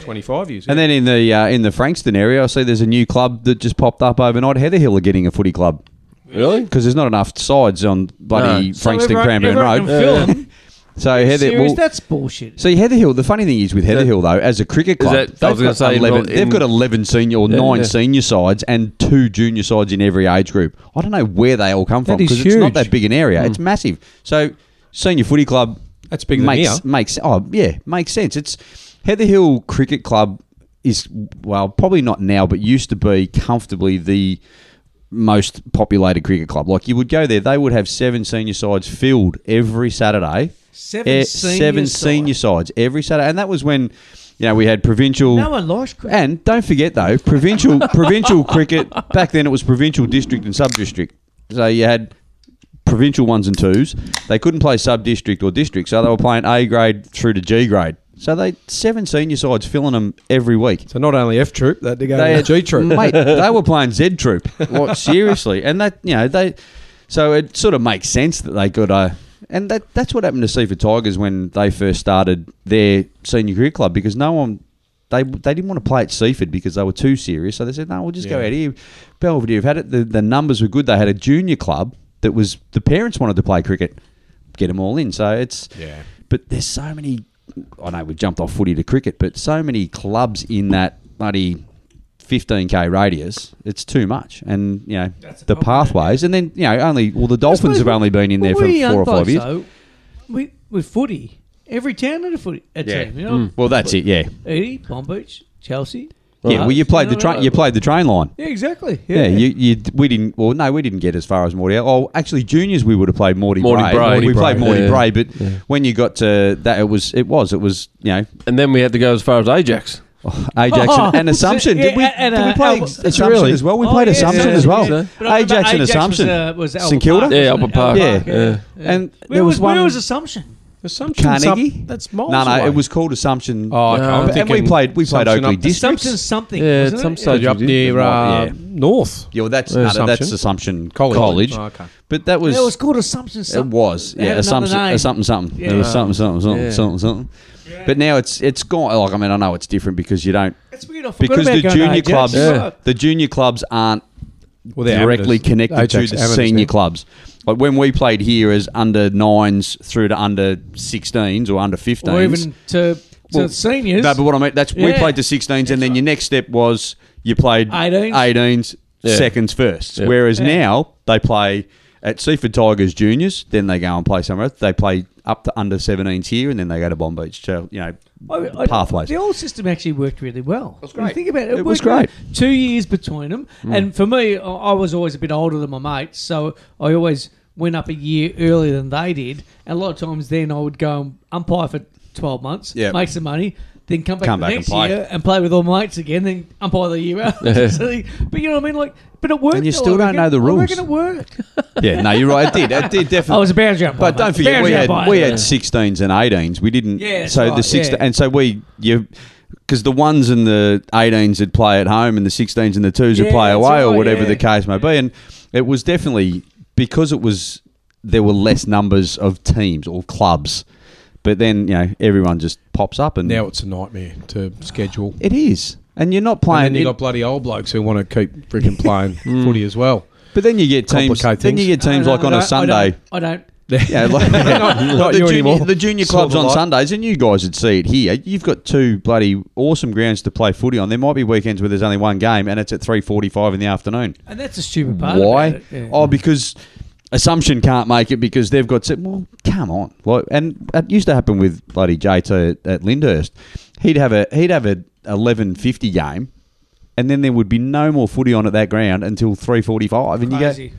Speaker 7: Twenty-five years.
Speaker 6: And then in the uh, in the Frankston area, I see there's a new club that just popped up overnight. Heather Hill are getting a footy club
Speaker 8: Really?
Speaker 6: because there's not enough sides on bloody
Speaker 8: No.
Speaker 5: So
Speaker 6: Frankston
Speaker 5: everyone-
Speaker 6: Cranbourne
Speaker 5: everyone can
Speaker 6: Road.
Speaker 5: fill 'em.
Speaker 6: So Heather,
Speaker 5: Serious?
Speaker 6: well,
Speaker 5: that's bullshit.
Speaker 6: see Heather Hill. The funny thing is with Heather
Speaker 8: That-
Speaker 6: Hill though, as a cricket
Speaker 8: Is
Speaker 6: club,
Speaker 8: that- I
Speaker 6: they've,
Speaker 8: was gonna
Speaker 6: got
Speaker 8: say,
Speaker 6: 11,
Speaker 8: in-
Speaker 6: they've got eleven senior or
Speaker 8: Yeah,
Speaker 6: nine
Speaker 8: yeah.
Speaker 6: senior sides and two junior sides in every age group. I don't know where they all come from
Speaker 7: That is
Speaker 6: because it's not
Speaker 8: Hmm.
Speaker 7: huge.
Speaker 6: that big an area. It's massive. So senior footy club
Speaker 7: That's bigger than
Speaker 6: makes
Speaker 7: here.
Speaker 6: makes oh yeah makes sense. It's Heather Hill Cricket Club is well probably not now, but used to be comfortably the most populated cricket club. Like you would go there, they would have seven senior sides filled every Saturday.
Speaker 5: Seven
Speaker 6: Eh,
Speaker 5: senior
Speaker 6: seven
Speaker 5: sides.
Speaker 6: senior sides every Saturday, and that was when you know we had provincial.
Speaker 5: No one likes cricket.
Speaker 6: And don't forget though, provincial provincial cricket back then it was provincial district and sub district. So you had provincial ones and twos. They couldn't play sub district or district, so they were playing A grade through to G grade. So they seven senior sides filling them every week.
Speaker 7: So not only F troop, that to go
Speaker 6: They
Speaker 7: to
Speaker 6: had,
Speaker 7: G troop.
Speaker 6: mate. They were playing Z troop. Like seriously, and that you know they. So it sort of makes sense that they got a, and that that's what happened to Seaford Tigers when they first started their senior career club because no one. They, they didn't want to play at Seaford because they were too serious. So they said, no, we'll just go out here. Belvedere have had it. The, the numbers were good. They had a junior club that was, the parents wanted to play cricket, get them all in. So it's,
Speaker 7: Yeah.
Speaker 6: but there's so many. I know we've jumped off footy to cricket, but so many clubs in that bloody 15k radius. It's too much, and you know the pathways, and then you know only well the Dolphins have only been in there for
Speaker 5: Well, we
Speaker 6: four or
Speaker 5: young
Speaker 6: five
Speaker 5: blokes,
Speaker 6: years.
Speaker 5: though, we, with footy, every town had a footy a
Speaker 6: Yeah.
Speaker 5: team. You know,
Speaker 6: Well, that's it. Yeah,
Speaker 5: Edie, Palm Beach, Chelsea.
Speaker 6: yeah. Well, you played the train. You played the train line.
Speaker 5: Yeah, exactly.
Speaker 6: Yeah, you, you we didn't. Well, no, we didn't get as far as Morty. Oh, actually, juniors we would have played Morty,
Speaker 8: Morty
Speaker 6: Bray. We
Speaker 8: Bray. Morty
Speaker 6: played
Speaker 8: Bray,
Speaker 6: Morty
Speaker 8: yeah.
Speaker 6: Bray, but when you got to that, it was it was it was you know
Speaker 8: And then we had to go as far as Ajax.
Speaker 6: Ajax
Speaker 5: Oh,
Speaker 6: and, and Assumption.
Speaker 5: yeah,
Speaker 6: Did we,
Speaker 5: and,
Speaker 6: did we
Speaker 5: uh,
Speaker 6: play
Speaker 5: Al-
Speaker 6: Assumption
Speaker 7: really?
Speaker 6: as well? We
Speaker 5: Oh,
Speaker 6: played
Speaker 5: yeah,
Speaker 6: Assumption
Speaker 5: yeah,
Speaker 6: as well.
Speaker 5: yeah. But I remember
Speaker 6: Ajax and
Speaker 5: Ajax
Speaker 6: Assumption.
Speaker 5: Was, uh, was Albert
Speaker 6: St Kilda?
Speaker 5: Park,
Speaker 8: Yeah,
Speaker 5: wasn't
Speaker 8: Albert
Speaker 5: it?
Speaker 8: Park.
Speaker 6: Yeah. And
Speaker 5: Where
Speaker 6: there
Speaker 5: was,
Speaker 6: was one.
Speaker 5: where was Assumption?
Speaker 7: Assumption
Speaker 6: Carnegie.
Speaker 7: Some, that's
Speaker 6: no,
Speaker 7: miles
Speaker 6: no.
Speaker 7: away.
Speaker 6: It was called Assumption.
Speaker 7: Oh, okay. I'm
Speaker 6: But- and we
Speaker 7: thinking
Speaker 6: played. We played
Speaker 7: Assumption
Speaker 6: Oakley
Speaker 7: up the-
Speaker 6: Districts.
Speaker 5: Assumption something.
Speaker 8: Yeah,
Speaker 5: wasn't
Speaker 8: some
Speaker 5: it?
Speaker 8: side
Speaker 7: up
Speaker 8: you
Speaker 7: near
Speaker 8: did.
Speaker 7: uh,
Speaker 6: Yeah.
Speaker 7: north.
Speaker 6: Yeah, well, that's
Speaker 8: Yeah,
Speaker 6: no, that's
Speaker 8: Assumption.
Speaker 6: Assumption
Speaker 7: College.
Speaker 6: College.
Speaker 7: Oh, okay.
Speaker 6: But that was
Speaker 5: Yeah, it was called Assumption
Speaker 6: it
Speaker 5: something.
Speaker 6: was
Speaker 5: They had
Speaker 6: yeah
Speaker 5: another
Speaker 6: Assumption
Speaker 5: name.
Speaker 6: uh, something something. It was
Speaker 5: Yeah.
Speaker 6: something something something
Speaker 8: Yeah.
Speaker 6: something something. But now it's it's gone. Like I mean, I know it's different because you don't
Speaker 5: It's weird. I forgot
Speaker 6: because
Speaker 5: about
Speaker 6: the
Speaker 5: going to
Speaker 6: junior
Speaker 5: Ajax.
Speaker 6: clubs
Speaker 5: You're
Speaker 8: Yeah.
Speaker 5: right.
Speaker 6: the junior clubs aren't
Speaker 7: Well, they're
Speaker 6: directly
Speaker 7: amateurs.
Speaker 6: connected
Speaker 7: Ajax
Speaker 6: to the
Speaker 7: amateurs
Speaker 6: senior
Speaker 7: now.
Speaker 6: clubs. Like when we played here as under nines through to under 16s or under 15s.
Speaker 5: Or even to, to
Speaker 6: Well,
Speaker 5: seniors.
Speaker 6: No, but what I mean, that's we
Speaker 5: Yeah.
Speaker 6: played to 16s, and then your next step was you played
Speaker 5: 18s.
Speaker 6: 18s,
Speaker 8: Yeah.
Speaker 6: seconds first.
Speaker 8: Yeah.
Speaker 6: Whereas
Speaker 5: Yeah.
Speaker 6: now they play at Seaford Tigers juniors, then they go and play somewhere else. They play up to under 17s here, and then they go to Bomb Beach. So you know,
Speaker 5: I- I-
Speaker 6: pathways.
Speaker 5: The old system actually worked really well. It was
Speaker 6: great.
Speaker 5: Think about it. It,
Speaker 6: It
Speaker 5: worked
Speaker 6: was great. Hmm.
Speaker 5: well. Two years between them, and for me, I I was always a bit older than my mates, so I always went up a year earlier than they did. And a lot of times, then I would go and umpire for twelve months,
Speaker 6: Yeah.
Speaker 5: make some money. Then come back,
Speaker 6: Come
Speaker 5: the
Speaker 6: back
Speaker 5: next
Speaker 6: and play.
Speaker 5: year and play with all my mates again. Then umpire the year out. So, but you know what I mean, like, but it worked.
Speaker 6: And you
Speaker 5: though,
Speaker 6: still
Speaker 5: I
Speaker 6: don't
Speaker 5: reckon.
Speaker 6: know the
Speaker 5: I
Speaker 6: rules.
Speaker 5: reckon it worked.
Speaker 6: yeah, no, you're right. It did. It did definitely.
Speaker 5: I was a boundary umpire.
Speaker 6: But don't
Speaker 5: mate.
Speaker 6: forget, we
Speaker 5: Boundary
Speaker 6: had
Speaker 5: umpire.
Speaker 6: we had 16s and 18s. We didn't.
Speaker 5: Yeah, that's
Speaker 6: so the
Speaker 5: right,
Speaker 6: 16
Speaker 5: yeah.
Speaker 6: and so we you because the ones and the 18s would play at home, and the 16s and the twos
Speaker 5: Yeah,
Speaker 6: would play
Speaker 5: that's
Speaker 6: away,
Speaker 5: right,
Speaker 6: or whatever
Speaker 5: yeah.
Speaker 6: the case may be. And it was definitely because it was there were less numbers of teams or clubs, but then you know everyone just pops up and
Speaker 7: Now it's a nightmare to schedule.
Speaker 6: it is, and you're not playing.
Speaker 7: And then you
Speaker 6: it- Mm.
Speaker 7: got bloody old blokes who want to keep freaking playing footy as well.
Speaker 6: but then you get teams.
Speaker 7: complicate
Speaker 6: Then you get
Speaker 7: things.
Speaker 6: teams
Speaker 5: I
Speaker 6: like on
Speaker 5: don't-
Speaker 6: a
Speaker 5: I don't-
Speaker 6: Sunday.
Speaker 5: I don't
Speaker 6: Yeah, like,
Speaker 7: not
Speaker 6: the,
Speaker 7: you
Speaker 6: junior,
Speaker 7: anymore.
Speaker 6: the junior
Speaker 7: Silver
Speaker 6: clubs on
Speaker 7: light.
Speaker 6: Sundays, and you guys would see it here. You've got two bloody awesome grounds to play footy on. There might be weekends where there's only one game, and it's at three forty-five in the afternoon.
Speaker 5: And that's a stupid part.
Speaker 6: Why?
Speaker 5: About it. yeah.
Speaker 6: Oh, because Assumption can't make it because they've got. se- Well, come on, like, and that used to happen with bloody JT at, at Lyndhurst. He'd have a he'd have a eleven fifty game, and then there would be no more footy on at that ground until three forty-five. And you
Speaker 5: Crazy.
Speaker 6: go,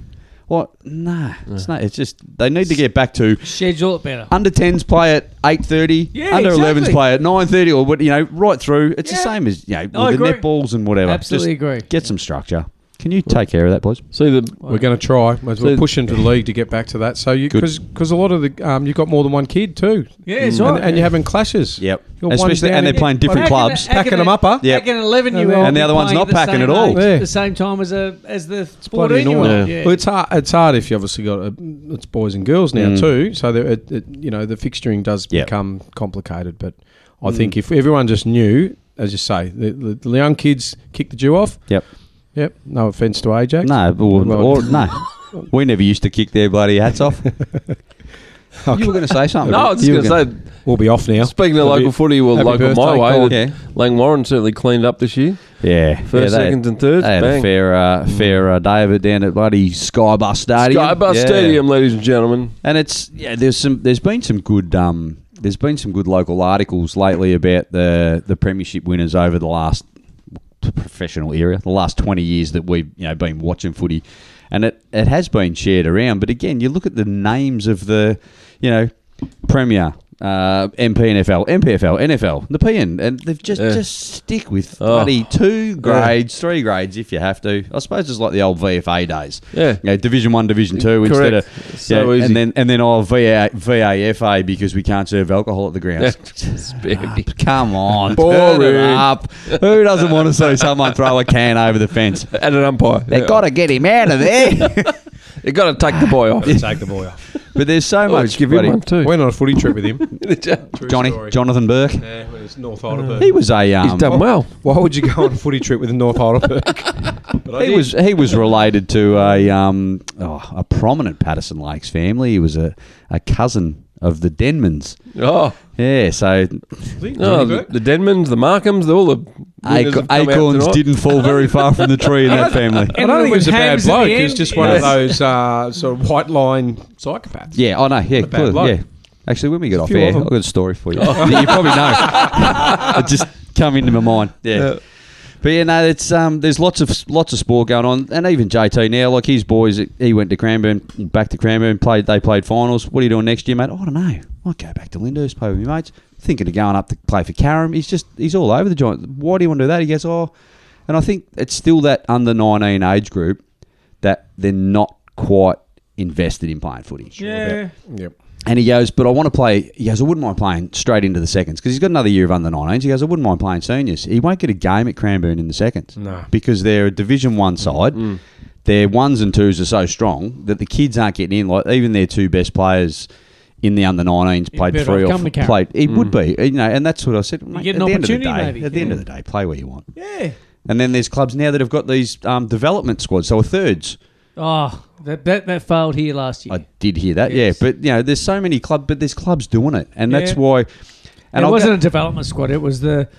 Speaker 6: what? Nah, it's not. It's just they need to get back to
Speaker 5: Schedule it better.
Speaker 6: under 10s play at 8.30
Speaker 5: Yeah,
Speaker 6: under
Speaker 5: exactly.
Speaker 6: 11s play at 9.30 or what you know right through it's
Speaker 5: Yeah.
Speaker 6: the same as you know
Speaker 5: I
Speaker 6: with the
Speaker 5: agree.
Speaker 6: net balls and whatever
Speaker 5: Absolutely
Speaker 6: Just
Speaker 5: agree.
Speaker 6: get some structure can you take care of that boys
Speaker 8: See the
Speaker 7: We're going to try. As we're
Speaker 8: So-
Speaker 7: pushing to the league to get back to that. So you
Speaker 6: Good.
Speaker 7: because a lot of the um, you've got more than one kid too.
Speaker 5: Yeah, that's
Speaker 7: and,
Speaker 5: right.
Speaker 7: and you're having clashes.
Speaker 6: Yep.
Speaker 7: You've got one
Speaker 6: Especially-
Speaker 7: down
Speaker 6: and they're
Speaker 7: in-
Speaker 6: playing different
Speaker 7: Fucking-
Speaker 6: clubs.
Speaker 7: Packing them up, huh?
Speaker 6: Yep.
Speaker 5: Packing an 11 year old.
Speaker 7: And
Speaker 6: the other one's not packing at all.
Speaker 7: Yeah.
Speaker 5: At the same time as a as the
Speaker 7: Bloody
Speaker 5: 14 year
Speaker 7: annoying.
Speaker 5: old.
Speaker 8: Yeah.
Speaker 5: Yeah.
Speaker 7: Well, it's hard. It's hard if you obviously got a, uh, it's boys and girls now too. So there- it, it, you know the fixturing does
Speaker 6: Yep.
Speaker 7: become complicated. But I think if everyone just knew, as you say, the, the, the young kids kick the Jew off.
Speaker 6: yep
Speaker 7: Yep. No offense to Ajax.
Speaker 6: no or,
Speaker 7: Well-
Speaker 6: or no we never used to kick their bloody hats off you were going to say something
Speaker 8: No, I was
Speaker 6: You
Speaker 8: just
Speaker 6: were
Speaker 8: going to say,
Speaker 7: We'll be off now.
Speaker 8: speaking of
Speaker 7: Oh, Happy-
Speaker 8: local footy, well,
Speaker 7: happy
Speaker 8: local my
Speaker 7: birthday,
Speaker 8: way,
Speaker 7: Colin.
Speaker 8: that
Speaker 6: Yeah.
Speaker 8: Lang Warren certainly cleaned up this year.
Speaker 6: yeah
Speaker 8: First,
Speaker 6: yeah, they-
Speaker 8: seconds, and thirds.
Speaker 6: they had a
Speaker 8: Bang.
Speaker 6: fair, uh, fair uh, day of it down at bloody Skybus Stadium.
Speaker 8: Skybus
Speaker 6: Yeah.
Speaker 8: Stadium, ladies and gentlemen.
Speaker 6: and it's yeah. There's some. There's been some good um, there's been some good local articles lately about the the premiership winners over the last professional era, the last twenty years that we've you know been watching footy, and it it has been shared around. But again, you look at the names of the you know premier. Uh, MPNFL, MPFL, NFL, the PN, and they've just just stick with
Speaker 8: Oh.
Speaker 6: bloody two grades, three grades if you have to. I suppose it's like the old VFA days.
Speaker 8: Yeah.
Speaker 6: you know, Division One, Division Two instead
Speaker 8: Correct.
Speaker 6: of
Speaker 8: So
Speaker 6: yeah,
Speaker 8: easy.
Speaker 6: and then and then oh VA, VAFA because we can't serve alcohol at the grounds. Ah,
Speaker 8: Spaghetti.
Speaker 6: Come on, turn it
Speaker 8: Boring.
Speaker 6: up. Who doesn't want to see someone throw a can over the fence?
Speaker 8: and an umpire.
Speaker 6: They
Speaker 8: Yeah.
Speaker 6: got to get him out of there.
Speaker 8: They got to take the boy off.
Speaker 7: Take the boy off.
Speaker 6: but there's so
Speaker 8: Oh,
Speaker 6: much.
Speaker 8: just give him
Speaker 6: bloody-
Speaker 8: one too.
Speaker 7: Went on a footy trip with him. True
Speaker 6: Johnny
Speaker 7: story.
Speaker 6: Jonathan Burke.
Speaker 7: Yeah, well, it's North Heidelberg.
Speaker 6: He was a um,
Speaker 8: He's done well.
Speaker 7: Why would you go on a footy trip with North Heidelberg? But I
Speaker 6: He
Speaker 7: did.
Speaker 6: was he was related to a um oh, a prominent Patterson Lakes family. He was a, a cousin of the Denmans.
Speaker 8: Oh,
Speaker 6: Yeah, so
Speaker 8: no, the, the Denmans, the Markhams, all the winners
Speaker 6: aco-
Speaker 8: have come out
Speaker 6: acorns
Speaker 8: tonight.
Speaker 6: didn't fall very far from the tree in that family.
Speaker 7: I don't think he was a bad
Speaker 5: Hams at the
Speaker 7: bloke. He was
Speaker 5: end,
Speaker 7: just one
Speaker 5: yes.
Speaker 7: of those uh, sort of white line psychopaths.
Speaker 6: Yeah, I know. Yeah,
Speaker 7: bad
Speaker 6: clearly,
Speaker 7: bloke.
Speaker 6: yeah. Actually, when we get off
Speaker 7: few
Speaker 6: air, I've
Speaker 7: of 'em.
Speaker 6: got a story for you. Yeah, you probably know. it just come into my mind. Yeah. But yeah, no, it's um, there's lots of lots of sport going on, and even JT now, like his boys, he went to Cranbourne, back to Cranbourne, played. They played finals. What are you doing next year, mate? "Oh, I don't know. I might go back to Lindhurst, play with my mates. Thinking of going up to play for Carrum. He's just he's all over the joint. Why do you want to do that? He goes, oh, and I think it's still that under 19 age group that they're not quite invested in playing footy.
Speaker 5: Yeah.
Speaker 7: Yep.
Speaker 6: And he goes, but I want to play. He goes, I wouldn't mind playing straight into the seconds because he's got another year of under 19s. He goes, I wouldn't mind playing seniors. He won't get a game at Cranbourne in the seconds
Speaker 7: No.
Speaker 6: because they're a Division
Speaker 5: Mm.
Speaker 6: One side. Their ones and twos are so strong that the kids aren't getting in. Like even their two best players in the under 19s played
Speaker 5: better
Speaker 6: three
Speaker 5: off
Speaker 6: or
Speaker 5: come to
Speaker 6: four,
Speaker 5: Carrum.
Speaker 6: played. It would be, you know, and that's what I said. mate,
Speaker 5: get
Speaker 6: at
Speaker 5: an
Speaker 6: the end of the day,
Speaker 5: opportunity, maybe.
Speaker 6: at the end
Speaker 5: Yeah.
Speaker 6: of the day, play where you want.
Speaker 5: Yeah.
Speaker 6: And then there's clubs now that have got these um, development squads, so a thirds.
Speaker 5: Oh, that, that, that failed here last year.
Speaker 6: I did hear that,
Speaker 5: Yes.
Speaker 6: yeah. But you know, there's so many club, but there's clubs doing it, and that's
Speaker 5: Yeah.
Speaker 6: why.
Speaker 5: it
Speaker 6: And I'll
Speaker 5: wasn't
Speaker 6: go-
Speaker 5: a development squad. It was the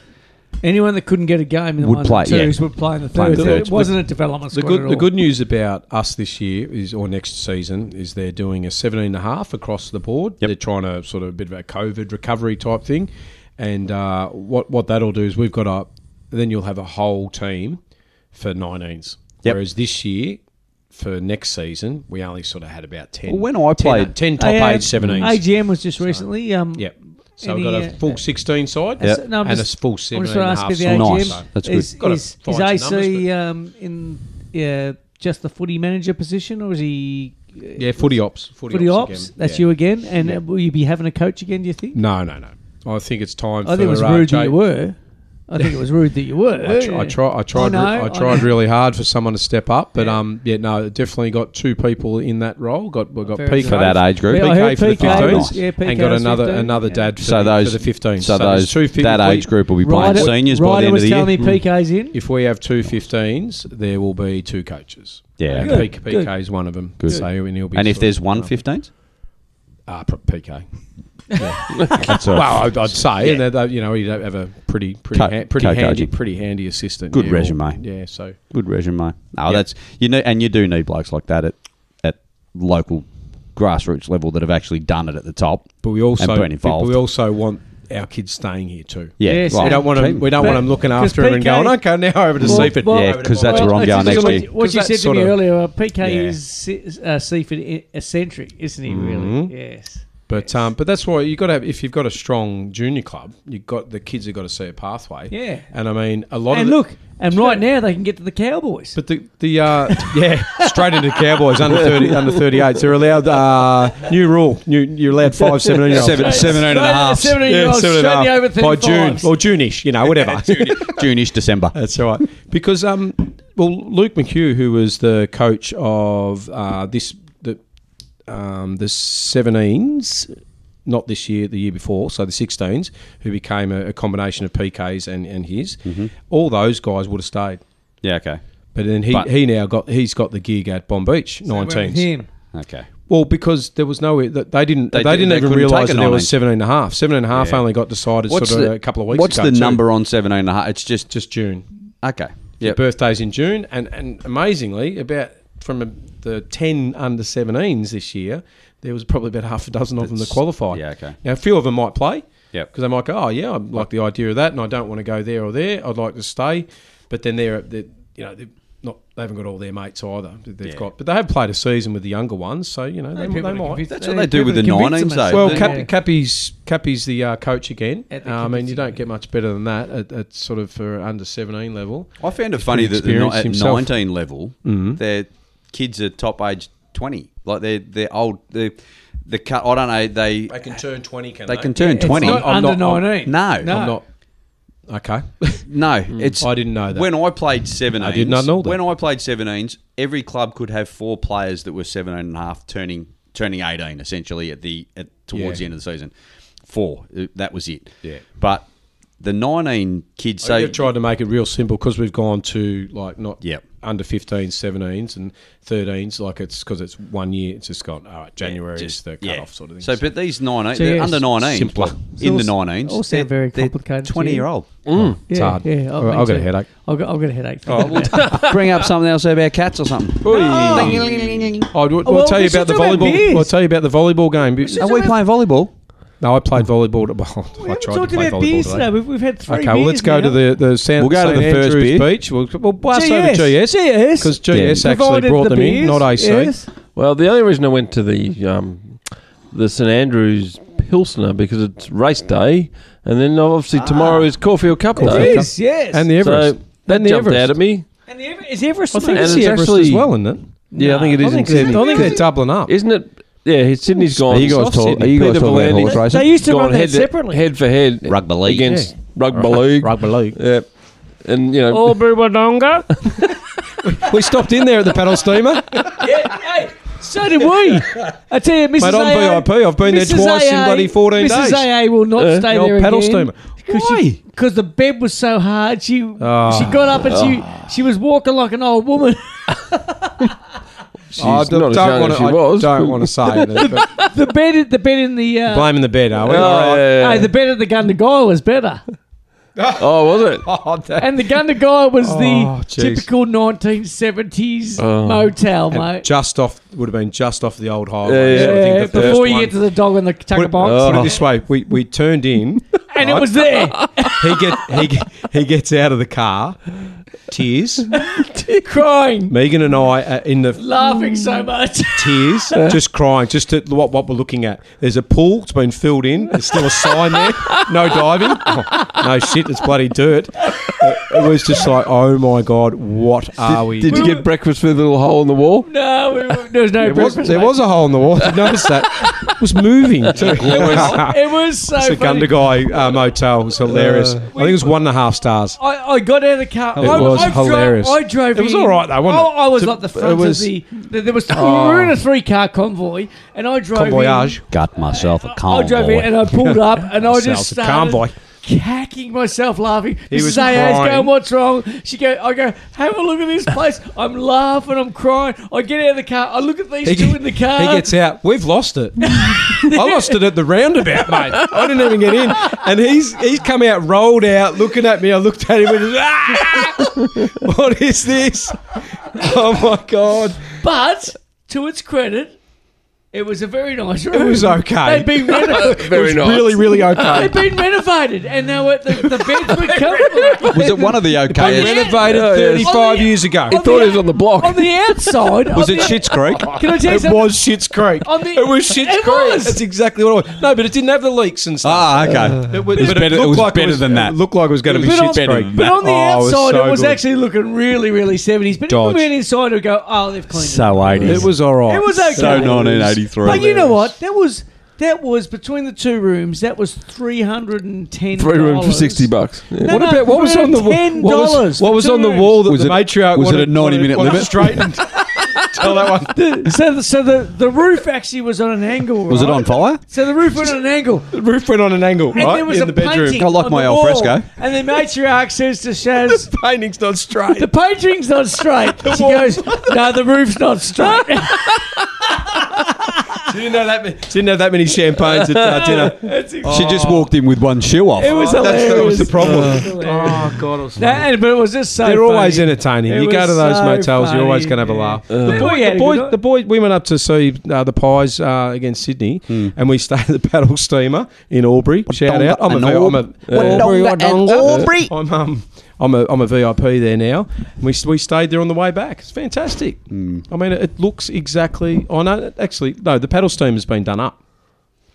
Speaker 5: anyone that couldn't get a game in the ones
Speaker 6: Would play,
Speaker 5: and twos
Speaker 6: yeah.
Speaker 5: would play in the
Speaker 6: Play in
Speaker 5: thirds.
Speaker 6: the thirds.
Speaker 5: It wasn't a development
Speaker 7: The
Speaker 5: squad at
Speaker 7: good,
Speaker 5: all.
Speaker 7: the good news about us this year is, or next season, is they're doing a seventeen and a half across the board. They're trying to sort of a bit of a COVID recovery type thing, and uh, what what that'll do is we've got a then you'll have a whole team for 19s.
Speaker 6: Yep.
Speaker 7: Whereas this year, for next season, we only sort of had about ten.
Speaker 6: Well, when I
Speaker 7: 10
Speaker 6: played-
Speaker 7: ten
Speaker 5: I
Speaker 7: top
Speaker 5: had-
Speaker 7: age seventeens.
Speaker 5: AGM was just recently. Um,
Speaker 7: Yep. So
Speaker 5: Any,
Speaker 7: we've got
Speaker 5: uh,
Speaker 7: a full sixteen side
Speaker 5: That's-
Speaker 6: Yep.
Speaker 5: no, I'm
Speaker 7: and
Speaker 5: just-
Speaker 7: a full
Speaker 5: I'm just
Speaker 7: seventeen
Speaker 5: going to
Speaker 7: and a
Speaker 5: ask
Speaker 7: half
Speaker 5: about the
Speaker 7: side.
Speaker 6: Nice.
Speaker 5: AGM.
Speaker 6: So that's good.
Speaker 5: is,
Speaker 7: Got to
Speaker 5: is,
Speaker 7: find
Speaker 5: is
Speaker 7: some
Speaker 5: AC
Speaker 7: numbers,
Speaker 5: um, in yeah, just the footy manager position, or is he uh,
Speaker 7: Yeah, footy ops. Footy,
Speaker 5: footy ops?
Speaker 7: again.
Speaker 5: That's
Speaker 7: Yeah.
Speaker 5: you again. And uh, will you be having a coach again? Do you
Speaker 6: Mm.
Speaker 5: think?
Speaker 7: No, no, no. I think it's time.
Speaker 5: I
Speaker 7: for,
Speaker 5: think it was
Speaker 7: uh,
Speaker 5: rude that
Speaker 7: Jay-
Speaker 5: you were. I think it was rude that you were.
Speaker 7: I, tr- I, try, I tried.
Speaker 5: know,
Speaker 7: re- I
Speaker 5: I
Speaker 7: tried
Speaker 5: know.
Speaker 7: really hard for someone to step up, but um, yeah, no, definitely got two people in that role. Got we got
Speaker 5: Very
Speaker 7: PK
Speaker 5: good. For
Speaker 6: that age group.
Speaker 5: Yeah, I
Speaker 7: PK
Speaker 5: heard
Speaker 7: for the
Speaker 5: PK
Speaker 6: was-
Speaker 7: 15s,
Speaker 5: yeah,
Speaker 7: and
Speaker 5: PK
Speaker 7: got
Speaker 5: was
Speaker 7: another
Speaker 5: 15,
Speaker 7: another
Speaker 5: yeah.
Speaker 7: dad. For
Speaker 6: so
Speaker 7: the,
Speaker 6: those
Speaker 7: for the 15s.
Speaker 6: So,
Speaker 7: there's
Speaker 6: those
Speaker 7: two fif-
Speaker 6: that
Speaker 7: if we-
Speaker 6: age group will be playing
Speaker 5: Ryder,
Speaker 6: seniors by the
Speaker 5: Ryder
Speaker 6: end of
Speaker 5: was
Speaker 6: the year.
Speaker 5: telling
Speaker 7: Mm.
Speaker 5: me PK's in.
Speaker 7: If we have two 15s, there will be two coaches.
Speaker 6: Yeah,
Speaker 7: and
Speaker 6: okay.
Speaker 7: PK, PK is one of them. Good. So and he'll be.
Speaker 6: and if
Speaker 7: sort
Speaker 6: there's
Speaker 7: of-
Speaker 6: one 15th,
Speaker 7: ah, pr- PK.
Speaker 6: that's all right.
Speaker 7: Well, I'd, I'd say, and that, you know, he'd have a pretty, pretty,
Speaker 6: Co-
Speaker 7: ha- pretty
Speaker 6: co-coaching.
Speaker 7: handy, pretty handy assistant.
Speaker 6: Good
Speaker 7: yeah, or-
Speaker 6: resume.
Speaker 7: Yeah, so
Speaker 6: Good resume. No, that's you know, and you do need blokes like that at at local grassroots level that have actually done it at the top.
Speaker 7: But we also
Speaker 6: and been
Speaker 7: but
Speaker 6: involved.
Speaker 7: we also want our kids staying here too.
Speaker 6: yeah,
Speaker 5: Yes,
Speaker 6: well,
Speaker 7: We don't want
Speaker 6: team.
Speaker 7: them. We don't
Speaker 5: But-
Speaker 7: want them looking
Speaker 5: 'cause
Speaker 7: after him and
Speaker 5: PK
Speaker 7: going, okay, now over to
Speaker 5: Well,
Speaker 7: Seaford.
Speaker 5: well,
Speaker 6: Yeah,
Speaker 7: Over to
Speaker 6: 'cause that's
Speaker 7: Bob.
Speaker 6: where I'm going
Speaker 5: it's-
Speaker 6: next
Speaker 5: what-
Speaker 6: year.
Speaker 5: What
Speaker 7: 'Cause
Speaker 5: you
Speaker 7: that's
Speaker 5: said to
Speaker 7: sort
Speaker 5: me
Speaker 7: of-
Speaker 5: earlier, uh, PK
Speaker 7: Yeah.
Speaker 5: is si- uh, Seaford e- eccentric, isn't he?
Speaker 7: Mm-hmm.
Speaker 5: Really? Yes.
Speaker 7: But um, but that's why you got to have. If you've got a strong junior club, you have got the kids have got to see a pathway.
Speaker 5: Yeah.
Speaker 7: and I mean a lot of
Speaker 5: And
Speaker 7: the-
Speaker 5: look, and right now they can get to the Cowboys.
Speaker 7: But the the uh, yeah, straight into Cowboys under thirty under thirty eight. They're allowed uh, new rule. New, you're allowed five seventeen year olds.
Speaker 6: Seven- seven and a half.
Speaker 7: Yeah,
Speaker 5: 17-year-olds
Speaker 7: seven and a
Speaker 5: straight
Speaker 7: half.
Speaker 5: over
Speaker 7: by June
Speaker 5: 35s.
Speaker 7: or June-ish, you know, whatever.
Speaker 6: June-ish, December.
Speaker 7: That's all right. Because um, well, Luke McHugh, who was the coach of uh, this the um, the Seventeens, not this year, the year before, so the Sixteens, who became a, a combination of PKs and and his,
Speaker 6: Mm-hmm.
Speaker 7: all those guys would have stayed.
Speaker 6: Yeah, okay,
Speaker 7: But then he,
Speaker 6: But-
Speaker 7: he now got he's got the gig at Bomb Beach,
Speaker 5: With
Speaker 7: 19s.
Speaker 5: him.
Speaker 6: okay.
Speaker 7: Well, because there was no that they didn't
Speaker 6: They did-
Speaker 7: they, didn't
Speaker 6: they
Speaker 7: even
Speaker 6: couldn't
Speaker 7: realise
Speaker 6: take a
Speaker 7: that there was
Speaker 6: 19.
Speaker 7: seven and a half. Seven and a half
Speaker 6: Yeah.
Speaker 7: only got decided sort of a couple of weeks
Speaker 6: what's
Speaker 7: ago.
Speaker 6: the
Speaker 7: too.
Speaker 6: number on seven and a half? It's just
Speaker 7: Just June.
Speaker 6: okay.
Speaker 7: Your
Speaker 6: Yep.
Speaker 7: birthday's in June, and, and amazingly, about from the ten under 17s this year, there was probably about half a dozen of them that
Speaker 6: That's-
Speaker 7: qualified.
Speaker 6: yeah, okay.
Speaker 7: Now, a few of them might play.
Speaker 6: Yep.
Speaker 7: Because they might go, oh yeah, I like the idea of that, and I don't want to go there or there. I'd like to stay, but then they're, they're you know, they're not they haven't got all their mates either. that They've
Speaker 6: Yeah.
Speaker 7: got, but they have played a season with the younger ones, so you know they, they,
Speaker 5: People to
Speaker 7: might.
Speaker 5: convince-
Speaker 6: That's what they do
Speaker 5: people
Speaker 6: with
Speaker 5: to
Speaker 6: the
Speaker 5: convince
Speaker 6: nine
Speaker 5: them
Speaker 6: teams,
Speaker 5: as
Speaker 6: though,
Speaker 7: Well,
Speaker 6: Yeah.
Speaker 7: Cap, Cappy's Cappy's the uh, coach again.
Speaker 5: At the
Speaker 7: Uh, I mean,
Speaker 5: community.
Speaker 7: you don't get much better than that at, at sort of for under seventeen level.
Speaker 6: I found it funny that they're
Speaker 7: experienced
Speaker 6: not at
Speaker 7: himself.
Speaker 6: 19 level,
Speaker 7: Mm-hmm.
Speaker 6: their kids are top age 20. Like they're they're old. They're, the cut. I don't know. They
Speaker 7: They can turn twenty, can
Speaker 6: they can turn
Speaker 5: It's
Speaker 6: 20.
Speaker 5: not
Speaker 7: I'm
Speaker 5: under
Speaker 7: not-
Speaker 5: 19.
Speaker 7: I'm-
Speaker 6: no,
Speaker 5: no.
Speaker 7: I'm not. Okay.
Speaker 6: No, it's.
Speaker 7: Mm. I didn't know that.
Speaker 6: When I played 17s,
Speaker 7: I did not know that.
Speaker 6: When I played 17s, every club could have four players that were 17 and a half turning turning 18 essentially at the at, towards
Speaker 7: Yeah.
Speaker 6: the end of the season. Four. Uh, That was it.
Speaker 7: Yeah.
Speaker 6: But the 19 kids
Speaker 7: So
Speaker 6: say
Speaker 7: you've tried to make it real simple because we've gone to like not
Speaker 6: Yep.
Speaker 7: under 15s, 17s, and 13s. Like it's because it's one year. It's just gone. All right, January is
Speaker 6: just-
Speaker 7: the cut
Speaker 6: yeah.
Speaker 7: off sort of thing.
Speaker 6: So, but these 19,
Speaker 5: So,
Speaker 6: they're
Speaker 5: yeah,
Speaker 6: under
Speaker 5: it's
Speaker 6: 19,
Speaker 7: simpler.
Speaker 6: in the
Speaker 5: It's all-
Speaker 6: 19s.
Speaker 5: all sound
Speaker 6: They're-
Speaker 5: very
Speaker 6: they're
Speaker 5: complicated to
Speaker 6: 20
Speaker 5: you.
Speaker 6: year old.
Speaker 7: it's
Speaker 5: yeah,
Speaker 7: hard.
Speaker 5: Yeah,
Speaker 7: All right,
Speaker 5: me
Speaker 7: I've got a
Speaker 5: too.
Speaker 7: headache.
Speaker 5: I've got, I've got a headache.
Speaker 6: Bring up something else about cats or something.
Speaker 7: Oi. I'll, we'll
Speaker 5: well,
Speaker 7: tell you
Speaker 5: we should
Speaker 7: about the
Speaker 5: talk about
Speaker 7: volleyball.
Speaker 5: beers.
Speaker 7: I'll tell you about the volleyball game.
Speaker 6: Are we playing volleyball?
Speaker 7: No, I played volleyball. Well,
Speaker 5: we
Speaker 7: I
Speaker 5: haven't
Speaker 7: tried to
Speaker 5: talked
Speaker 7: play
Speaker 5: about
Speaker 7: volleyball
Speaker 5: beers
Speaker 7: today.
Speaker 5: today. We've, we've had three
Speaker 7: Okay, well, let's
Speaker 5: beers
Speaker 7: go
Speaker 5: now.
Speaker 7: to the the San,
Speaker 6: We'll go to
Speaker 7: St.
Speaker 6: the first
Speaker 7: Andrews
Speaker 6: beer.
Speaker 7: Beach. We'll, we'll blast over
Speaker 5: GS.
Speaker 7: GS.
Speaker 5: GS.
Speaker 7: Because GS
Speaker 8: Yeah.
Speaker 7: actually
Speaker 5: Provided
Speaker 7: brought
Speaker 5: the
Speaker 7: them in,
Speaker 5: beers,
Speaker 7: not AC.
Speaker 5: yes.
Speaker 8: Well, the only reason I went to the um, the St Andrews Pilsner because it's race day, and then obviously tomorrow is Caulfield Cup
Speaker 5: It
Speaker 8: day.
Speaker 5: is, yes.
Speaker 7: And the Ah. Everest.
Speaker 8: So that
Speaker 7: And the
Speaker 8: jumped
Speaker 7: Everest.
Speaker 8: out at me.
Speaker 5: And the Ever- is Everest
Speaker 8: I
Speaker 5: the
Speaker 8: think
Speaker 5: biggest?
Speaker 7: and
Speaker 8: it's the
Speaker 7: it's Everest
Speaker 8: actually-
Speaker 7: as well, isn't it?
Speaker 8: Yeah, I think it
Speaker 7: I
Speaker 8: is in
Speaker 7: think, they're,
Speaker 8: Sydney.
Speaker 7: I think they're doubling up.
Speaker 8: Isn't it? Yeah, his- Sydney's gone.
Speaker 6: Are you guys
Speaker 8: South
Speaker 6: talk- are
Speaker 8: Sydney.
Speaker 6: you guys
Speaker 8: Peter
Speaker 6: talking about
Speaker 8: Volandi's
Speaker 6: horse racing?
Speaker 5: They used to
Speaker 8: gone
Speaker 5: run that
Speaker 8: head
Speaker 5: separately.
Speaker 8: head for head
Speaker 6: Rugby league.
Speaker 8: against
Speaker 7: Yeah.
Speaker 8: rugby league.
Speaker 7: Rugby league.
Speaker 8: Yeah, and you know,
Speaker 5: Budonga.
Speaker 7: we stopped in there at the paddle steamer. Mate,
Speaker 5: yeah, hey, so did we. I tell you, Mrs.
Speaker 7: I'm
Speaker 5: AA,
Speaker 7: VIP. I've been there
Speaker 5: Mrs.
Speaker 7: twice in
Speaker 5: AA,
Speaker 7: bloody 14
Speaker 5: Mrs.
Speaker 7: days.
Speaker 5: AA will not
Speaker 8: Uh,
Speaker 5: stay
Speaker 7: the old
Speaker 5: there
Speaker 7: paddle
Speaker 5: again.
Speaker 7: steamer.
Speaker 5: Why? Because the bed was so hard. She
Speaker 7: Ah.
Speaker 5: she got up and she she was walking like an old woman.
Speaker 8: she's
Speaker 7: I
Speaker 8: not as
Speaker 7: don't,
Speaker 8: young
Speaker 7: want
Speaker 8: as
Speaker 7: to.
Speaker 8: she was.
Speaker 7: don't want to say it. but
Speaker 5: the bed the bed in the uh,
Speaker 7: Blaming the bed, are we?
Speaker 8: Oh,
Speaker 7: All right.
Speaker 8: yeah.
Speaker 5: hey, the bed at the Gundagai was better,
Speaker 8: oh, was it?
Speaker 7: Oh, that-
Speaker 5: and the Gundagai was
Speaker 7: Oh,
Speaker 5: the
Speaker 7: jeez. Uh,
Speaker 5: typical 1970s motel, mate.
Speaker 7: just off would have been just off the old highway.
Speaker 8: Yeah, yeah.
Speaker 7: So I think
Speaker 5: Yeah,
Speaker 7: the first
Speaker 5: before you
Speaker 7: one-
Speaker 5: get to the dog in the
Speaker 7: put
Speaker 5: tucker
Speaker 7: it, Oh.
Speaker 5: box, Oh.
Speaker 7: put it this way: we, we turned in.
Speaker 5: and it was there.
Speaker 7: He get he get- he gets out of the car, tears.
Speaker 5: crying,
Speaker 7: Megan and I are in the
Speaker 5: laughing so much.
Speaker 7: tears, just crying, just at what, what we're looking at. There's a pool, it's been filled in, there's still a sign there, no diving. Oh, no shit, it's bloody dirt. It, it was just like, oh my God, what are we?
Speaker 8: Did you get breakfast with a little hole in the wall?
Speaker 5: No, we were, there was no
Speaker 7: there was,
Speaker 5: breakfast,
Speaker 7: there
Speaker 5: mate.
Speaker 7: was a hole in the wall, I noticed that. It was moving too.
Speaker 5: It was so
Speaker 7: It's a
Speaker 5: funny.
Speaker 7: Gundagai uh, motel. It was hilarious. I think it was one and a half stars.
Speaker 5: I, I got out of the car.
Speaker 7: It
Speaker 5: I,
Speaker 7: was
Speaker 5: I
Speaker 7: hilarious.
Speaker 5: Drove, I drove.
Speaker 7: It was
Speaker 5: in.
Speaker 7: all right though, wasn't
Speaker 5: I,
Speaker 7: it?
Speaker 5: I was
Speaker 7: To-
Speaker 5: like the front
Speaker 7: it was- Oh.
Speaker 5: of the. the- There was. We were in a three-car convoy, and I drove.
Speaker 7: Convoyage.
Speaker 5: In,
Speaker 6: Got myself a
Speaker 5: I drove in, and I pulled up, and I just
Speaker 7: Sounds a
Speaker 5: started
Speaker 7: convoy.
Speaker 5: cacking myself laughing. He Mrs.
Speaker 7: was
Speaker 5: AA's
Speaker 7: crying.
Speaker 5: going, "What's wrong?" She go, "I go, have a look at this place." I'm laughing, I'm crying. I get out of the car. I look at these two in the car.
Speaker 7: He gets out. We've lost it. I lost it at the roundabout, mate. I didn't even get in. And he's he's come out, rolled out, looking at me. I looked at him and just, "Ah! what is this? Oh my god!
Speaker 5: But to its credit, it was a very nice room.
Speaker 7: It was okay.
Speaker 5: They'd been renovated.
Speaker 7: It was really, really okay.
Speaker 5: They'd been renovated, and they were the, the beds were covered.
Speaker 6: Was it one of the
Speaker 7: Been
Speaker 6: okay?
Speaker 7: renovated
Speaker 8: Yeah, yeah.
Speaker 7: 35 years ago.
Speaker 8: He thought he was on the block.
Speaker 5: on the outside.
Speaker 7: Was
Speaker 5: on
Speaker 7: it
Speaker 5: the-
Speaker 7: Shit's Creek?
Speaker 5: Can I tell you
Speaker 7: It
Speaker 5: something?
Speaker 7: was Shit's Creek.
Speaker 5: On the-
Speaker 7: it was Shit's
Speaker 5: It
Speaker 7: Creek.
Speaker 5: was.
Speaker 7: That's exactly what it was. No, but it didn't have the leaks and stuff.
Speaker 6: Ah, okay.
Speaker 7: It was,
Speaker 6: It was
Speaker 7: but
Speaker 6: better- it
Speaker 7: looked
Speaker 6: was
Speaker 7: like
Speaker 6: better than that.
Speaker 7: It looked like it was going to be
Speaker 5: But on-
Speaker 7: Shit's Creek.
Speaker 5: But on the
Speaker 7: Oh, it was
Speaker 5: outside, it was,
Speaker 7: so good.
Speaker 5: actually looking really, really 70s. But
Speaker 7: Dodge.
Speaker 5: when we went inside, we go, oh, they've cleaned it.
Speaker 6: So 80s.
Speaker 7: It was all right.
Speaker 5: It was okay.
Speaker 6: so 1983.
Speaker 5: But you know what? That was that was between the two rooms. That was three hundred and ten.
Speaker 8: Three room for sixty bucks. Yeah.
Speaker 5: No,
Speaker 7: What about what was on the wall?
Speaker 5: $10
Speaker 7: What was, what
Speaker 5: for
Speaker 7: was
Speaker 5: two
Speaker 7: on the
Speaker 5: rooms.
Speaker 7: wall that
Speaker 6: Was
Speaker 7: the
Speaker 6: it-
Speaker 7: matriarch
Speaker 6: was it a
Speaker 7: wanted-
Speaker 6: 90 minute
Speaker 7: wanted
Speaker 6: limit?
Speaker 7: Straightened. Tell that one.
Speaker 5: The, so the, so the, the roof actually was on an angle.
Speaker 6: Was it
Speaker 5: right?
Speaker 6: on fire?
Speaker 5: So the roof went on an angle.
Speaker 7: The roof went on an angle,
Speaker 5: And
Speaker 7: right?
Speaker 5: there was
Speaker 7: in
Speaker 5: a
Speaker 7: the bedroom.
Speaker 5: painting.
Speaker 6: I like
Speaker 5: on
Speaker 6: my
Speaker 5: the
Speaker 6: al
Speaker 5: wall,
Speaker 6: fresco.
Speaker 5: And the matriarch says to Shaz,
Speaker 7: Painting's not straight.
Speaker 5: the painting's not straight. She goes, no, the roof's not straight.
Speaker 7: she didn't have that. Many, she didn't have that many champagnes at uh, dinner.
Speaker 6: She just walked in with one shoe off.
Speaker 5: It was
Speaker 7: That's, that
Speaker 5: hilarious.
Speaker 7: was the problem.
Speaker 5: oh god, it was that, but it was just so.
Speaker 7: They're always
Speaker 5: funny.
Speaker 7: entertaining.
Speaker 5: It
Speaker 7: you go
Speaker 5: was
Speaker 7: to those
Speaker 5: so
Speaker 7: motels, you're always
Speaker 5: funny,
Speaker 7: going to have a
Speaker 5: yeah.
Speaker 7: laugh.
Speaker 5: The boy had
Speaker 7: the
Speaker 5: a
Speaker 7: boys,
Speaker 5: good-
Speaker 7: the boys, we went up to see uh, the Pies uh, against Sydney,
Speaker 5: Hmm.
Speaker 7: and we stayed at the paddle steamer in Albury. Shout
Speaker 6: donga
Speaker 7: out! I'm a,
Speaker 6: and
Speaker 7: V-
Speaker 6: Alb-
Speaker 7: I'm a
Speaker 6: What donga
Speaker 7: what
Speaker 6: and
Speaker 7: donga?
Speaker 6: Albury?
Speaker 7: I'm um, I'm a I'm a VIP there now. And we s- we stayed there on the way back. It's fantastic.
Speaker 5: Hmm.
Speaker 7: I mean, it, it looks exactly. I know. Actually, no, the paddle steamer's been done up.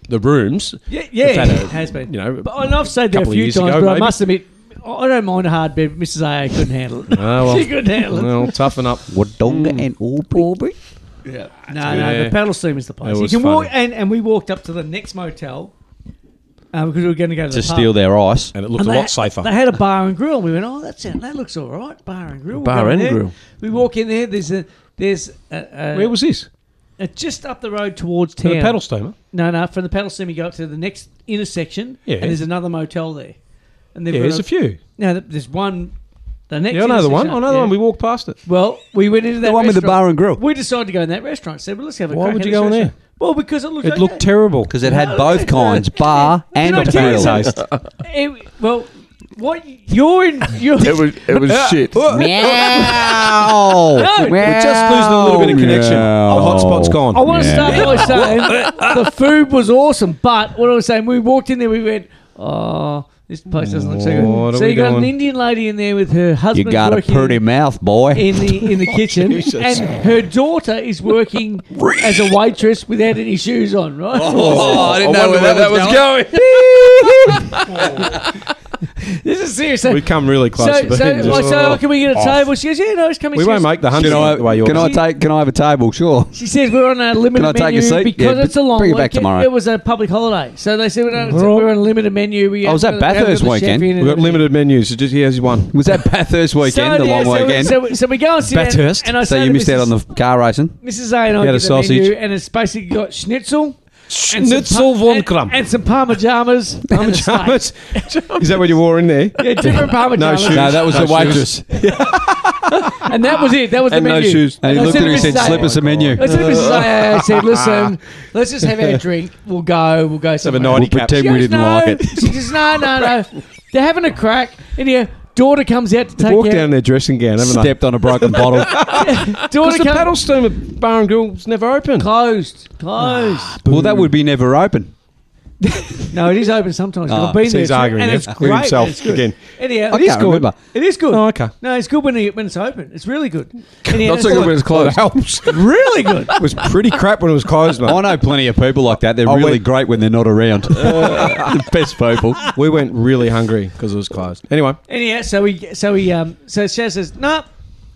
Speaker 7: The rooms.
Speaker 5: Yeah, yeah,
Speaker 7: It's had a-
Speaker 5: it has been.
Speaker 7: you know,
Speaker 5: but, oh, and I've stayed there a
Speaker 7: couple of
Speaker 5: few
Speaker 7: years
Speaker 5: times,
Speaker 7: ago,
Speaker 5: but I
Speaker 7: maybe.
Speaker 5: must admit, I I don't mind a hard bed. but Mrs. AA couldn't handle it.
Speaker 7: Oh, well.
Speaker 5: she couldn't handle it. No,
Speaker 7: Well, toughen up.
Speaker 6: Wodonga and Aubrey.
Speaker 5: no,
Speaker 7: Yeah.
Speaker 5: the paddle steam is the place.
Speaker 7: It
Speaker 5: You
Speaker 7: was
Speaker 5: can walk,
Speaker 7: funny.
Speaker 5: and, and we walked up to the next motel uh, because we were going to go to
Speaker 6: To
Speaker 5: the pub.
Speaker 6: steal their ice.
Speaker 7: And it looked
Speaker 5: And
Speaker 7: a
Speaker 5: they-
Speaker 7: lot safer.
Speaker 5: They had a bar and grill, and we went, "Oh, that's it. That looks all right. Bar and grill. We'll
Speaker 8: Bar
Speaker 5: go in
Speaker 8: and
Speaker 5: there."
Speaker 8: grill.
Speaker 5: We walk in there. There's a there's a, a,
Speaker 7: Where was this?
Speaker 5: a- just up the road towards
Speaker 7: The
Speaker 5: town.
Speaker 7: paddle steamer.
Speaker 5: No, no. From the paddle steam, you go up to the next intersection,
Speaker 7: Yeah.
Speaker 5: and there's another motel there. And they've
Speaker 7: Yeah,
Speaker 5: got
Speaker 7: there's a few.
Speaker 5: No, th- there's one. The next.
Speaker 7: Yeah, I know the one. I
Speaker 5: intersection-
Speaker 7: know the
Speaker 5: yeah.
Speaker 7: one. We walked past it.
Speaker 5: Well, we went into that
Speaker 6: The one with the
Speaker 5: restaurant.
Speaker 6: bar and grill.
Speaker 5: We decided to go in that restaurant. Said, "Well, let's have a
Speaker 7: Why
Speaker 5: crack
Speaker 7: would
Speaker 5: at
Speaker 7: you
Speaker 5: this
Speaker 7: go in there?
Speaker 5: restaurant. Well, because it looked
Speaker 7: It looked
Speaker 5: okay.
Speaker 7: terrible.
Speaker 6: Because it had both kinds, bar and
Speaker 5: Did I tell you
Speaker 6: grill.
Speaker 5: something? It- well, what you're in? You're
Speaker 9: It was it was shit.
Speaker 6: Meow.
Speaker 5: No,
Speaker 7: We're Uh, just losing a little bit of connection. Our hotspot's gone.
Speaker 5: I want to start by saying the food was awesome, but what I was saying, we walked in there, we went, oh, this place doesn't look so
Speaker 7: What
Speaker 5: good.
Speaker 7: are
Speaker 5: So
Speaker 7: we
Speaker 5: you got an
Speaker 7: doing?
Speaker 5: Indian lady in there with her
Speaker 6: You
Speaker 5: husband.
Speaker 6: got a
Speaker 5: working
Speaker 6: pretty Oh, mouth, boy.
Speaker 5: in the in the kitchen, and her daughter is working as a waitress without any shoes on, right?
Speaker 9: Oh, I didn't know where that, was going.
Speaker 5: this is serious. So,
Speaker 7: We've come really close.
Speaker 5: so,
Speaker 7: but
Speaker 5: so,
Speaker 7: just-
Speaker 5: like, so
Speaker 6: Oh.
Speaker 5: can we get a table? She goes, yeah, no, it's coming.
Speaker 7: we
Speaker 5: She
Speaker 7: won't
Speaker 5: goes-
Speaker 7: make the hundred
Speaker 6: Can I,
Speaker 7: the way you're.
Speaker 6: can I take? Can I have a table? Sure.
Speaker 5: She says we're on a limited
Speaker 6: Can I take
Speaker 5: menu
Speaker 6: a seat?
Speaker 5: because
Speaker 6: Yeah,
Speaker 5: it's a long
Speaker 6: bring it back
Speaker 5: weekend.
Speaker 6: tomorrow.
Speaker 5: It was a public holiday, so they said we're on, we're on a limited menu. We
Speaker 6: I was
Speaker 5: have
Speaker 6: at
Speaker 5: to- we have to
Speaker 6: Oh, Bathurst
Speaker 5: put the chef
Speaker 6: weekend.
Speaker 5: in and
Speaker 7: We've got
Speaker 5: everything.
Speaker 7: limited menus. So just here's one.
Speaker 6: Was that Bathurst weekend? the long
Speaker 5: yeah, so,
Speaker 6: weekend.
Speaker 5: So, so we go and sit down,
Speaker 7: Bathurst?
Speaker 5: and I
Speaker 6: so
Speaker 5: say
Speaker 6: you
Speaker 5: to
Speaker 6: missed out
Speaker 5: Mrs.
Speaker 6: on the car racing.
Speaker 5: Mrs. A and I
Speaker 7: had a
Speaker 5: get the menu,
Speaker 7: sausage.
Speaker 5: and it's basically got schnitzel. and some
Speaker 7: Schnitzel
Speaker 5: pa-
Speaker 7: von
Speaker 5: and-
Speaker 7: Kramp.
Speaker 5: And some parmajamas.
Speaker 7: Pajamas. Is that what you wore in there?
Speaker 5: Yeah, different parmajamas.
Speaker 7: shoes.
Speaker 6: No, that was
Speaker 7: No,
Speaker 6: the
Speaker 7: she was-
Speaker 6: waitress.
Speaker 5: And that was it. That was
Speaker 8: And
Speaker 5: the
Speaker 8: no
Speaker 5: menu.
Speaker 8: shoes.
Speaker 6: And he
Speaker 5: I
Speaker 6: looked at
Speaker 5: said
Speaker 6: her
Speaker 5: to
Speaker 6: and said,
Speaker 5: Mrs. A-
Speaker 6: slip us a menu.
Speaker 5: I said to Mrs. A, I said, listen, let's just have our drink. We'll go. We'll go
Speaker 7: Have a
Speaker 5: somewhere.
Speaker 7: ninety
Speaker 6: We'll
Speaker 7: cap.
Speaker 6: pretend we
Speaker 5: goes,
Speaker 6: didn't
Speaker 5: no.
Speaker 6: like it.
Speaker 5: She says, no, no, no. They're having a crack. And your daughter comes out to take
Speaker 7: Walk
Speaker 5: out.
Speaker 7: down their dressing gown, haven't they?
Speaker 6: Stepped on a broken bottle.
Speaker 5: Daughter
Speaker 7: Because the
Speaker 5: comes
Speaker 7: paddle steamer bar and grill's never open.
Speaker 5: closed. Closed.
Speaker 6: well, that would be never open.
Speaker 5: no, it is open sometimes.
Speaker 6: Ah,
Speaker 5: I've been
Speaker 7: So
Speaker 5: there.
Speaker 7: he's
Speaker 5: too,
Speaker 7: arguing
Speaker 5: and
Speaker 7: yeah,
Speaker 5: it's
Speaker 7: with
Speaker 5: great.
Speaker 7: himself
Speaker 5: and it's good.
Speaker 7: again.
Speaker 5: Anyhow,
Speaker 6: I
Speaker 5: it is
Speaker 6: can't
Speaker 5: good.
Speaker 6: remember.
Speaker 5: It is good.
Speaker 7: Oh, okay.
Speaker 5: No, it's good when, it, when it's open. It's really good. Anyhow,
Speaker 9: Not so good when it's
Speaker 7: Well, that
Speaker 9: closed.
Speaker 7: helps. it
Speaker 5: really good.
Speaker 7: was pretty crap when it was closed, mate.
Speaker 6: I know plenty of people like that. They're
Speaker 7: I
Speaker 6: really
Speaker 7: went-
Speaker 6: great when they're not around. Oh, the best people.
Speaker 7: We went really hungry because it was closed. Anyway,
Speaker 5: Anyhow, so we so we um so Shaz says, no,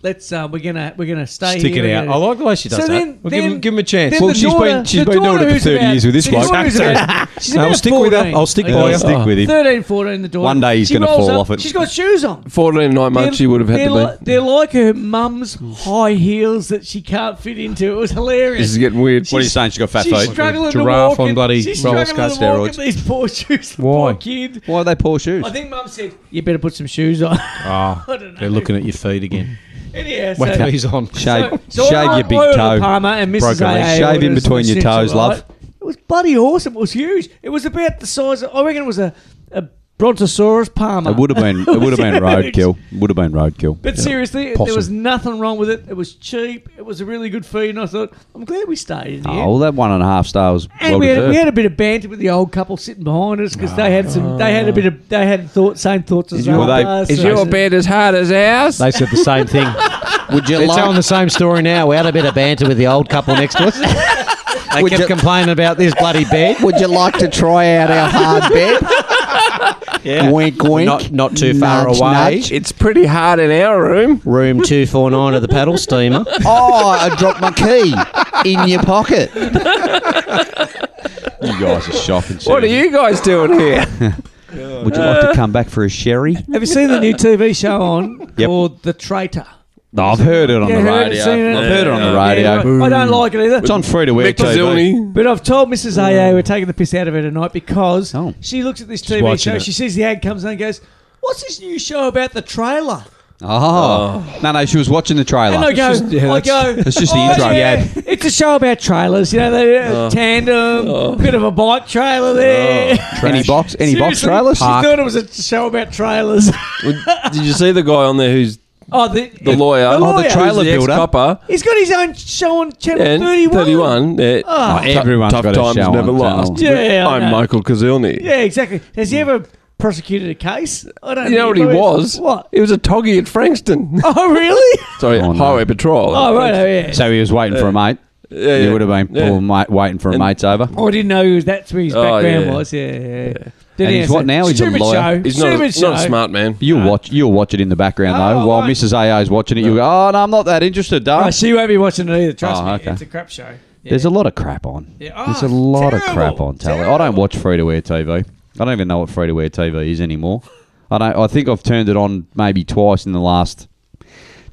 Speaker 5: let's uh, we're gonna we're gonna stay
Speaker 7: stick
Speaker 5: here.
Speaker 7: it
Speaker 5: We're
Speaker 7: out.
Speaker 5: gonna-
Speaker 7: I like the way she does
Speaker 5: So
Speaker 7: that.
Speaker 5: then-
Speaker 7: we'll give,
Speaker 5: then-
Speaker 7: him, give him a chance.
Speaker 5: Then
Speaker 6: Well,
Speaker 5: the
Speaker 6: she's
Speaker 5: daughter-
Speaker 6: been- she's
Speaker 5: the
Speaker 6: been doing it
Speaker 5: daughter
Speaker 6: for
Speaker 5: who's
Speaker 6: 30
Speaker 5: about-
Speaker 6: years with this
Speaker 5: the
Speaker 6: bloke.
Speaker 5: daughter who's about- She's
Speaker 7: No,
Speaker 5: about
Speaker 7: I'll stick with her.
Speaker 5: 14.
Speaker 7: I'll stick
Speaker 5: Okay.
Speaker 7: by her.
Speaker 6: Stick with him.
Speaker 5: 13, 14, the daughter.
Speaker 6: One day he's
Speaker 5: She
Speaker 6: gonna
Speaker 5: rolls
Speaker 6: fall
Speaker 5: up.
Speaker 6: off it.
Speaker 5: She's got shoes on.
Speaker 9: 14 and 9 months you would have had
Speaker 5: they're,
Speaker 9: to
Speaker 5: li- they're like her mum's high heels that she can't fit into. It was
Speaker 9: be. This
Speaker 5: hilarious.
Speaker 9: is getting weird.
Speaker 6: What are you saying? She's got fat
Speaker 5: She's
Speaker 6: feet.
Speaker 5: struggling to
Speaker 7: giraffe
Speaker 5: walk
Speaker 7: on
Speaker 5: in-
Speaker 7: bloody
Speaker 5: she's
Speaker 7: roller
Speaker 5: struggling
Speaker 6: skate
Speaker 5: to walk in
Speaker 6: steroids.
Speaker 5: these poor shoes. The
Speaker 7: Why?
Speaker 5: poor kid.
Speaker 6: Why are they poor shoes?
Speaker 5: I think mum said, "You better put some shoes on."
Speaker 7: Ah,
Speaker 5: I don't know.
Speaker 7: they're looking at your feet again.
Speaker 5: Anyhow, so-
Speaker 7: Whack these on.
Speaker 6: Shave,
Speaker 5: so
Speaker 6: shave
Speaker 5: I-
Speaker 6: your big
Speaker 5: I ordered
Speaker 6: toe.
Speaker 5: Parma and Mrs.
Speaker 7: Broken leg.
Speaker 5: AA
Speaker 6: Shave in
Speaker 5: orders
Speaker 6: between your
Speaker 5: some
Speaker 6: toes,
Speaker 5: schnitzel,
Speaker 6: love.
Speaker 5: right? It was bloody awesome. It was huge. It was about the size. Of, I reckon it was a, a Brontosaurus Palmer.
Speaker 6: It would have been. It would have been
Speaker 5: huge.
Speaker 6: roadkill. Would have been roadkill.
Speaker 5: But
Speaker 6: Yeah.
Speaker 5: seriously, there
Speaker 6: Possum.
Speaker 5: was nothing wrong with it. It was cheap. It was a really good feed, and I thought, I'm glad we stayed in the
Speaker 6: Oh,
Speaker 5: end.
Speaker 6: that one and a half star was
Speaker 5: And
Speaker 6: well
Speaker 5: we, had,
Speaker 6: deserved.
Speaker 5: we had a bit of banter with the old couple sitting behind us because they had some. They had a bit of. They had thought, same thoughts as
Speaker 6: your- they-
Speaker 5: us.
Speaker 9: Is your bed as hard as ours?
Speaker 10: They said the same thing.
Speaker 6: Would you
Speaker 10: They're telling the same story now. We had a bit of banter with the old couple next to us. They kept
Speaker 6: you-
Speaker 10: complaining about this bloody bed.
Speaker 6: Would you like to try out our hard bed? Wink, wink.
Speaker 10: Not not too far
Speaker 6: Nudge,
Speaker 10: away.
Speaker 6: nudge.
Speaker 9: It's pretty hard in our room.
Speaker 10: Room two four nine of the paddle steamer.
Speaker 6: Oh, I dropped my key in your pocket. you guys are shocking.
Speaker 9: What are you guys doing here?
Speaker 6: Would you like to come back for a sherry?
Speaker 5: Have you seen the new TV show on
Speaker 6: Yep.
Speaker 5: called The Traitor?
Speaker 6: No, I've heard it on
Speaker 5: Yeah,
Speaker 6: the
Speaker 5: heard it,
Speaker 6: radio.
Speaker 5: seen it.
Speaker 6: I've heard it on the
Speaker 5: Yeah,
Speaker 6: radio.
Speaker 5: I don't like it either.
Speaker 6: It's on free to wear
Speaker 9: Mick
Speaker 6: TV.
Speaker 9: Mazzilli.
Speaker 5: But I've told Mrs. AA we're taking the piss out of her tonight because
Speaker 6: Oh.
Speaker 5: she looks at this TV
Speaker 7: watching
Speaker 5: show,
Speaker 7: it.
Speaker 5: she sees the ad comes on and goes, What's this new show about the trailer?
Speaker 6: Oh. no, no, she was watching the trailer.
Speaker 5: And I go,
Speaker 7: just- yeah,
Speaker 5: I
Speaker 7: that's-
Speaker 5: go.
Speaker 6: that's just the Oh.
Speaker 5: "Oh,
Speaker 6: intro."
Speaker 5: yeah, It's a show about trailers, you know. They, uh, tandem, bit of a bike trailer there.
Speaker 6: any box, Oh. any box
Speaker 5: Seriously,
Speaker 6: trailers?
Speaker 5: She thought it was a show about trailers.
Speaker 8: Did you see the guy on there who's
Speaker 5: oh, the,
Speaker 8: the lawyer?
Speaker 5: The lawyer.
Speaker 8: who's
Speaker 6: trailer
Speaker 8: the
Speaker 6: builder.
Speaker 8: ex-copper
Speaker 5: He's got his own show on Channel
Speaker 8: and
Speaker 5: 31.
Speaker 8: 31. yeah.
Speaker 5: Oh.
Speaker 8: Tough-
Speaker 6: Everyone's
Speaker 8: tough
Speaker 6: got a
Speaker 8: times
Speaker 6: show on
Speaker 8: never
Speaker 6: Channel
Speaker 8: last.
Speaker 5: Yeah, yeah, I
Speaker 8: I'm
Speaker 5: know.
Speaker 8: Michael Kazilny.
Speaker 5: Yeah, exactly. Has he ever prosecuted a case? I don't
Speaker 8: You know what he
Speaker 5: probably-
Speaker 8: was?
Speaker 5: What?
Speaker 8: He was a toggy at Frankston.
Speaker 5: Oh, really?
Speaker 8: Sorry,
Speaker 6: Oh, no.
Speaker 8: Highway Patrol.
Speaker 5: oh, right. Oh, yeah.
Speaker 6: So he was waiting for a mate.
Speaker 8: yeah,
Speaker 6: He
Speaker 8: yeah.
Speaker 6: would have been
Speaker 8: Yeah.
Speaker 6: pulling mate, waiting for a
Speaker 8: And-
Speaker 6: mate's over.
Speaker 5: Oh, I didn't know he was, that's where his
Speaker 8: Oh,
Speaker 5: background
Speaker 8: yeah.
Speaker 5: was. Yeah, yeah. Didn't
Speaker 6: And he's
Speaker 5: he?
Speaker 6: what now? He's a
Speaker 5: Stupid
Speaker 6: lawyer.
Speaker 5: Show.
Speaker 8: He's not
Speaker 5: Stupid
Speaker 8: a,
Speaker 5: show.
Speaker 8: not a smart man.
Speaker 6: You'll watch. You'll watch it in the background
Speaker 5: Oh,
Speaker 6: though, while
Speaker 5: right.
Speaker 6: Mrs. AO's watching it. You'll go, "Oh no, I'm not that interested,
Speaker 5: Oh,
Speaker 6: darling."
Speaker 5: she won't be watching it either. Trust
Speaker 6: Oh,
Speaker 5: me.
Speaker 6: okay.
Speaker 5: It's a crap show. Yeah.
Speaker 6: There's a lot of crap on.
Speaker 5: Yeah. Oh,
Speaker 6: There's a lot of
Speaker 5: terrible,
Speaker 6: crap on telly. I don't
Speaker 5: terrible.
Speaker 6: watch free to air TV. I don't even know what free to air TV is anymore. I don't. I think I've turned it on maybe twice in the last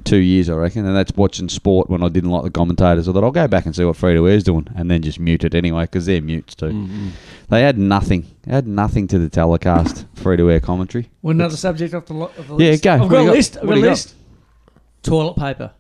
Speaker 6: two years, I reckon, and that's watching sport when I didn't like the commentators. I thought I'll go back and see what free to air's doing, and then just mute it anyway because they're mutes too.
Speaker 5: Mm-hmm.
Speaker 6: They had nothing. They had nothing to the telecast free to air commentary.
Speaker 5: Well, another subject off the, lo- off the
Speaker 6: Yeah,
Speaker 5: list.
Speaker 6: go.
Speaker 5: I've
Speaker 6: What
Speaker 5: got
Speaker 6: do
Speaker 5: a
Speaker 6: you got?
Speaker 5: list. I've
Speaker 6: What
Speaker 5: got a
Speaker 6: do you got?
Speaker 5: list. Toilet paper.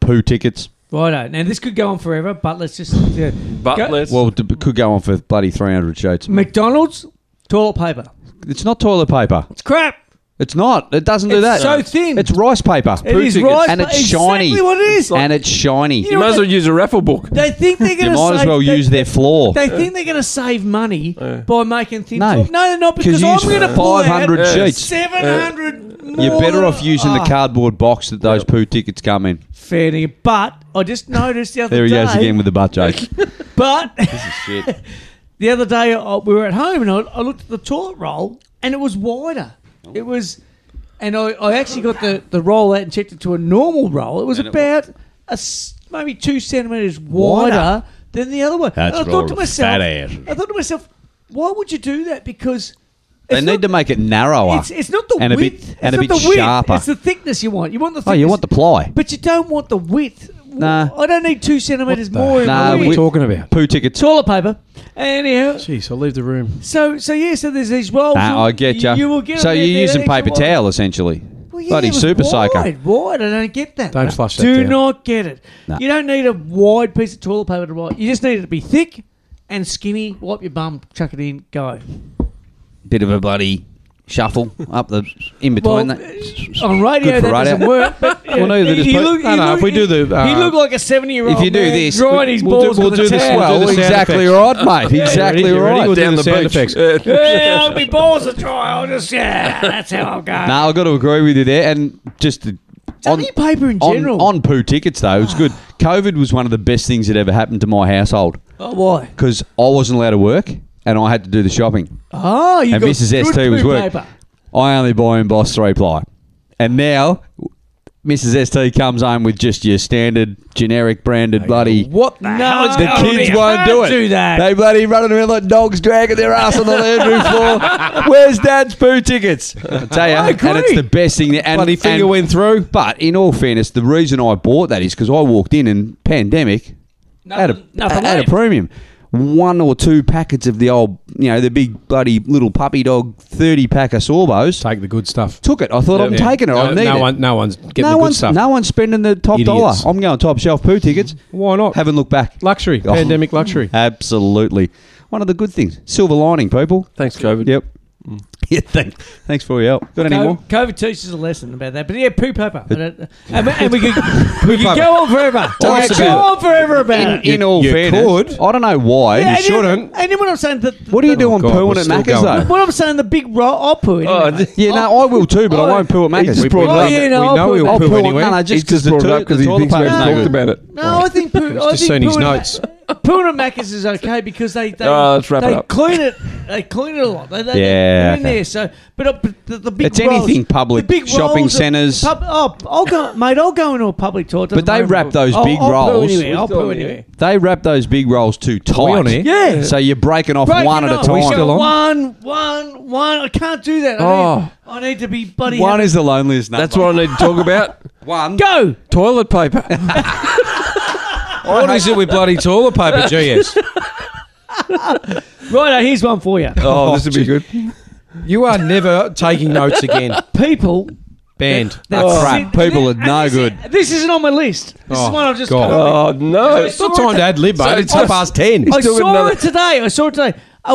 Speaker 6: Poo tickets.
Speaker 5: Righto. Now, this could go on forever, but let's just. Yeah.
Speaker 8: But
Speaker 5: Go-
Speaker 8: let's.
Speaker 6: Well, d- could go on for bloody three hundred shoots.
Speaker 5: McDonald's, toilet paper.
Speaker 6: It's not toilet paper.
Speaker 5: It's crap.
Speaker 6: It's not. It doesn't do
Speaker 5: It's
Speaker 6: that.
Speaker 5: so thin.
Speaker 6: It's rice paper.
Speaker 5: It is
Speaker 8: tickets.
Speaker 5: rice
Speaker 6: and
Speaker 5: pa-
Speaker 6: it's shiny.
Speaker 5: Exactly what it is.
Speaker 6: and it's shiny.
Speaker 5: You
Speaker 8: you
Speaker 5: know
Speaker 8: might as
Speaker 5: what
Speaker 8: well use a raffle book.
Speaker 5: They think they're
Speaker 6: You
Speaker 5: going to
Speaker 6: might as well use their floor.
Speaker 5: They think they're going to save money by making things.
Speaker 6: No.
Speaker 5: No, no, they're not because
Speaker 6: you
Speaker 5: I'm
Speaker 6: use
Speaker 5: going to pull
Speaker 6: 500
Speaker 5: out
Speaker 6: sheets.
Speaker 5: 700 more.
Speaker 6: You're better off using the
Speaker 5: Ah,
Speaker 6: cardboard box that those poo tickets come in.
Speaker 5: Fair dinkum. But I just noticed the other
Speaker 6: There he
Speaker 5: day.
Speaker 6: goes again with the butt joke.
Speaker 5: But
Speaker 6: Shit.
Speaker 5: the other day I, we were at home and I, I looked at the toilet roll and it was wider.
Speaker 6: Oh.
Speaker 5: It was, and I, I actually got the, the roll out and checked it to a normal roll. It was about a s maybe two centimeters wider,
Speaker 6: Wider?
Speaker 5: than the other one.
Speaker 6: That's
Speaker 5: and I thought to
Speaker 6: roll
Speaker 5: myself,
Speaker 6: fat ass.
Speaker 5: I thought to myself, why would you do that? Because
Speaker 6: They
Speaker 5: it's
Speaker 6: need
Speaker 5: not-
Speaker 6: to make it narrower.
Speaker 5: It's, it's not the
Speaker 6: and
Speaker 5: width
Speaker 6: a bit and
Speaker 5: it's
Speaker 6: a bit
Speaker 5: not the width,
Speaker 6: sharper.
Speaker 5: It's the thickness you want. You want the
Speaker 6: oh,
Speaker 5: thickness.
Speaker 6: you want the ply?
Speaker 5: but you don't want the width.
Speaker 6: Nah.
Speaker 5: I don't need two centimeters more. in my width.
Speaker 6: Nah,
Speaker 7: What are we
Speaker 6: we-
Speaker 7: talking about?
Speaker 6: Poo tickets.
Speaker 5: toilet paper. Anyhow,
Speaker 7: Jeez, I'll leave the room.
Speaker 5: so so yeah, so there's these rolls.
Speaker 6: Nah, I get you.
Speaker 5: You will get
Speaker 6: so
Speaker 5: them
Speaker 6: you're
Speaker 5: there, they're
Speaker 6: using
Speaker 5: extra
Speaker 6: paper
Speaker 5: wide.
Speaker 6: towel essentially.
Speaker 5: Well, yeah,
Speaker 6: Bloody
Speaker 5: it was
Speaker 6: super psycho.
Speaker 5: Wide, wide. I don't get that.
Speaker 7: Don't flush that
Speaker 5: Do
Speaker 7: down.
Speaker 5: not get it.
Speaker 6: Nah.
Speaker 5: You don't need a wide piece of toilet paper to write. You just need it to be thick and skinny. Wipe your bum, chuck it in, go.
Speaker 6: Bit of a bloody shuffle up the in between
Speaker 5: Well,
Speaker 6: that.
Speaker 5: On radio, that
Speaker 6: Good for radio.
Speaker 5: doesn't work. But, yeah,
Speaker 7: Well, no, they just
Speaker 5: he
Speaker 7: put-
Speaker 5: look-
Speaker 7: no,
Speaker 5: he
Speaker 7: no,
Speaker 5: look-
Speaker 7: if we do
Speaker 5: he-
Speaker 7: the,
Speaker 5: he
Speaker 7: uh,
Speaker 5: looked like a seventy-year-old.
Speaker 6: If you do
Speaker 5: man
Speaker 6: this,
Speaker 5: drying his
Speaker 7: we'll do-
Speaker 5: balls
Speaker 7: we'll
Speaker 5: with
Speaker 7: do
Speaker 5: a
Speaker 7: this-
Speaker 5: towel.
Speaker 7: we'll do
Speaker 6: Well,
Speaker 7: the sound
Speaker 6: exactly
Speaker 7: effects.
Speaker 6: right, mate. Exactly
Speaker 7: you ready?
Speaker 6: right.
Speaker 7: We'll do
Speaker 8: Down
Speaker 7: the
Speaker 8: the
Speaker 7: sound
Speaker 8: beach.
Speaker 7: effects.
Speaker 8: Uh,
Speaker 5: Yeah, my balls are dry. I'll just yeah. That's how I'm going.
Speaker 6: No, I've got to agree with you there. And just to- on,
Speaker 5: Dummy paper in
Speaker 6: on,
Speaker 5: general.
Speaker 6: on poo tickets, though, it was good. COVID was one of the best things that ever happened to my household
Speaker 5: oh, why?
Speaker 6: because I wasn't allowed to work and I had to do the shopping.
Speaker 5: Oh, you
Speaker 6: and
Speaker 5: got
Speaker 6: Mrs.
Speaker 5: good
Speaker 6: ST was
Speaker 5: poo
Speaker 6: work.
Speaker 5: paper.
Speaker 6: I only buy in Boss Three Ply. And now Mrs. ST comes home with just your standard generic branded bloody.
Speaker 5: What the hell is
Speaker 6: The
Speaker 5: going on
Speaker 6: kids
Speaker 5: here?
Speaker 6: won't do
Speaker 5: Don't
Speaker 6: it.
Speaker 5: Do that.
Speaker 6: They bloody running around like dogs, dragging their ass on the laundry floor. Where's Dad's poo tickets? I tell you, and it's
Speaker 5: agree.
Speaker 6: the best thing. that- And,
Speaker 7: Bloody finger
Speaker 6: and-
Speaker 7: went through.
Speaker 6: But in all fairness, the reason I bought that is because I walked in and pandemic at a
Speaker 5: nothing
Speaker 6: at a
Speaker 5: left.
Speaker 6: premium. One or two packets of the old, you know, the big bloody little puppy dog thirty pack of sorbos.
Speaker 7: Take the good stuff.
Speaker 6: Took it. I thought I'm
Speaker 7: Yeah.
Speaker 6: taking it.
Speaker 7: No,
Speaker 6: I need
Speaker 7: no
Speaker 6: it.
Speaker 7: One, no one's getting
Speaker 6: no
Speaker 7: the good
Speaker 6: one's
Speaker 7: stuff.
Speaker 6: no one's spending the top dollar.
Speaker 7: Idiots.
Speaker 6: I'm going top shelf poo tickets.
Speaker 7: Why not?
Speaker 6: Have a look back.
Speaker 7: luxury,
Speaker 6: Oh.
Speaker 7: pandemic luxury.
Speaker 6: Absolutely. One of the good things. Silver lining, people.
Speaker 8: Thanks, COVID.
Speaker 6: Yep. Yeah, thank, thanks for your help. Got any
Speaker 5: Co-
Speaker 6: more?
Speaker 5: COVID teaches a lesson about that. But yeah, poo paper. I don't- and, we- and we could, we could go on forever.
Speaker 6: Tell
Speaker 5: we
Speaker 6: us
Speaker 5: could go
Speaker 6: about
Speaker 5: on forever about it.
Speaker 6: In all
Speaker 7: you
Speaker 6: fairness,
Speaker 7: could.
Speaker 6: I don't know why.
Speaker 5: Yeah, and
Speaker 7: shouldn't.
Speaker 5: And then what I'm saying, that
Speaker 6: what do you
Speaker 5: the-
Speaker 6: do on
Speaker 7: God,
Speaker 6: poo
Speaker 7: we're
Speaker 6: and at
Speaker 7: still
Speaker 6: Macca's
Speaker 7: going.
Speaker 6: though?
Speaker 5: What I'm saying, the big roll, I'll poo it.
Speaker 8: Oh,
Speaker 5: anyway.
Speaker 6: Yeah, no, I will too, but I
Speaker 5: Oh.
Speaker 6: won't poo at Macca's.
Speaker 8: just brought
Speaker 5: Oh, yeah, no, I'll
Speaker 7: we know
Speaker 5: poo it
Speaker 7: he'll
Speaker 5: back.
Speaker 6: I'll
Speaker 7: poo
Speaker 6: poo
Speaker 7: anyway.
Speaker 6: No, no,
Speaker 8: He's
Speaker 6: just because the
Speaker 8: brought it
Speaker 6: toilet-
Speaker 8: up because
Speaker 6: the
Speaker 8: he
Speaker 6: toilet
Speaker 8: thinks we've
Speaker 6: paper's no
Speaker 8: talked
Speaker 6: good.
Speaker 8: about it.
Speaker 5: No, I think poo. I
Speaker 7: just
Speaker 5: think
Speaker 7: seen his
Speaker 5: poo and-
Speaker 7: notes.
Speaker 5: Poo and Macca's is okay because they they,
Speaker 8: Uh, let's wrap it
Speaker 5: they
Speaker 8: up.
Speaker 5: clean it. They clean it a lot. They, they,
Speaker 6: Yeah,
Speaker 5: they're in
Speaker 6: okay.
Speaker 5: there. So, but, uh, but the, the big
Speaker 6: It's
Speaker 5: rolls-
Speaker 6: anything public,
Speaker 5: the big
Speaker 6: shopping
Speaker 5: rolls are-
Speaker 6: centres.
Speaker 5: Pub, oh, I'll go, mate. I'll go into a public toilet.
Speaker 6: But they
Speaker 5: doesn't
Speaker 6: wrap
Speaker 5: matter.
Speaker 6: those
Speaker 5: I'll-
Speaker 6: big
Speaker 5: I'll Poo
Speaker 6: rolls.
Speaker 5: anywhere. I'll
Speaker 8: Still
Speaker 5: poo
Speaker 8: on here.
Speaker 5: anywhere.
Speaker 6: They wrap those big rolls too tight.
Speaker 7: on here?
Speaker 5: Yeah.
Speaker 6: So you're breaking off
Speaker 5: Breaking
Speaker 6: one at a
Speaker 5: up.
Speaker 6: time.
Speaker 5: We go One, one, one. I can't do that. I, need, I need to be buddy.
Speaker 6: Oh. One is the loneliest number.
Speaker 8: That's what I need to talk about.
Speaker 6: one.
Speaker 5: go.
Speaker 8: Toilet paper.
Speaker 7: What is it with bloody toilet paper, GS?
Speaker 5: Righto, here's one
Speaker 6: Oh.
Speaker 5: for you.
Speaker 8: Oh, this would be good.
Speaker 7: You are never taking notes again.
Speaker 5: People
Speaker 7: Banned.
Speaker 5: That's
Speaker 6: Oh,
Speaker 5: it.
Speaker 6: crap. People are
Speaker 5: And
Speaker 6: no
Speaker 5: this-
Speaker 6: good.
Speaker 5: This isn't on my list. This
Speaker 7: Oh,
Speaker 5: is one I've just.
Speaker 7: God.
Speaker 5: come up with.
Speaker 9: Oh no!
Speaker 7: It's not time to ad lib, mate. it's half past ten.
Speaker 5: I
Speaker 9: still got
Speaker 5: saw
Speaker 9: another-
Speaker 5: it today. I saw it today. I,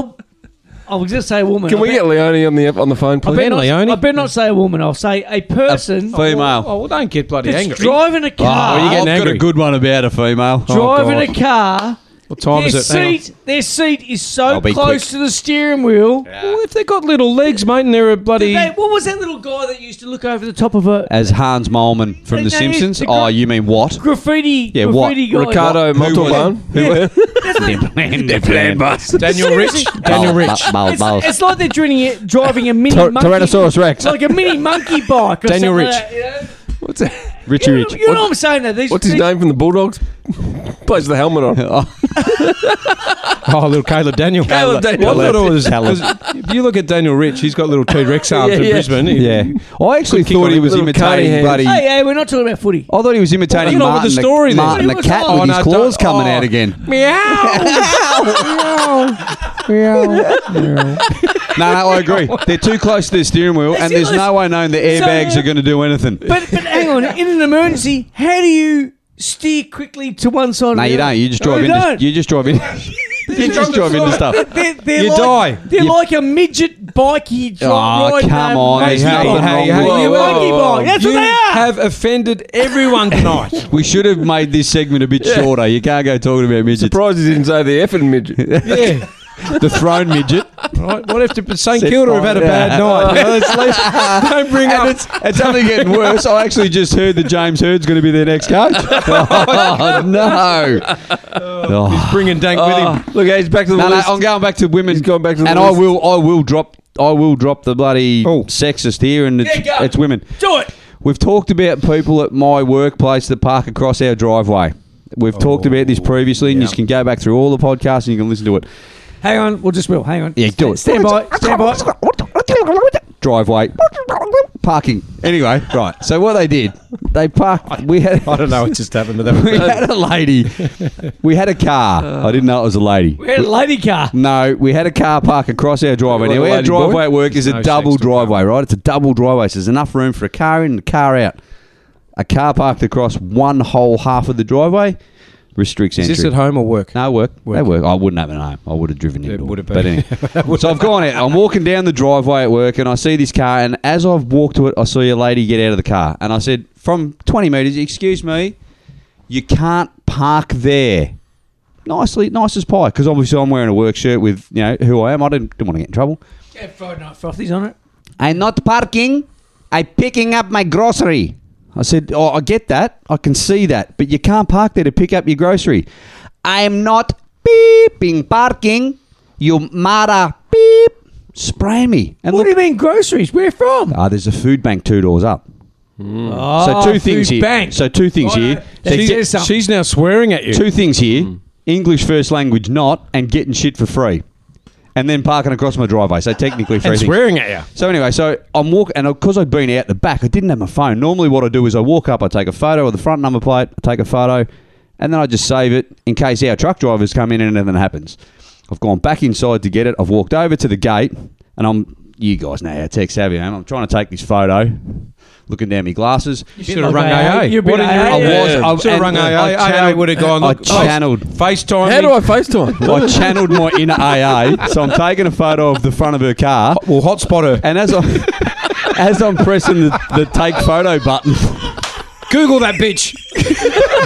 Speaker 5: I was going to say a woman.
Speaker 9: Can
Speaker 5: I
Speaker 9: we
Speaker 5: bet-
Speaker 9: get Leone on the on the phone,
Speaker 5: I
Speaker 9: please?
Speaker 5: better, not,
Speaker 7: Leone?
Speaker 5: I better not say a woman. I'll say a person
Speaker 6: Female.
Speaker 7: Oh, well, don't get bloody
Speaker 5: that's
Speaker 7: angry.
Speaker 5: driving a car.
Speaker 7: Oh, you getting
Speaker 6: I've got
Speaker 7: angry?
Speaker 6: a good one about a female.
Speaker 5: driving
Speaker 7: God.
Speaker 5: a car.
Speaker 7: What time
Speaker 5: their
Speaker 7: is it? Hang on.
Speaker 5: seat, their seat is
Speaker 6: I'll
Speaker 5: so
Speaker 6: be
Speaker 5: close
Speaker 6: quick.
Speaker 5: to the steering wheel.
Speaker 7: Well, if they've got little legs, mate, and they're a bloody.
Speaker 5: Did they- what was that little guy that used to look over the top of a
Speaker 6: As Hans Molman from
Speaker 5: They
Speaker 6: The
Speaker 5: know
Speaker 6: Simpsons.
Speaker 5: the gr-
Speaker 6: Oh, you mean what?
Speaker 5: graffiti?
Speaker 6: Yeah, what?
Speaker 5: graffiti guy.
Speaker 9: Ricardo
Speaker 6: Who was it?
Speaker 9: Montalban.
Speaker 7: Daniel Rich. Oh, Daniel
Speaker 6: Bal-
Speaker 7: Rich.
Speaker 6: Bal-
Speaker 5: It's,
Speaker 6: Bal-
Speaker 5: it's like they're drinking it, driving a mini
Speaker 9: Tyr-
Speaker 5: monkey,
Speaker 9: Tyrannosaurus Rex.
Speaker 5: like a mini monkey bike. Or
Speaker 7: Daniel
Speaker 5: something
Speaker 7: Rich.
Speaker 5: like that, you know?
Speaker 9: What's, that?
Speaker 5: You
Speaker 6: Richie
Speaker 5: know-
Speaker 6: Rich.
Speaker 5: You know what I'm saying? Though? These,
Speaker 9: What's his
Speaker 5: these-
Speaker 9: name from the Bulldogs? Plays the helmet on.
Speaker 7: Oh, little Caleb Daniel.
Speaker 9: Caleb Daniel.
Speaker 7: Well, I thought it was-
Speaker 6: Caleb.
Speaker 7: 'cause if you look at Daniel Rich, he's got little T Rex arms
Speaker 9: Yeah,
Speaker 7: in
Speaker 9: yeah.
Speaker 7: Brisbane. He-
Speaker 6: Yeah. I actually
Speaker 7: Good kick
Speaker 6: thought
Speaker 7: on
Speaker 6: he
Speaker 7: him.
Speaker 6: was
Speaker 9: Little carny
Speaker 6: imitating
Speaker 9: hands.
Speaker 6: bloody.
Speaker 5: Hey, hey, we're not talking about footy.
Speaker 6: I thought he was imitating
Speaker 7: Get on with
Speaker 6: Martin,
Speaker 7: the
Speaker 6: the,
Speaker 7: story then.
Speaker 6: Martin the
Speaker 5: He was
Speaker 6: cat
Speaker 5: on.
Speaker 6: with
Speaker 7: Oh,
Speaker 6: his
Speaker 7: no,
Speaker 6: claws
Speaker 7: don't-
Speaker 6: coming
Speaker 7: oh.
Speaker 6: out again. No, no, I agree. They're too close to the steering wheel, and there's no way known the airbags are going to do anything.
Speaker 5: But but hang on, in an emergency, how do you steer quickly to one side? or
Speaker 6: No,
Speaker 5: the
Speaker 6: you
Speaker 5: other?
Speaker 6: don't. You just drive
Speaker 5: you
Speaker 6: into.
Speaker 5: don't.
Speaker 6: You just drive in. You just drive into stuff.
Speaker 5: They're, they're
Speaker 7: You
Speaker 5: like,
Speaker 7: die.
Speaker 5: They're like a midget bikey. dri-
Speaker 6: Oh,
Speaker 5: riding
Speaker 6: come
Speaker 5: a
Speaker 6: on.
Speaker 5: monkey
Speaker 6: There's nothing
Speaker 5: bike.
Speaker 6: wrong
Speaker 5: They're
Speaker 6: with
Speaker 5: a
Speaker 6: it.
Speaker 5: monkey
Speaker 7: whoa.
Speaker 5: bike. That's
Speaker 7: you
Speaker 5: what they are.
Speaker 7: have offended everyone tonight.
Speaker 6: We should have made this segment a bit shorter. You can't go talking about midgets.
Speaker 9: Surprised he didn't say the effing midget.
Speaker 7: yeah.
Speaker 6: The thrown midget.
Speaker 7: Right. What if St Kilda have had a
Speaker 6: fine.
Speaker 7: bad night? You know, it's like- don't bring up.
Speaker 6: And it's, it's only getting worse. I actually just heard that James Heard's going to be their next coach. Oh, no. Oh.
Speaker 7: bringing Dank with him.
Speaker 9: Look, he's back to the
Speaker 6: No, no,
Speaker 9: list.
Speaker 6: I'm going back to women.
Speaker 9: He's gone back to the
Speaker 6: and
Speaker 9: list.
Speaker 6: I will, I will drop, I will drop the bloody
Speaker 7: Oh.
Speaker 6: sexist here, and it's,
Speaker 5: Yeah, go.
Speaker 6: it's women.
Speaker 5: Do it.
Speaker 6: We've talked about people at my workplace that park across our driveway. We've talked about this previously, and you can go back through all the podcasts and you can listen to it.
Speaker 5: Hang on, we'll just will. Hang on.
Speaker 6: Yeah, do it.
Speaker 5: Stand by. Stand by.
Speaker 6: Driveway, parking. Anyway, right. So what they did, they parked. We had.
Speaker 7: I don't know. It just happened to them.
Speaker 6: We had a lady. We had a car. I didn't know it was a lady.
Speaker 5: We had a lady car.
Speaker 6: No, we had a car park across our driveway.
Speaker 9: Like a
Speaker 6: Now, our
Speaker 9: lady
Speaker 6: driveway
Speaker 9: boy?
Speaker 6: at work is
Speaker 7: There's
Speaker 6: a
Speaker 7: no
Speaker 6: double
Speaker 7: sex to a car.
Speaker 6: driveway, right? It's a double driveway, so there's enough room for a car in and a car out. A car parked across one whole half of the driveway restricts
Speaker 7: Is
Speaker 6: entry.
Speaker 7: this at home or work?
Speaker 6: No, work.
Speaker 7: Work.
Speaker 6: They work. I wouldn't have been home. I would have driven in.
Speaker 7: would have
Speaker 6: But
Speaker 7: been.
Speaker 6: anyway. so I've gone out. I'm walking down the driveway at work and I see this car. And as I've walked to it, I see a lady get out of the car. And I said, from 20 metres, excuse me, you can't park there. Nicely, nice as pie. Because obviously I'm wearing a work shirt with, you know, who I am. I didn't, didn't want to get in trouble.
Speaker 5: Yeah, Friday night frothies on it.
Speaker 6: I'm not parking. I'm picking up my grocery. I said, Oh, I get that. I can see that. But you can't park there to pick up your grocery. I'm not beeping parking. You mara beep. Spray me. And
Speaker 5: What do
Speaker 6: look.
Speaker 5: you mean groceries? Where from?
Speaker 6: Ah, there's a food bank two doors up.
Speaker 5: Oh,
Speaker 6: so two things
Speaker 5: food
Speaker 6: here.
Speaker 5: Bank.
Speaker 6: So two things
Speaker 5: Oh, no.
Speaker 6: here.
Speaker 5: That
Speaker 6: They
Speaker 7: She's-
Speaker 6: get-
Speaker 5: says something. Hmm.
Speaker 7: She's now swearing at you.
Speaker 6: two things here. English first language not and getting shit for free. And then parking across my driveway. So technically three
Speaker 7: and
Speaker 6: things.
Speaker 7: swearing at you.
Speaker 6: So anyway, so I'm walking, and because I'd been out the back, I didn't have my phone. Normally, what I do is I walk up, I take a photo of the front number plate, I take a photo, and then I just save it in case our truck drivers come in and anything happens. I've gone back inside to get it. I've walked over to the gate, and I'm you guys know how tech savvy I am. I'm trying to take this photo, looking down my glasses.
Speaker 7: You should have rung
Speaker 5: like AA.
Speaker 7: AA.
Speaker 5: You're a bit
Speaker 7: What did you-
Speaker 5: AA,
Speaker 7: I was.
Speaker 6: yeah.
Speaker 7: I should have
Speaker 6: And
Speaker 7: rung
Speaker 6: I
Speaker 7: AA. AA
Speaker 6: channeled-
Speaker 7: would have gone.
Speaker 6: I
Speaker 7: look,
Speaker 6: channeled-
Speaker 7: FaceTime.
Speaker 9: How
Speaker 7: me.
Speaker 9: do I FaceTime?
Speaker 6: I channeled my inner AA, so I'm taking a photo of the front of her car.
Speaker 7: Well, hotspot her.
Speaker 6: And as I'm as I'm pressing the, the take photo button,
Speaker 7: Google that bitch.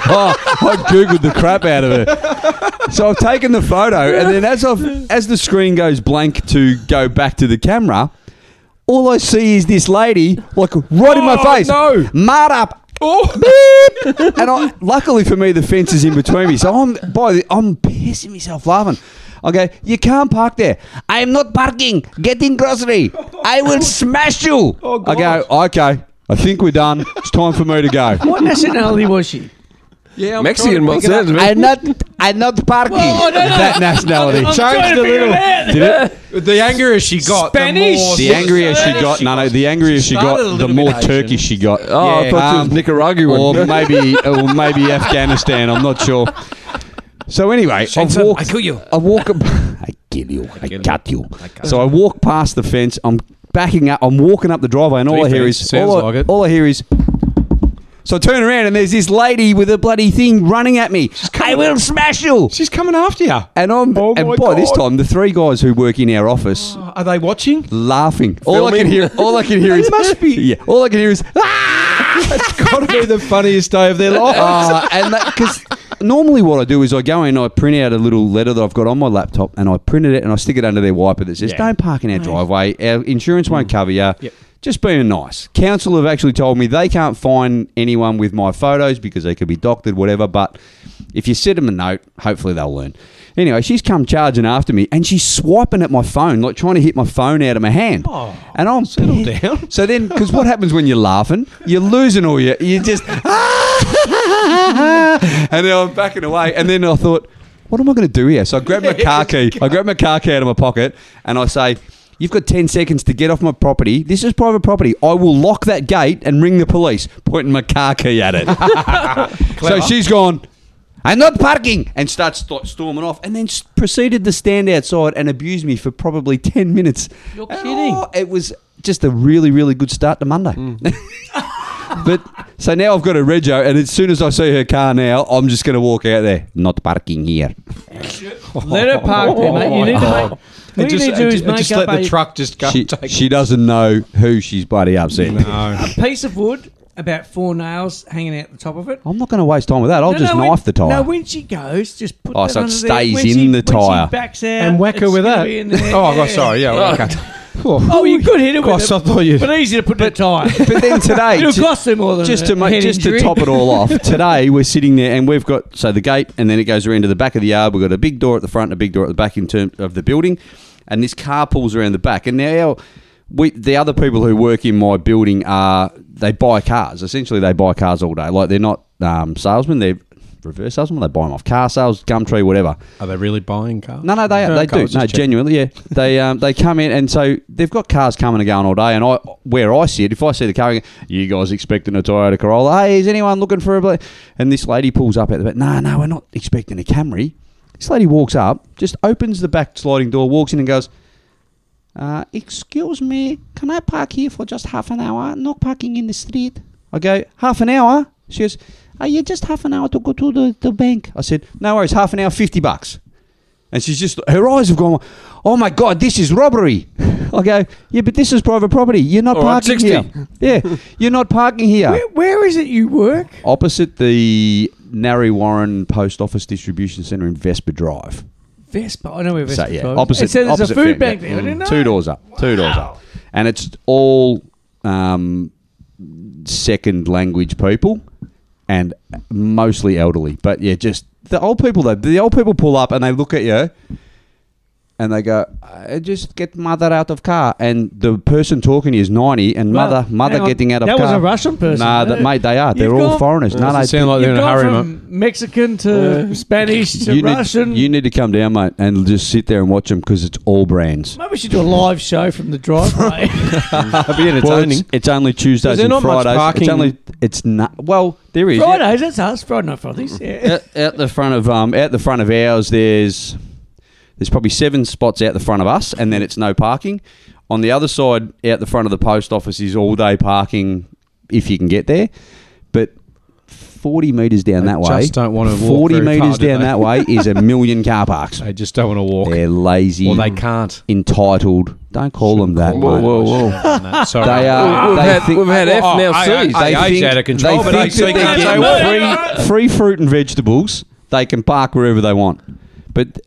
Speaker 6: oh, I googled the crap out of her. So I've taken the photo, and then as I've as the screen goes blank to go back to the camera, all I see is this lady like right in my
Speaker 7: Oh,
Speaker 6: face.
Speaker 7: no. Oh.
Speaker 6: mud up. Beep. and I, luckily for me, the fence is in between me, so I'm by the, I'm pissing myself laughing. I go, you can't park there. I am not parking. Getting grocery. I will smash you. I go, okay. I think we're done. It's time for me to go.
Speaker 5: What nationality was she?
Speaker 7: Yeah, I'm
Speaker 9: Mexican,
Speaker 7: trying
Speaker 9: what
Speaker 7: to pick it up.
Speaker 9: sounds
Speaker 6: I'm not. I'm not parking that nationality.
Speaker 5: I'm
Speaker 7: Changed
Speaker 5: trying to
Speaker 7: a
Speaker 5: figure
Speaker 7: little.
Speaker 5: it out.
Speaker 6: Did it?
Speaker 7: The angrier she got,
Speaker 5: Spanish.
Speaker 7: the more.
Speaker 6: The angrier she got, no, no. The angrier she
Speaker 7: started a
Speaker 6: got, the
Speaker 7: little
Speaker 6: more
Speaker 7: bit Asian.
Speaker 6: Turkish she got.
Speaker 9: Oh, I
Speaker 7: Yeah,
Speaker 9: thought it
Speaker 6: um,
Speaker 9: was Nicaraguan.
Speaker 6: or maybe, or maybe Afghanistan. I'm not sure. So anyway, I
Speaker 7: Shane, son,
Speaker 6: walk.
Speaker 7: I kill you.
Speaker 6: I walk. ab- I kill you. I cut you. So I walk past the fence. I'm backing up. I'm walking up the driveway, and all I hear
Speaker 7: Defense.
Speaker 6: is
Speaker 7: Sounds
Speaker 6: all I,
Speaker 7: like it.
Speaker 6: all I hear is. So I turn around and there's this lady with a bloody thing running at me. I will smash you.
Speaker 7: She's coming after you.
Speaker 6: And I'm
Speaker 7: Oh
Speaker 6: and
Speaker 7: my
Speaker 6: by this
Speaker 7: God.
Speaker 6: time, the three guys who work in our office
Speaker 7: Are they watching?
Speaker 6: laughing. All I can hear, all I can hear
Speaker 7: They
Speaker 6: is
Speaker 7: must be.
Speaker 6: Yeah, all I can hear is ah.
Speaker 7: That's got to be the funniest day of their life.
Speaker 6: Uh, and because normally what I do is I go in, I print out a little letter that I've got on my laptop, and I print it and I stick it under their wiper that says,
Speaker 7: Yeah. Mm.
Speaker 6: "Don't park in our driveway. Our insurance won't cover you."
Speaker 7: Yep.
Speaker 6: Just being nice. Council have actually told me they can't find anyone with my photos because they could be doctored, whatever. But if you send them a note, hopefully they'll learn. Anyway, she's come charging after me and she's swiping at my phone, like trying to hit my phone out of my hand.
Speaker 7: Oh,
Speaker 6: and I'm
Speaker 7: settle down.
Speaker 6: So then, because what happens when you're laughing? You're losing all your. You just and then I'm backing away. And then I thought, what am I going to do here? So I grab my car key. I grab my car key out of my pocket and I say, You've got 10 seconds to get off my property. This is private property. I will lock that gate and ring the police, pointing my car key at it. so she's gone. I'm not parking, and starts st- storming off, and then s- proceeded to stand outside and abuse me for probably ten minutes.
Speaker 5: You're
Speaker 6: And,
Speaker 5: kidding. Mm.
Speaker 6: oh, it was just a really, really good start to Monday. But so now I've got a rego, and as soon as I see her car now, I'm just going to walk out there. Not parking here.
Speaker 5: Let her park there, mate. You need to make. What
Speaker 7: And
Speaker 5: you need to do
Speaker 7: and
Speaker 5: is
Speaker 7: ju- and
Speaker 5: make
Speaker 7: just
Speaker 5: up
Speaker 7: let
Speaker 5: a
Speaker 7: the truck just go.
Speaker 6: She,
Speaker 7: take
Speaker 6: she doesn't know who she's bloody upset.
Speaker 7: No.
Speaker 5: piece of wood, about four nails hanging out the top of it.
Speaker 6: I'm not going to waste time with that. I'll
Speaker 5: No,
Speaker 6: just
Speaker 5: no, when-
Speaker 6: knife the tire.
Speaker 5: No, when she goes, just put
Speaker 6: Oh,
Speaker 5: that
Speaker 6: so it
Speaker 5: under
Speaker 6: stays
Speaker 5: there. When
Speaker 6: in
Speaker 5: she-
Speaker 6: the
Speaker 5: When
Speaker 6: tyre.
Speaker 5: she backs out,
Speaker 7: And whack her
Speaker 5: it's
Speaker 7: with
Speaker 5: gonna
Speaker 7: that.
Speaker 5: be in there.
Speaker 7: Oh, I got sorry. Yeah, well, okay.
Speaker 5: Oh, you could hit it with
Speaker 7: Gosh, I
Speaker 5: it,
Speaker 7: thought you.
Speaker 5: but easy to put in a tyre.
Speaker 6: but then today,
Speaker 5: It'll
Speaker 6: ju-
Speaker 5: cost her more than
Speaker 6: just
Speaker 5: a
Speaker 6: to make,
Speaker 5: head
Speaker 6: just to
Speaker 5: injury.
Speaker 6: top it all off, today we're sitting there and we've got so the gate, and then it goes around to the back of the yard. We've got a big door at the front, and a big door at the back in term of the building, and this car pulls around the back. And now we, the other people who work in my building are they buy cars. Essentially, they buy cars all day. Like they're not um, salesmen; they're reverse salesmen. They buy them off car sales, Gumtree, whatever.
Speaker 7: Are they really buying cars?
Speaker 6: No, no, they
Speaker 7: No,
Speaker 6: they
Speaker 7: okay, I
Speaker 6: do.
Speaker 7: was
Speaker 6: No,
Speaker 7: just checking.
Speaker 6: genuinely, yeah. They um, they come in and so they've got cars coming and going all day. And I where I sit, if I see the car, I go, you guys expecting a Toyota Corolla? Hey, is anyone looking for a? Bla-? And this lady pulls up at the back. No, no, we're not expecting a Camry. This lady walks up, just opens the back sliding door, walks in and goes. Uh, excuse me, can I park here for just half an hour? No parking in the street. I go, half an hour? She goes, oh, yeah, just half an hour to go to the, the bank. I said, no worries, half an hour, 50 bucks. And she's just, her eyes have gone, oh my God, this is robbery. I go, yeah, but this is private property. You're not
Speaker 9: All right,
Speaker 6: parking here. Yeah, you're not parking here.
Speaker 5: Where- where is it you work?
Speaker 6: Opposite the Narry Warren Post Office Distribution Centre in Vesper Drive.
Speaker 5: Vespa. I know where Vespa
Speaker 6: So, yeah,
Speaker 5: is.
Speaker 6: opposite.
Speaker 5: It says there's
Speaker 6: opposite
Speaker 5: a food bank
Speaker 6: fence, yeah. Mm.
Speaker 5: there. I didn't know.
Speaker 6: Two doors up. Two doors up. And it's all um, second language people and mostly elderly. But yeah, just the old people though. The old people pull up and they look at you and they go, "I "Just get mother out of car." And the person talking is ninety, and
Speaker 5: Well,
Speaker 6: mother mother
Speaker 5: hang on.
Speaker 6: getting out of
Speaker 5: That
Speaker 6: car.
Speaker 5: was a Russian person.
Speaker 6: Nah, that, mate, they are.
Speaker 5: You've
Speaker 6: They're all
Speaker 5: gone-
Speaker 6: foreigners. No, no,
Speaker 7: Doesn't sound like
Speaker 5: You've
Speaker 7: they're in a
Speaker 5: gone
Speaker 7: hurry, mate.
Speaker 5: from Mexican to Spanish to
Speaker 6: you
Speaker 5: Russian.
Speaker 6: need you need to come down, mate, and just sit there and watch them because it's all brands.
Speaker 5: Maybe we should do a live show from the driveway.
Speaker 6: Well, it's, it's only
Speaker 7: Is
Speaker 6: Tuesdays
Speaker 7: there
Speaker 6: and
Speaker 7: not much
Speaker 6: Fridays.
Speaker 7: parking?
Speaker 6: It's only it's not. Well, there is yeah.
Speaker 5: Fridays, that's us. Friday night Fridays. Yeah.
Speaker 6: out, out the front of um out the front of ours. There's there's probably seven spots out the front of us, and then it's no parking. On the other side, out the front of the post office is all day parking if you can get there, but. 40 metres down
Speaker 7: They
Speaker 6: that way.
Speaker 7: just don't want to walk
Speaker 6: 40
Speaker 7: very far,
Speaker 6: metres
Speaker 7: do
Speaker 6: down
Speaker 7: they?
Speaker 6: that way is a million car parks.
Speaker 7: They just don't want to walk.
Speaker 6: They're lazy.
Speaker 7: Or they can't.
Speaker 6: Entitled. Don't call them that.
Speaker 9: Whoa,
Speaker 6: mate.
Speaker 9: whoa, whoa.
Speaker 7: Sorry.
Speaker 6: They uh, are.
Speaker 8: uh,
Speaker 9: We've
Speaker 6: they
Speaker 9: had,
Speaker 6: think-
Speaker 9: we've had F
Speaker 7: Oh,
Speaker 9: now
Speaker 7: I-
Speaker 9: C's.
Speaker 7: I-
Speaker 6: they
Speaker 7: Hey,
Speaker 6: think,
Speaker 7: out of control,
Speaker 6: they
Speaker 7: but
Speaker 6: think
Speaker 7: I see
Speaker 6: that
Speaker 7: that's
Speaker 6: they're getting free, free fruit and vegetables. They can park wherever they want. But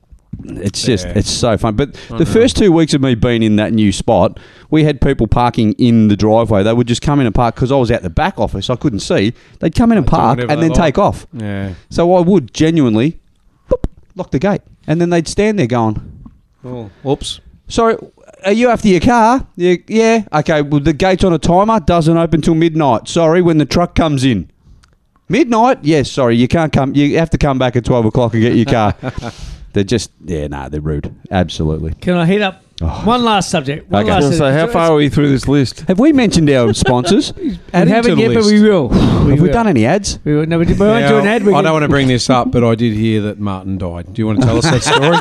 Speaker 6: it's just,
Speaker 7: Yeah.
Speaker 6: it's so fun. But the first two weeks of me being in that new spot, we had people parking in the driveway. They would just come in and park because I was at the back office. I couldn't see. They'd come in and
Speaker 7: do
Speaker 6: park
Speaker 7: whatever
Speaker 6: and
Speaker 7: they
Speaker 6: then
Speaker 7: like.
Speaker 6: take off.
Speaker 7: Yeah.
Speaker 6: So I would genuinely boop, lock the gate. And then they'd stand there going,
Speaker 7: Oh, oops.
Speaker 6: Sorry, are you after your car? Yeah, yeah. Okay, well, the gate's on a timer, doesn't open till midnight. Sorry, when the truck comes in. Midnight? Yes, sorry, you can't come. You have to come back at 12 o'clock and get your car. they're just, yeah, nah, they're rude. Absolutely.
Speaker 5: Can I hit up one last subject? One
Speaker 6: Okay.
Speaker 9: I was
Speaker 5: last
Speaker 9: going to say, how far are we through this list?
Speaker 6: Have we mentioned our sponsors?
Speaker 5: We haven't yet, but we will.
Speaker 6: have we
Speaker 5: will.
Speaker 6: done any ads?
Speaker 5: We will. No, we, did, we won't do an ad. We
Speaker 7: I
Speaker 5: can-
Speaker 7: don't want to bring this up, but I did hear that Martin died. Do you want to tell us that story?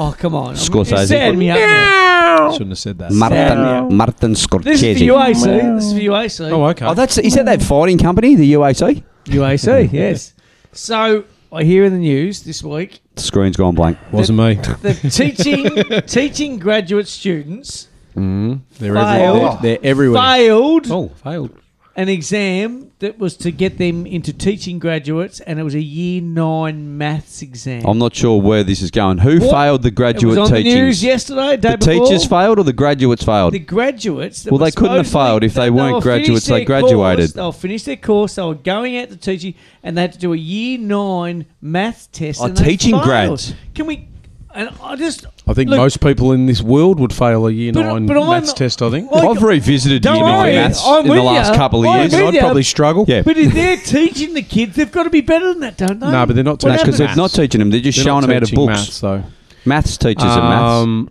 Speaker 5: Oh, come on.
Speaker 6: Scorsese.
Speaker 5: It Sad me up. now.
Speaker 7: Shouldn't have said that.
Speaker 6: Martin, Martin
Speaker 5: This is for
Speaker 6: Scorsese.
Speaker 5: UAC. This is for UAC.
Speaker 7: Oh, okay.
Speaker 6: Oh, that's is that that fighting company, the UAC?
Speaker 5: UAC, yes. So I hear in the news this week
Speaker 6: The screen's gone blank.
Speaker 7: Wasn't me.
Speaker 5: that teaching teaching graduate students
Speaker 7: They're,
Speaker 5: Failed.
Speaker 7: everywhere. They're, they're everywhere.
Speaker 5: failed
Speaker 7: Oh, failed.
Speaker 5: an exam that was to get them into teaching graduates, and it was a year nine maths exam.
Speaker 6: I'm not sure where this is going. Who
Speaker 5: What?
Speaker 6: failed the
Speaker 5: it was
Speaker 6: graduate
Speaker 5: on the
Speaker 6: teachings?
Speaker 5: news yesterday. Day
Speaker 6: the
Speaker 5: before.
Speaker 6: teachers failed or the graduates failed?
Speaker 5: the graduates. That
Speaker 6: Well,
Speaker 5: were
Speaker 6: they couldn't have
Speaker 5: supposedly-
Speaker 6: failed if they weren't
Speaker 5: were
Speaker 6: graduates,
Speaker 5: finished
Speaker 6: they
Speaker 5: their
Speaker 6: graduated.
Speaker 5: Course, they were finished their course. They were going out to teaching, and they had to do a year nine maths test.
Speaker 6: Oh,
Speaker 5: and they
Speaker 6: teaching
Speaker 5: failed.
Speaker 6: grads.
Speaker 5: Can we? And I just.
Speaker 7: I think
Speaker 5: Look,
Speaker 7: most people in this world would fail a year
Speaker 5: But-
Speaker 7: nine
Speaker 5: but I'm-
Speaker 7: maths test. I think.
Speaker 5: Well,
Speaker 6: I've revisited
Speaker 5: Don't
Speaker 6: year
Speaker 5: worry,
Speaker 6: nine maths
Speaker 5: I'm
Speaker 6: in the
Speaker 5: with
Speaker 6: last
Speaker 5: ya.
Speaker 6: couple of
Speaker 5: I'm
Speaker 6: years.
Speaker 5: with
Speaker 7: I'd
Speaker 5: yeah.
Speaker 7: probably struggle.
Speaker 6: Yeah.
Speaker 5: But if they're teaching the kids, they've got to be better than that, don't they?
Speaker 7: No, but they're not
Speaker 5: What
Speaker 7: teaching
Speaker 6: because they're
Speaker 7: maths.
Speaker 6: not teaching them; they're just
Speaker 7: They're
Speaker 6: showing
Speaker 7: not
Speaker 6: them out of
Speaker 7: teaching
Speaker 6: books.
Speaker 7: Maths, though.
Speaker 6: Maths teachers and maths.
Speaker 7: Um,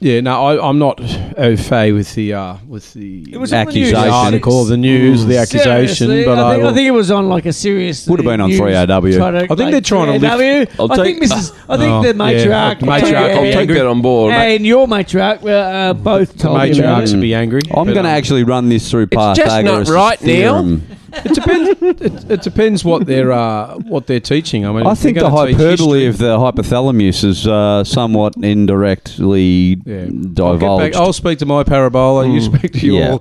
Speaker 7: Yeah, no, I, I'm not au fait with the uh, with the
Speaker 5: It was on the news.
Speaker 6: Accusation.
Speaker 7: article, the news, the accusation,
Speaker 5: Seriously, I
Speaker 7: but
Speaker 5: think,
Speaker 7: I,
Speaker 5: I think it was on like a serious.
Speaker 6: Would have been on
Speaker 5: news
Speaker 6: 3RW.
Speaker 5: try to,
Speaker 7: think they're trying to lift-
Speaker 5: 3RW.
Speaker 8: I'll
Speaker 5: I think
Speaker 8: take-
Speaker 5: Mrs. I think
Speaker 7: Oh,
Speaker 5: the
Speaker 7: yeah.
Speaker 5: matriarch.
Speaker 7: The matriarch,
Speaker 5: Yeah,
Speaker 8: I'll take that on board. mate.
Speaker 5: And your matriarch were uh, both
Speaker 7: the
Speaker 5: told me about
Speaker 7: matriarch
Speaker 5: it.
Speaker 7: should be angry.
Speaker 6: I'm
Speaker 7: but,
Speaker 6: going to
Speaker 7: um,
Speaker 6: actually run this through
Speaker 8: just not
Speaker 6: Pythagoras'
Speaker 8: right now.
Speaker 6: theorem.
Speaker 7: It depends. um, it, it depends what they're uh, what they're teaching. I mean,
Speaker 6: I
Speaker 7: if they're
Speaker 6: think the
Speaker 7: gonna teach
Speaker 6: hyperbole
Speaker 7: history-
Speaker 6: of the hypothalamus is uh, somewhat indirectly
Speaker 7: Yeah. I'll, get back,
Speaker 6: divulged.
Speaker 7: I'll speak to my parabola. You speak to your
Speaker 6: Hmm. Yeah.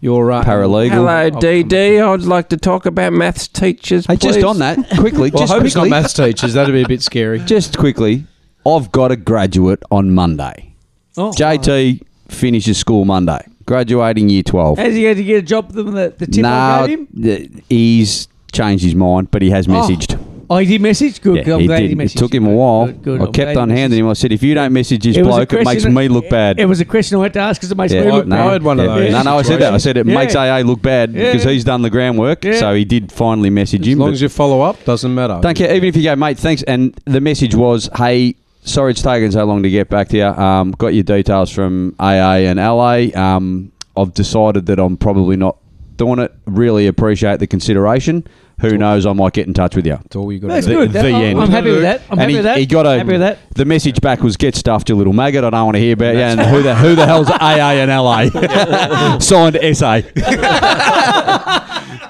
Speaker 7: your uh,
Speaker 6: Paralegal.
Speaker 8: Hello, DD. I'd like to talk about maths teachers.
Speaker 6: Hey, just
Speaker 8: please.
Speaker 6: on that quickly,
Speaker 7: Well, I
Speaker 6: just
Speaker 7: hope it's not
Speaker 6: quickly,
Speaker 7: maths teachers. That'd be a bit scary.
Speaker 6: just quickly. I've got a graduate on Monday.
Speaker 5: Oh.
Speaker 6: JT finishes school Monday, graduating year twelve.
Speaker 5: How's he going to get a job than the, the tip I
Speaker 6: Now
Speaker 5: gave him?
Speaker 6: he's changed his mind, but he has messaged.
Speaker 5: Oh, he did message? Good.
Speaker 6: Yeah,
Speaker 5: I'm
Speaker 6: he
Speaker 5: glad
Speaker 6: did.
Speaker 5: he
Speaker 6: It
Speaker 5: messaged.
Speaker 6: took him a
Speaker 5: Good,
Speaker 6: while.
Speaker 5: good, good.
Speaker 6: I
Speaker 5: I'm
Speaker 6: kept
Speaker 5: glad
Speaker 6: on
Speaker 5: he
Speaker 6: handing
Speaker 5: messaged.
Speaker 6: him. I said, if you don't message this
Speaker 5: It was a
Speaker 6: bloke, it makes
Speaker 5: question-
Speaker 6: me look bad.
Speaker 5: It was a question I had to ask because it makes
Speaker 6: Yeah.
Speaker 5: me
Speaker 7: I-
Speaker 5: look
Speaker 7: no, I
Speaker 5: bad.
Speaker 7: had one of
Speaker 6: Yeah.
Speaker 7: those
Speaker 6: No, no, I said that. I
Speaker 7: situations.
Speaker 6: said it
Speaker 5: Yeah.
Speaker 6: makes AA look bad
Speaker 5: Yeah.
Speaker 6: because he's done the groundwork.
Speaker 5: Yeah.
Speaker 6: So he did finally message
Speaker 7: As
Speaker 6: him.
Speaker 7: long
Speaker 6: but
Speaker 7: as you follow up, doesn't matter.
Speaker 6: don't care. Even if you go, mate, thanks. And the message was, hey, sorry it's taken so long to get back to you. Um, got your details from AA and LA. Um, I've decided that I'm probably not doing it. Really appreciate the consideration. Who knows? I might get in touch with you.
Speaker 7: That's all you got.
Speaker 5: That's
Speaker 7: to do.
Speaker 5: good. That-
Speaker 6: the
Speaker 5: I'm-
Speaker 6: end.
Speaker 5: I'm happy with that. I'm
Speaker 6: and
Speaker 5: happy
Speaker 6: he,
Speaker 5: with that.
Speaker 6: he got a
Speaker 5: Happy with that.
Speaker 6: the message back was get stuffed, you little maggot. I don't want to hear about you. And who the who the hell's AA and LA signed SA?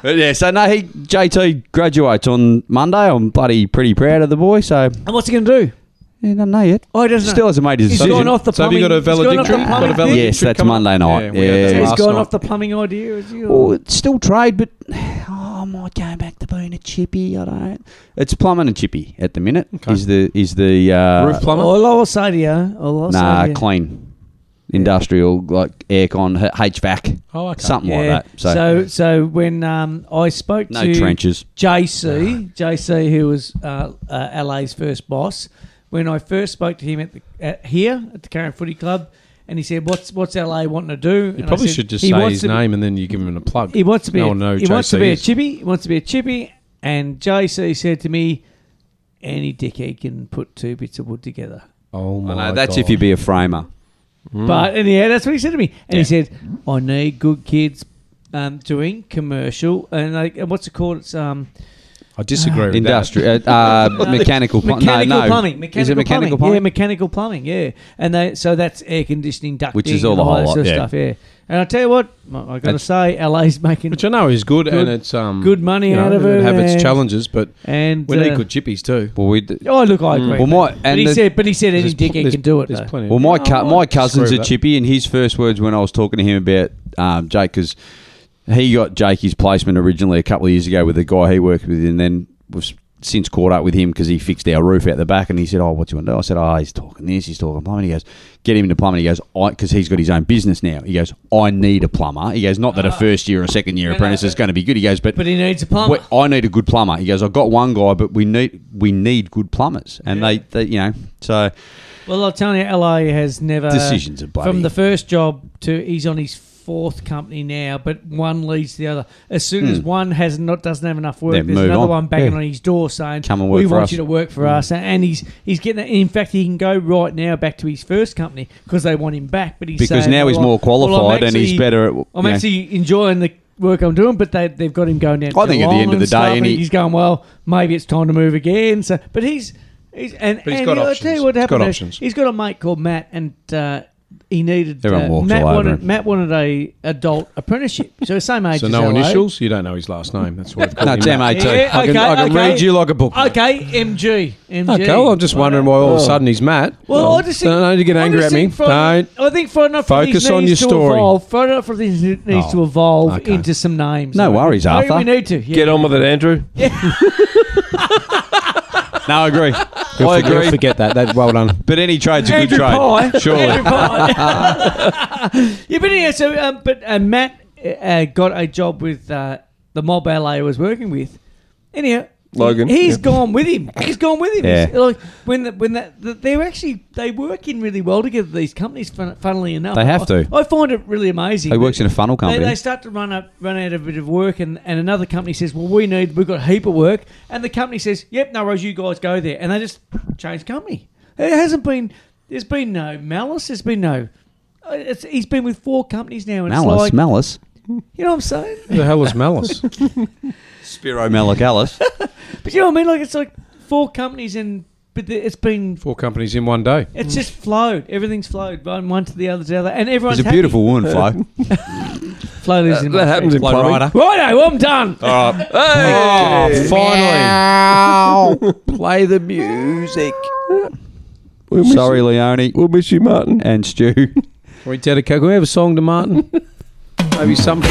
Speaker 6: but yeah, so no, he JT graduates on Monday. I'm bloody pretty proud of the boy. So
Speaker 5: And what's he going to do?
Speaker 6: yeah, don't know yet.
Speaker 5: Oh, he doesn't
Speaker 6: Still
Speaker 5: know.
Speaker 6: hasn't made his
Speaker 5: He's
Speaker 6: decision.
Speaker 5: gone off the
Speaker 7: So have you
Speaker 5: plumbing.
Speaker 7: got a
Speaker 5: he's gone off the
Speaker 7: valedictory? Got a
Speaker 5: plumbing
Speaker 7: valedictory
Speaker 6: Yes, that's
Speaker 7: coming up?
Speaker 6: Monday night.
Speaker 7: we
Speaker 6: Yeah.
Speaker 7: had that
Speaker 5: thing. He's
Speaker 7: last
Speaker 5: gone
Speaker 7: night.
Speaker 5: off the plumbing idea. Is he?
Speaker 6: Well, it's still trade, but oh, I might go back to being a chippy. I don't. It's plumbing and chippy at the minute. Is the is the uh,
Speaker 7: Roof plumber.
Speaker 5: All I'll say to you, all I'll
Speaker 6: Nah,
Speaker 5: say to you-
Speaker 6: clean. Industrial, like aircon, h- HVAC,
Speaker 7: Oh, okay.
Speaker 6: something
Speaker 5: Yeah.
Speaker 6: like that. So,
Speaker 5: so, so when um, I spoke
Speaker 6: no
Speaker 5: to
Speaker 6: trenches.
Speaker 5: JC, JC, who was uh, uh, LA's first boss, when I first spoke to him at, the, at here at the current footy club, and he said, "What's what's LA wanting to do?"
Speaker 7: You
Speaker 5: And I
Speaker 7: probably
Speaker 5: said,
Speaker 7: should just
Speaker 5: "He
Speaker 7: say
Speaker 5: wants
Speaker 7: his
Speaker 5: to be-
Speaker 7: name and then you give him a plug.
Speaker 5: He wants to be.
Speaker 7: No
Speaker 5: a,
Speaker 7: one know
Speaker 5: he
Speaker 7: who
Speaker 5: wants to be a
Speaker 7: JC is.
Speaker 5: chippy. He wants to be a chippy. And JC said to me, "Any dickhead can put two bits of wood together."
Speaker 7: Oh my
Speaker 6: No, that's
Speaker 7: God.
Speaker 6: if you be a framer. Hmm.
Speaker 5: But and yeah, that's what he said to me. And he said, "I need good kids um, doing commercial and like and what's it called? It's um
Speaker 7: I disagree with
Speaker 6: Industrial, uh, uh, mechanical, pl-
Speaker 5: mechanical
Speaker 6: no, no.
Speaker 5: plumbing. Mechanical
Speaker 6: Is it mechanical
Speaker 5: plumbing? Yeah,
Speaker 6: plumbing?
Speaker 5: mechanical plumbing. Yeah, and they so that's air conditioning, ducting,
Speaker 6: Which is all
Speaker 5: and
Speaker 6: the
Speaker 5: all
Speaker 6: whole
Speaker 5: that
Speaker 6: lot,
Speaker 5: sort of
Speaker 6: yeah.
Speaker 5: stuff. Yeah, and I tell you what, I I got to
Speaker 6: That's-
Speaker 5: say, LA's making
Speaker 7: that. Which I know is good,
Speaker 5: Good-
Speaker 7: and it's um
Speaker 5: good money
Speaker 7: you know,
Speaker 5: out of
Speaker 7: it'd
Speaker 5: it,
Speaker 7: Have
Speaker 5: and-
Speaker 7: its challenges, but
Speaker 5: and
Speaker 7: we need
Speaker 5: uh,
Speaker 7: good chippies too.
Speaker 6: Well, we. d-
Speaker 5: Oh, look, I agree.
Speaker 6: Hmm. Well, my
Speaker 5: but
Speaker 6: and
Speaker 5: he
Speaker 6: the-
Speaker 5: said, but he said any dickhead can do it.
Speaker 7: There's
Speaker 5: though.
Speaker 7: plenty.
Speaker 6: Well, my cu- my cousin's a
Speaker 7: Screw that.
Speaker 6: chippy, and his first words when I was talking to him about um, Jake, because he got Jake his placement originally a couple of years ago with the guy he worked with, and then was since caught up with him because he fixed our roof out the back, and he said, "Oh, what do you want to do?" I said, "Oh, he's talking this, he's talking plumbing." He goes, "Get him into plumbing." He goes, "I," because he's got his own business now. He goes, "I need a plumber." He goes, "Not
Speaker 5: Ah.
Speaker 6: that a first year or second year apprentice is going to be good." He goes, "But
Speaker 5: But he needs a plumber.
Speaker 6: we- I need a good plumber. He goes, I've got one guy, but we need we need good plumbers, and they, they, you know, so
Speaker 5: Well, I'm telling you, LA has never
Speaker 6: Decisions are bloody-
Speaker 5: from the first job to he's on his fourth company now, but one leads to the other. As soon as one has not doesn't have enough work,
Speaker 6: They
Speaker 5: there's
Speaker 6: Hmm. move
Speaker 5: another
Speaker 6: on.
Speaker 5: one banging
Speaker 6: Yeah.
Speaker 5: on his door saying,
Speaker 6: Come and work
Speaker 5: "We
Speaker 6: for
Speaker 5: want
Speaker 6: us." Hmm.
Speaker 5: you to work for us." And he's he's getting. That. In fact, he can go right now back to his first company because they want him back. But he's
Speaker 6: because
Speaker 5: saying,
Speaker 6: now he's
Speaker 5: "Well,
Speaker 6: more
Speaker 5: I- well, I'm
Speaker 6: qualified and he's
Speaker 5: actually-
Speaker 6: better at. you
Speaker 5: I'm
Speaker 6: know."
Speaker 5: actually enjoying the work I'm doing, but they they've got him going down. to
Speaker 6: I think at the
Speaker 5: Geelong
Speaker 6: end of
Speaker 5: and
Speaker 6: the day,
Speaker 5: stuff, and
Speaker 6: any-
Speaker 5: he's going well. Maybe it's time to move again. So, but he's He's, and
Speaker 7: But he's
Speaker 5: and
Speaker 7: got
Speaker 5: I'll
Speaker 7: options.
Speaker 5: tell you what
Speaker 7: He's
Speaker 5: happened.
Speaker 7: got
Speaker 5: there.
Speaker 7: options.
Speaker 5: He's got a mate called Matt, and uh, he needed.
Speaker 6: Everyone
Speaker 5: uh,
Speaker 6: walks
Speaker 5: Matt
Speaker 6: all over
Speaker 5: wanted
Speaker 6: him.
Speaker 5: Matt wanted a adult apprenticeship, so same age.
Speaker 7: So
Speaker 5: as
Speaker 7: no
Speaker 5: LA.
Speaker 7: initials. You don't know his last name. That's what.
Speaker 6: No, it's MAT.
Speaker 5: Yeah,
Speaker 7: I can,
Speaker 5: okay,
Speaker 7: I can
Speaker 5: okay.
Speaker 7: read you like a book.
Speaker 5: Okay, MG. MG.
Speaker 7: Okay, well, I'm just wondering why all of a sudden he's mad.
Speaker 5: Well, I just think,
Speaker 7: don't, don't get
Speaker 5: I
Speaker 7: angry
Speaker 5: just
Speaker 7: at me.
Speaker 5: think Friday-
Speaker 7: Don't.
Speaker 5: I think Friday Night Freddy's
Speaker 7: Focus on
Speaker 5: needs
Speaker 7: your
Speaker 5: to
Speaker 7: story.
Speaker 5: Evolve. Friday Night Freddy's needs to
Speaker 7: Oh,
Speaker 5: evolve
Speaker 7: okay.
Speaker 5: into some names.
Speaker 6: No worries,
Speaker 5: I think
Speaker 6: Arthur.
Speaker 5: We need to. Yeah.
Speaker 8: Get on with it, Andrew.
Speaker 6: No, I agree.
Speaker 7: He'll
Speaker 6: I
Speaker 7: forget, he'll
Speaker 6: agree.
Speaker 7: forget that. That well done.
Speaker 6: But any trade's a
Speaker 5: Andrew
Speaker 6: good trade.
Speaker 5: Pye.
Speaker 6: Surely.
Speaker 5: yeah, but anyway, so um, but uh, Matt uh, got a job with uh, the mob LA I was working with. Anyhow,
Speaker 8: Logan,
Speaker 5: he's
Speaker 8: yeah.
Speaker 5: gone with him. He's gone with him.
Speaker 6: Yeah.
Speaker 5: He's- Like when the, when the, the, they're actually they work in really well together. These companies, fun, funnily enough,
Speaker 6: They have to.
Speaker 5: I, I find it really amazing.
Speaker 6: He
Speaker 5: that-
Speaker 6: works in a funnel
Speaker 5: they,
Speaker 6: company.
Speaker 5: they start to run up, run out of a bit of work, and, and another company says, "Well, we need, we've got a heap of work," and the company says, "Yep, no worries, you guys go there," and they just change company. It hasn't been, there's been no malice, there's been no. uh, It's, he's been with four companies now, and
Speaker 6: malice,
Speaker 5: it's like,
Speaker 6: malice.
Speaker 5: you know what I'm saying?
Speaker 7: Who the hell is Malice?
Speaker 6: Spiro Malakalis.
Speaker 5: But you know what I mean? Like it's like four companies, and but the- it's been,
Speaker 7: Four companies in one day.
Speaker 5: it's just flowed. Everything's flowed one, one to the other to the other, and everyone's
Speaker 6: He's a beautiful woman, Flo.
Speaker 5: Happy. Flow lives in my
Speaker 8: That happens in
Speaker 5: friends.
Speaker 8: plumbing.
Speaker 6: rider.
Speaker 5: Righto, well, I'm done.
Speaker 6: All right.
Speaker 7: Oh, finally.
Speaker 6: Play the music. Sorry, Leone
Speaker 9: We'll miss you, Martin.
Speaker 6: and Stu.
Speaker 7: Can we dedicate? Can we have a song to Martin? Maybe some from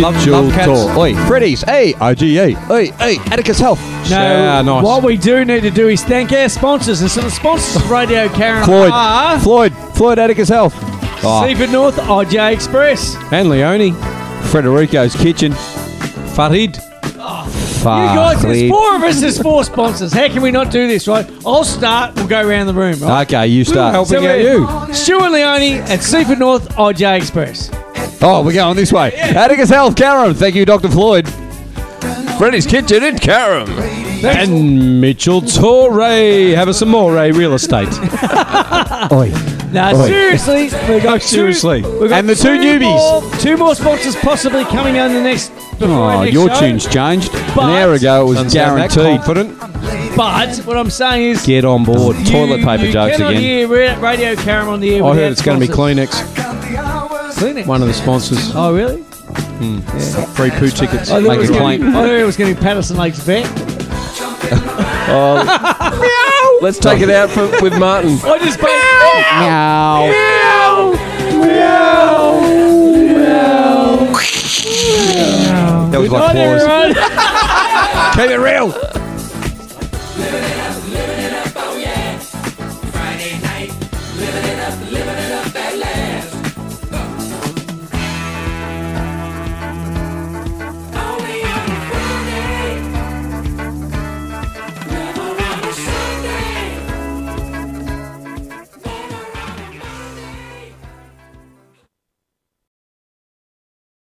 Speaker 6: Love,
Speaker 7: Mitchell
Speaker 6: love cats.
Speaker 7: Tor.
Speaker 6: Oi, Freddy's. Hey, IGE. Oi, hey, Atticus Health.
Speaker 5: No,
Speaker 7: Yeah, nice.
Speaker 5: what we do need to do is thank our sponsors. And so the sponsors of Radio Karen
Speaker 6: Floyd.
Speaker 5: are
Speaker 6: Floyd. Floyd Atticus Health. Oh,
Speaker 5: Seaford North, IJ Express.
Speaker 7: And Leone.
Speaker 6: Frederico's Kitchen.
Speaker 7: Farid.
Speaker 6: Ah,
Speaker 5: you guys, there's
Speaker 6: Fuck.
Speaker 5: four of us, there's four sponsors. How can we not do this, right? I'll start, we'll go around the room, right?
Speaker 6: Okay, you start.
Speaker 7: Helping out you.
Speaker 6: Ah.
Speaker 5: Stuart Leone at Seaford North, IJ Express.
Speaker 6: Oh, we're going this way. Atticus Health, Karen. Thank you, Dr. Floyd.
Speaker 8: Freddy's Kitchen in Carrum.
Speaker 7: And Mitchell Torre. Have us some more, Ray. Real estate.
Speaker 6: Oi.
Speaker 5: Now, seriously, we got two-
Speaker 7: No, seriously.
Speaker 5: we've got
Speaker 6: And the two newbies.
Speaker 5: more- two more sponsors possibly coming on the next. before our
Speaker 6: Oh,
Speaker 5: next
Speaker 6: your
Speaker 5: show.
Speaker 6: tune's changed.
Speaker 5: But-
Speaker 6: An hour ago, it
Speaker 7: Doesn't
Speaker 6: was
Speaker 7: sound that
Speaker 6: guaranteed.
Speaker 7: Confident.
Speaker 5: But what I'm saying is,
Speaker 7: Get on board.
Speaker 5: you-
Speaker 6: toilet paper
Speaker 5: you
Speaker 6: jokes
Speaker 5: cannot
Speaker 6: again.
Speaker 5: Hear Ra- Radio Karen on the air.
Speaker 7: I
Speaker 5: without
Speaker 7: heard it's going to be
Speaker 5: sponsors.
Speaker 7: Kleenex.
Speaker 5: Kleenex.
Speaker 7: One of the sponsors.
Speaker 5: Oh, really?
Speaker 7: Free poo tickets.
Speaker 5: I thought, it
Speaker 6: Make
Speaker 5: was
Speaker 6: a
Speaker 5: gonna
Speaker 6: plank.
Speaker 5: be, I thought it was going to be Patterson Lakes Vet.
Speaker 8: Let's take it out for, with Martin.
Speaker 5: I just paid.
Speaker 6: Meow. That was
Speaker 5: Hi
Speaker 6: like
Speaker 5: there,
Speaker 6: claws.
Speaker 5: everyone.
Speaker 6: Keep it real.